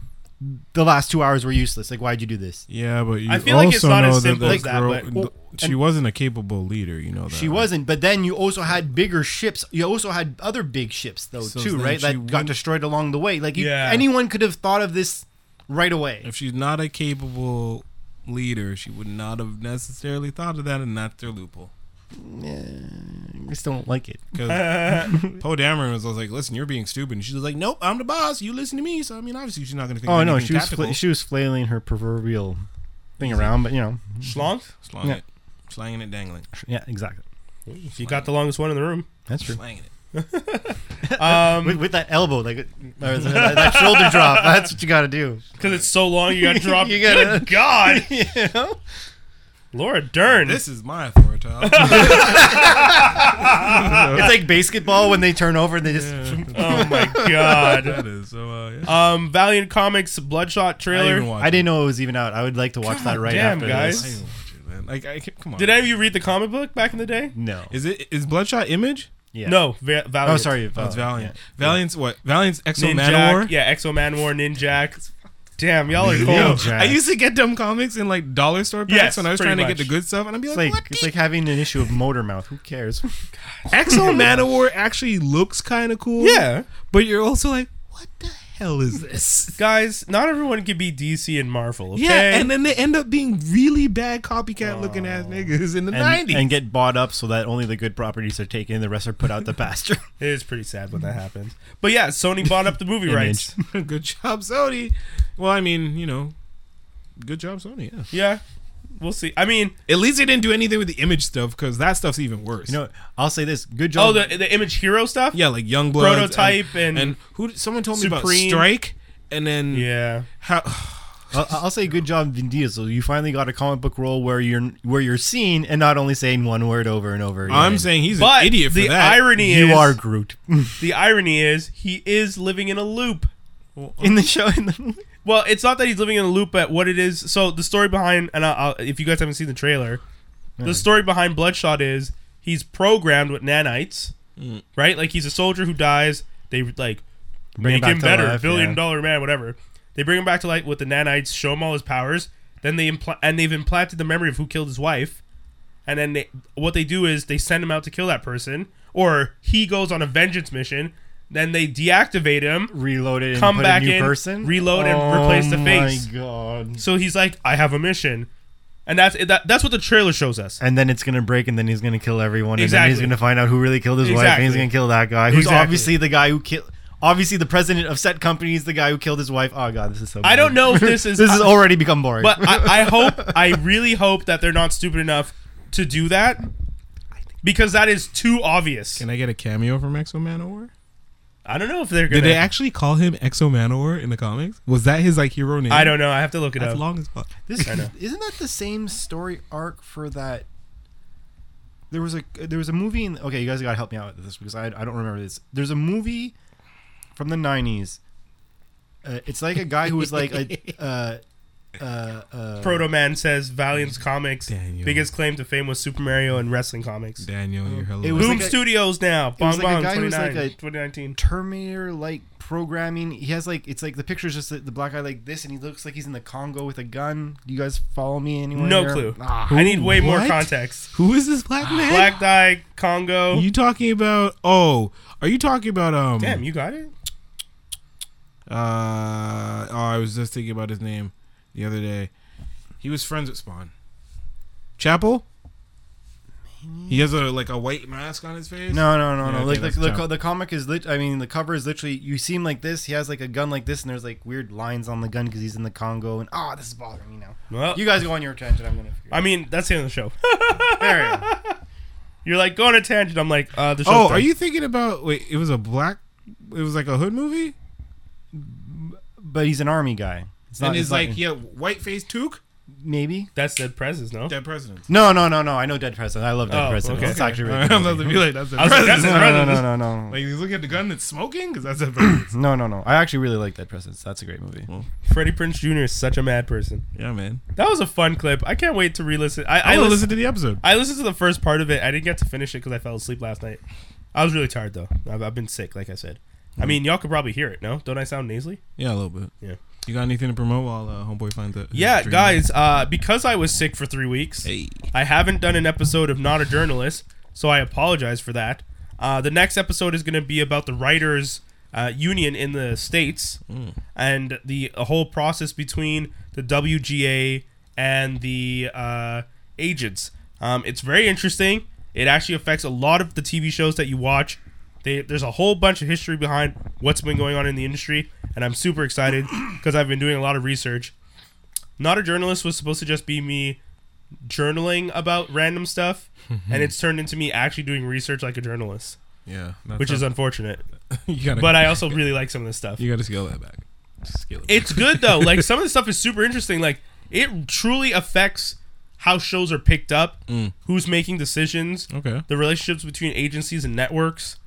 S3: the last two hours were useless. Like, why'd you do this?
S2: yeah, but you
S1: I feel like
S2: also
S1: it's not
S2: know
S1: as
S2: that
S1: simple
S2: that
S1: as that,
S2: girl,
S1: but-
S2: th- she wasn't a capable leader. You know that
S3: She
S2: right?
S3: wasn't, but then you also had bigger ships. You also had other big ships though
S2: So
S3: too,
S2: then
S3: right?
S2: she
S3: That got
S2: wouldn't-
S3: destroyed along the way. Like, you,
S1: Yeah.
S3: anyone could have thought of this right away.
S2: If she's not a capable leader, she would not have necessarily thought of that, and that's their loophole.
S3: I just don't like it.
S2: Because Poe Dameron was, was like, "Listen, you're being stupid." And she was like, "Nope, I'm the boss. You listen to me." So I mean, obviously, she's not going to think.
S3: Oh
S2: of
S3: no,
S2: anything
S3: she was
S2: tactical.
S3: fla- she was flailing her proverbial thing around, but you know,
S1: Schlong,
S2: Slang
S3: Yeah.
S2: it, slanging it, dangling,
S3: yeah, exactly.
S1: you got the longest one in the room.
S3: That's true.
S2: slanging it.
S1: Um,
S3: With, with that elbow, like uh, or that, that shoulder drop, that's what you got to do.
S1: because it's so long, you got to drop.
S3: You gotta-
S1: Good God,
S3: You know?
S1: Laura Dern.
S2: This is my authority.
S3: It's like basketball when they turn over and they just
S1: oh my God.
S2: that is so. Uh, yeah.
S1: Um, Valiant Comics Bloodshot
S2: I didn't
S1: trailer.
S2: even watch
S3: I
S2: it.
S3: didn't know it was even out. I would like to watch that right
S1: damn,
S3: after
S1: guys.
S3: this.
S2: I didn't watch it, man. Like, I, can't- come on.
S1: Did any of you read the comic book back in the day?
S3: No.
S2: Is it is Bloodshot Image?
S3: Yeah.
S1: No, Va- Valiant.
S3: Oh, sorry.
S2: Oh,
S3: Valiant.
S2: it's Valiant. Valiant's what? Valiant's Exo
S1: Ninjak.
S2: Manowar.
S1: Yeah, Exo Manowar, Ninjak. Damn, y'all are
S2: Yo,
S1: cold.
S3: Ninjak.
S2: I used to get dumb comics in like dollar store packs
S1: Yes,
S2: when I was
S1: pretty
S2: trying to get
S1: much.
S2: the good stuff, and I'd be
S3: It's
S2: like,
S3: like
S2: "What?
S3: it's like having an issue of motor mouth. Who cares?
S2: Exo Manowar actually looks kind of cool."
S1: Yeah.
S2: but you're also like, "What the hell is this?"
S1: Guys, not everyone can be DC and Marvel. Okay?
S2: Yeah, and then they end up being really bad copycat looking ass niggas in the
S3: And,
S2: nineties.
S3: and get bought up so that only the good properties are taken and the rest are put out the pasture.
S1: It is pretty sad when that happens. But yeah, Sony bought up the movie rights.
S2: good job, Sony. Well, I mean, you know, good job, Sony. Yeah.
S1: Yeah, we'll see. I mean,
S2: At least they didn't do anything with the image stuff because that stuff's even worse.
S3: You know, I'll say this. Good
S1: oh,
S3: job.
S1: the the Image Hero stuff.
S2: yeah, like Young
S1: Prototype and-
S2: and who? Someone told me about
S1: Supreme.
S2: Strike, and then
S1: yeah.
S2: how
S3: I'll, I'll say good job, Vin Diesel. You finally got a comic book role where you're where you're seen and not only saying one word over and over. Again.
S2: I'm saying he's
S1: But
S2: an idiot for
S1: the
S2: that.
S1: irony
S3: you
S1: is
S3: are Groot
S1: the irony is he is living in a loop.
S3: in the show. In the
S1: Well, it's not that he's living in a loop, but what it is. So the story behind, and I'll, I'll, if you guys haven't seen the trailer, the story behind Bloodshot is he's programmed with nanites, right? Like he's a soldier who dies. They like
S3: Bring him
S1: make him,
S3: back to
S1: better,
S3: life,
S1: billion
S3: yeah.
S1: dollar man, whatever. They bring him back to life with the nanites, show him all his powers. Then they impl- and they've implanted the memory of who killed his wife. And then they, what they do is they send him out to kill that person, or he goes on a vengeance mission. Then they deactivate him,
S3: Reload it. And
S1: Come
S3: put
S1: back
S3: a new
S1: in,
S3: person.
S1: reload and
S3: Oh
S1: replace the face.
S3: My God.
S1: so he's like, I have a mission, and that's that, that's what the trailer shows us.
S3: and then it's gonna break, and then he's gonna kill everyone, and then he's
S1: Exactly.
S3: gonna find out who really killed his wife, and he's
S1: Exactly.
S3: gonna kill that guy, who's
S1: Exactly.
S3: obviously the guy who killed. Obviously, the president of said company is the guy who killed his wife. Oh god, this is so.
S1: I don't
S3: boring.
S1: know if this is
S3: this has already become boring.
S1: but I, I hope I really hope that they're not stupid enough to do that because that is too obvious.
S2: Can I get a cameo from Exo Manowar?
S1: I don't know if they're gonna.
S2: Did they actually call him Exo Manowar in the comics? Was that his like hero name?
S1: I don't know. I have to look it
S2: That's
S1: up.
S2: long as fuck.
S3: This
S1: I know.
S3: isn't that the same story arc for that. There was a there was a movie. In, okay, you guys got to help me out with this because I, I don't remember this. There's a movie from the '90s. Uh, it's like a guy who was like a. Uh, uh, uh,
S1: Proto Man says Valiant's comics
S2: Mm. Daniel.
S1: biggest claim to fame was Super Mario and wrestling comics.
S2: Daniel, you're
S3: It
S2: hello.
S3: was-
S1: Boom
S3: like a-
S1: Studios now.
S3: was
S1: Bong
S3: like a
S1: Bong
S3: guy who was
S1: 29,
S3: like a-
S1: 2019.
S3: Terminator like programming. He has like it's like the picture's just the, the black guy like this, and he looks like he's in the Congo with a gun. Do you guys follow me anywhere?
S1: No
S3: here?
S1: clue.
S3: Ah.
S1: I need way more
S2: What?
S1: context.
S2: Who is this black man?
S1: Ah, Black Dye, Congo.
S2: Are you talking about? Oh, are you talking about um?
S1: Damn, you got it?
S2: Uh, oh, I was just thinking about his name the other day. He was friends with Spawn. Chapel. He has a like a white mask on his face.
S3: No, no, no,
S2: Yeah,
S3: no.
S2: okay,
S3: like the,
S2: that's
S3: the,
S2: Jump.
S3: co- the comic is lit. I mean, the cover is literally you see him like this. He has like a gun like this, and there's like weird lines on the gun because he's in the Congo. And ah, this is bothering me now.
S1: Well,
S3: You guys go on your tangent. I'm gonna. Figure it
S1: I mean, that's the end of the show.
S3: out. There we go.
S1: You're like, go on a tangent. I'm like, uh, the show.
S2: Oh, are you thinking about? Wait, it was a black. It was like a hood movie,
S3: But he's an army guy. It's not.
S2: and it's like
S3: not,
S2: he had white face toque.
S3: maybe.
S1: That's Dead Prezes, no?
S2: Dead presidents.
S3: No, no, no, no. I know Dead President. I love Dead
S1: Oh,
S3: President.
S1: okay.
S3: It's actually really
S2: I'm
S3: good.
S2: about to be like that's a
S1: I was like, that's
S2: president.
S1: a-
S3: No, no, no, no, no, no.
S2: Like he's looking at the gun that's smoking because that's a president.
S3: No, no, no. I actually really like Dead Presidents. That's a great movie.
S1: Freddie Prince Jr. is such a mad person.
S2: yeah, man.
S1: That was a fun clip. I can't wait to re listen. I,
S2: I
S1: I,
S2: will
S1: listen-
S2: listen to the episode.
S1: I listened to the first part of it. I didn't get to finish it because I fell asleep last night. I was really tired, though. I've, I've been sick, like I said. I mean, y'all could probably hear it, no? Don't I sound nasally?
S2: Yeah, a little bit.
S1: Yeah.
S2: You got anything to promote while uh, homeboy finds it?
S1: Yeah, guys, uh, because I was sick for three weeks,
S2: Hey.
S1: I haven't done an episode of Not a Journalist, so I apologize for that. Uh, the next episode is going to be about the writers' uh, union in the states and the whole process between the WGA and the uh, agents. Um, it's very interesting. It actually affects a lot of the TV shows that you watch. They, there's a whole bunch of history behind what's been going on in the industry, and I'm super excited because I've been doing a lot of research not a journalist was supposed to just be me journaling about random stuff and it's turned into me actually doing research like a journalist
S2: Yeah, that's
S1: which is
S2: not-
S1: unfortunate
S2: you gotta,
S1: but i also really like some of this stuff
S2: you gotta scale that back. Scale it.
S1: it's good though like some of the stuff is super interesting like it truly affects how shows are picked up who's making decisions
S2: okay.
S1: the relationships between agencies and networks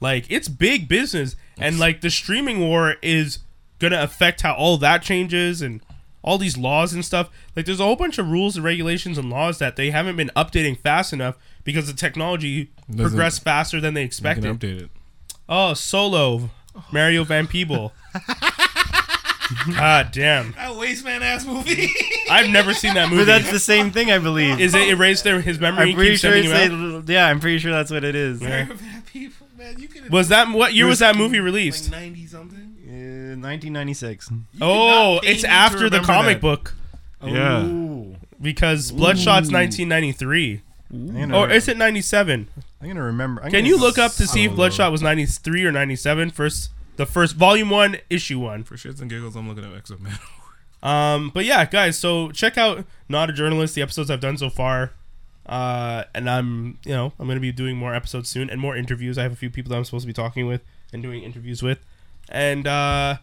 S1: like it's big business and like the streaming war is gonna affect how all that changes and all these laws and stuff like there's a whole bunch of rules and regulations and laws that they haven't been updating fast enough because the technology progressed faster than they
S2: I can
S1: expected
S2: update it.
S1: oh solo mario van peeble god damn
S2: That waste man ass movie.
S1: i've never seen that movie
S3: But that's the same thing, I believe.
S1: is it erased their, his memory
S3: I'm
S1: and
S3: pretty
S1: keeps
S3: sure
S1: sending
S3: it's
S1: him out?
S3: a, yeah. I'm pretty sure that's what it is.
S2: people, man, you could
S1: was that what year was that movie released
S2: ninety something.
S3: Uh, 1996.
S1: oh
S2: not pay
S1: it's
S2: me to
S1: after the
S2: remember
S1: comic
S2: that.
S1: book
S2: Yeah.
S3: Ooh.
S1: because Bloodshot's 1993
S3: I'm gonna,
S1: or is it 97?
S3: I'm gonna remember. I'm
S1: Can
S3: gonna
S1: you look up to see if
S2: Solo.
S1: Bloodshot was 93 or 97 first the first volume 1 issue 1.
S2: For shits and giggles, I'm looking at Exo Man.
S1: Um but yeah, guys, so check out Not a Journalist the episodes I've done so far. Uh and I'm, you know, I'm going to be doing more episodes soon and more interviews. I have a few people that I'm supposed to be talking with and doing interviews with. And uh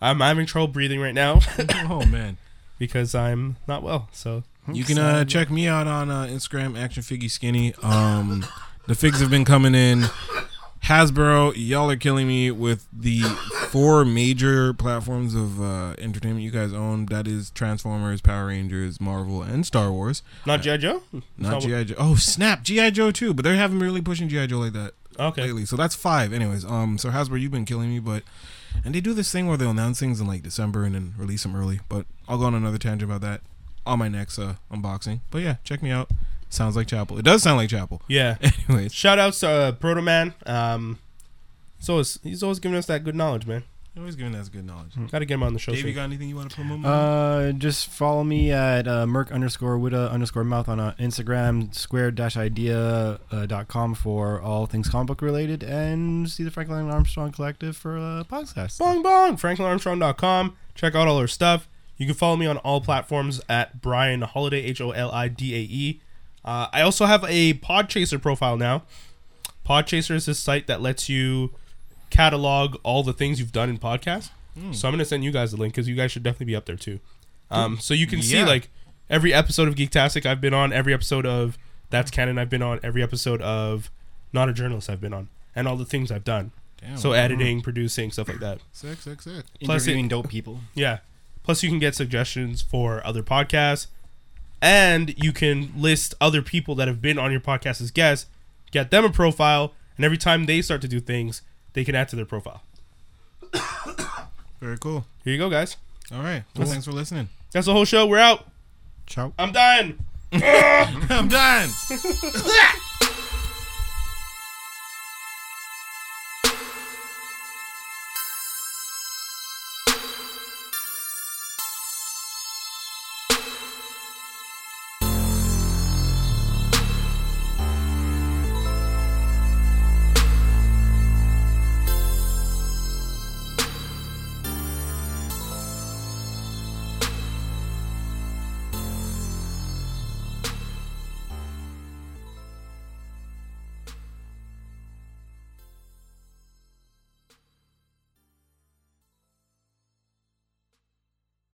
S1: I'm having trouble breathing right now
S2: oh man,
S1: because I'm not well. So
S2: you can uh, check me out on uh, Instagram, Action Figgy Skinny. Um, the figs have been coming in. Hasbro, y'all are killing me with the four major platforms of uh, entertainment you guys own. That is Transformers, Power Rangers, Marvel, and Star Wars.
S1: not G.I. Joe?
S2: Not GI Joe. Oh snap, GI Joe too. But they haven't been really pushing GI Joe like that
S1: Okay.
S2: lately. So that's five. Anyways, um, so Hasbro, you've been killing me, but and they do this thing where they'll announce things in like December and then release them early. But I'll go on another tangent about that on my next uh, unboxing. But yeah, check me out. Sounds like Chapel. It does sound like Chapel.
S1: Yeah.
S2: Anyways,
S1: Shout outs to uh, Proto Man. Um, he's always, he's always giving us that good knowledge, man.
S2: always giving us good knowledge.
S1: Got to get him on the show.
S2: Dave, you
S1: soon.
S2: got anything you want to promote?
S3: Uh, just follow me at uh, Merc underscore Witta underscore Mouth on uh, Instagram, square dash idea uh, dot com for all things comic book related, and see the Franklin Armstrong Collective for uh, podcast.
S1: Bong bong. FranklinArmstrong.com. Check out all our stuff. You can follow me on all platforms at Brian Holiday H O L I D A E. Uh, I also have a Podchaser profile now. Podchaser is this site that lets you catalog all the things you've done in podcasts. So I'm gonna send you guys the link because you guys should definitely be up there too. Um, so you can see
S2: Yeah.
S1: like every episode of Geektastic I've been on, every episode of That's Canon I've been on, every episode of Not a Journalist I've been on, and all the things I've done.
S2: Damn.
S1: so eh. editing, producing, stuff like that.
S2: Sick, sick, sick.
S1: Plus it-
S3: Interviewing dope people.
S1: Yeah. Plus, you can get suggestions for other podcasts, and you can list other people that have been on your podcast as guests, get them a profile, and every time they start to do things, they can add to their profile.
S2: Very cool.
S1: Here you go, guys.
S2: All right. Well, thanks for listening.
S1: That's the whole show. We're out.
S3: Ciao.
S1: I'm dying.
S2: I'm done.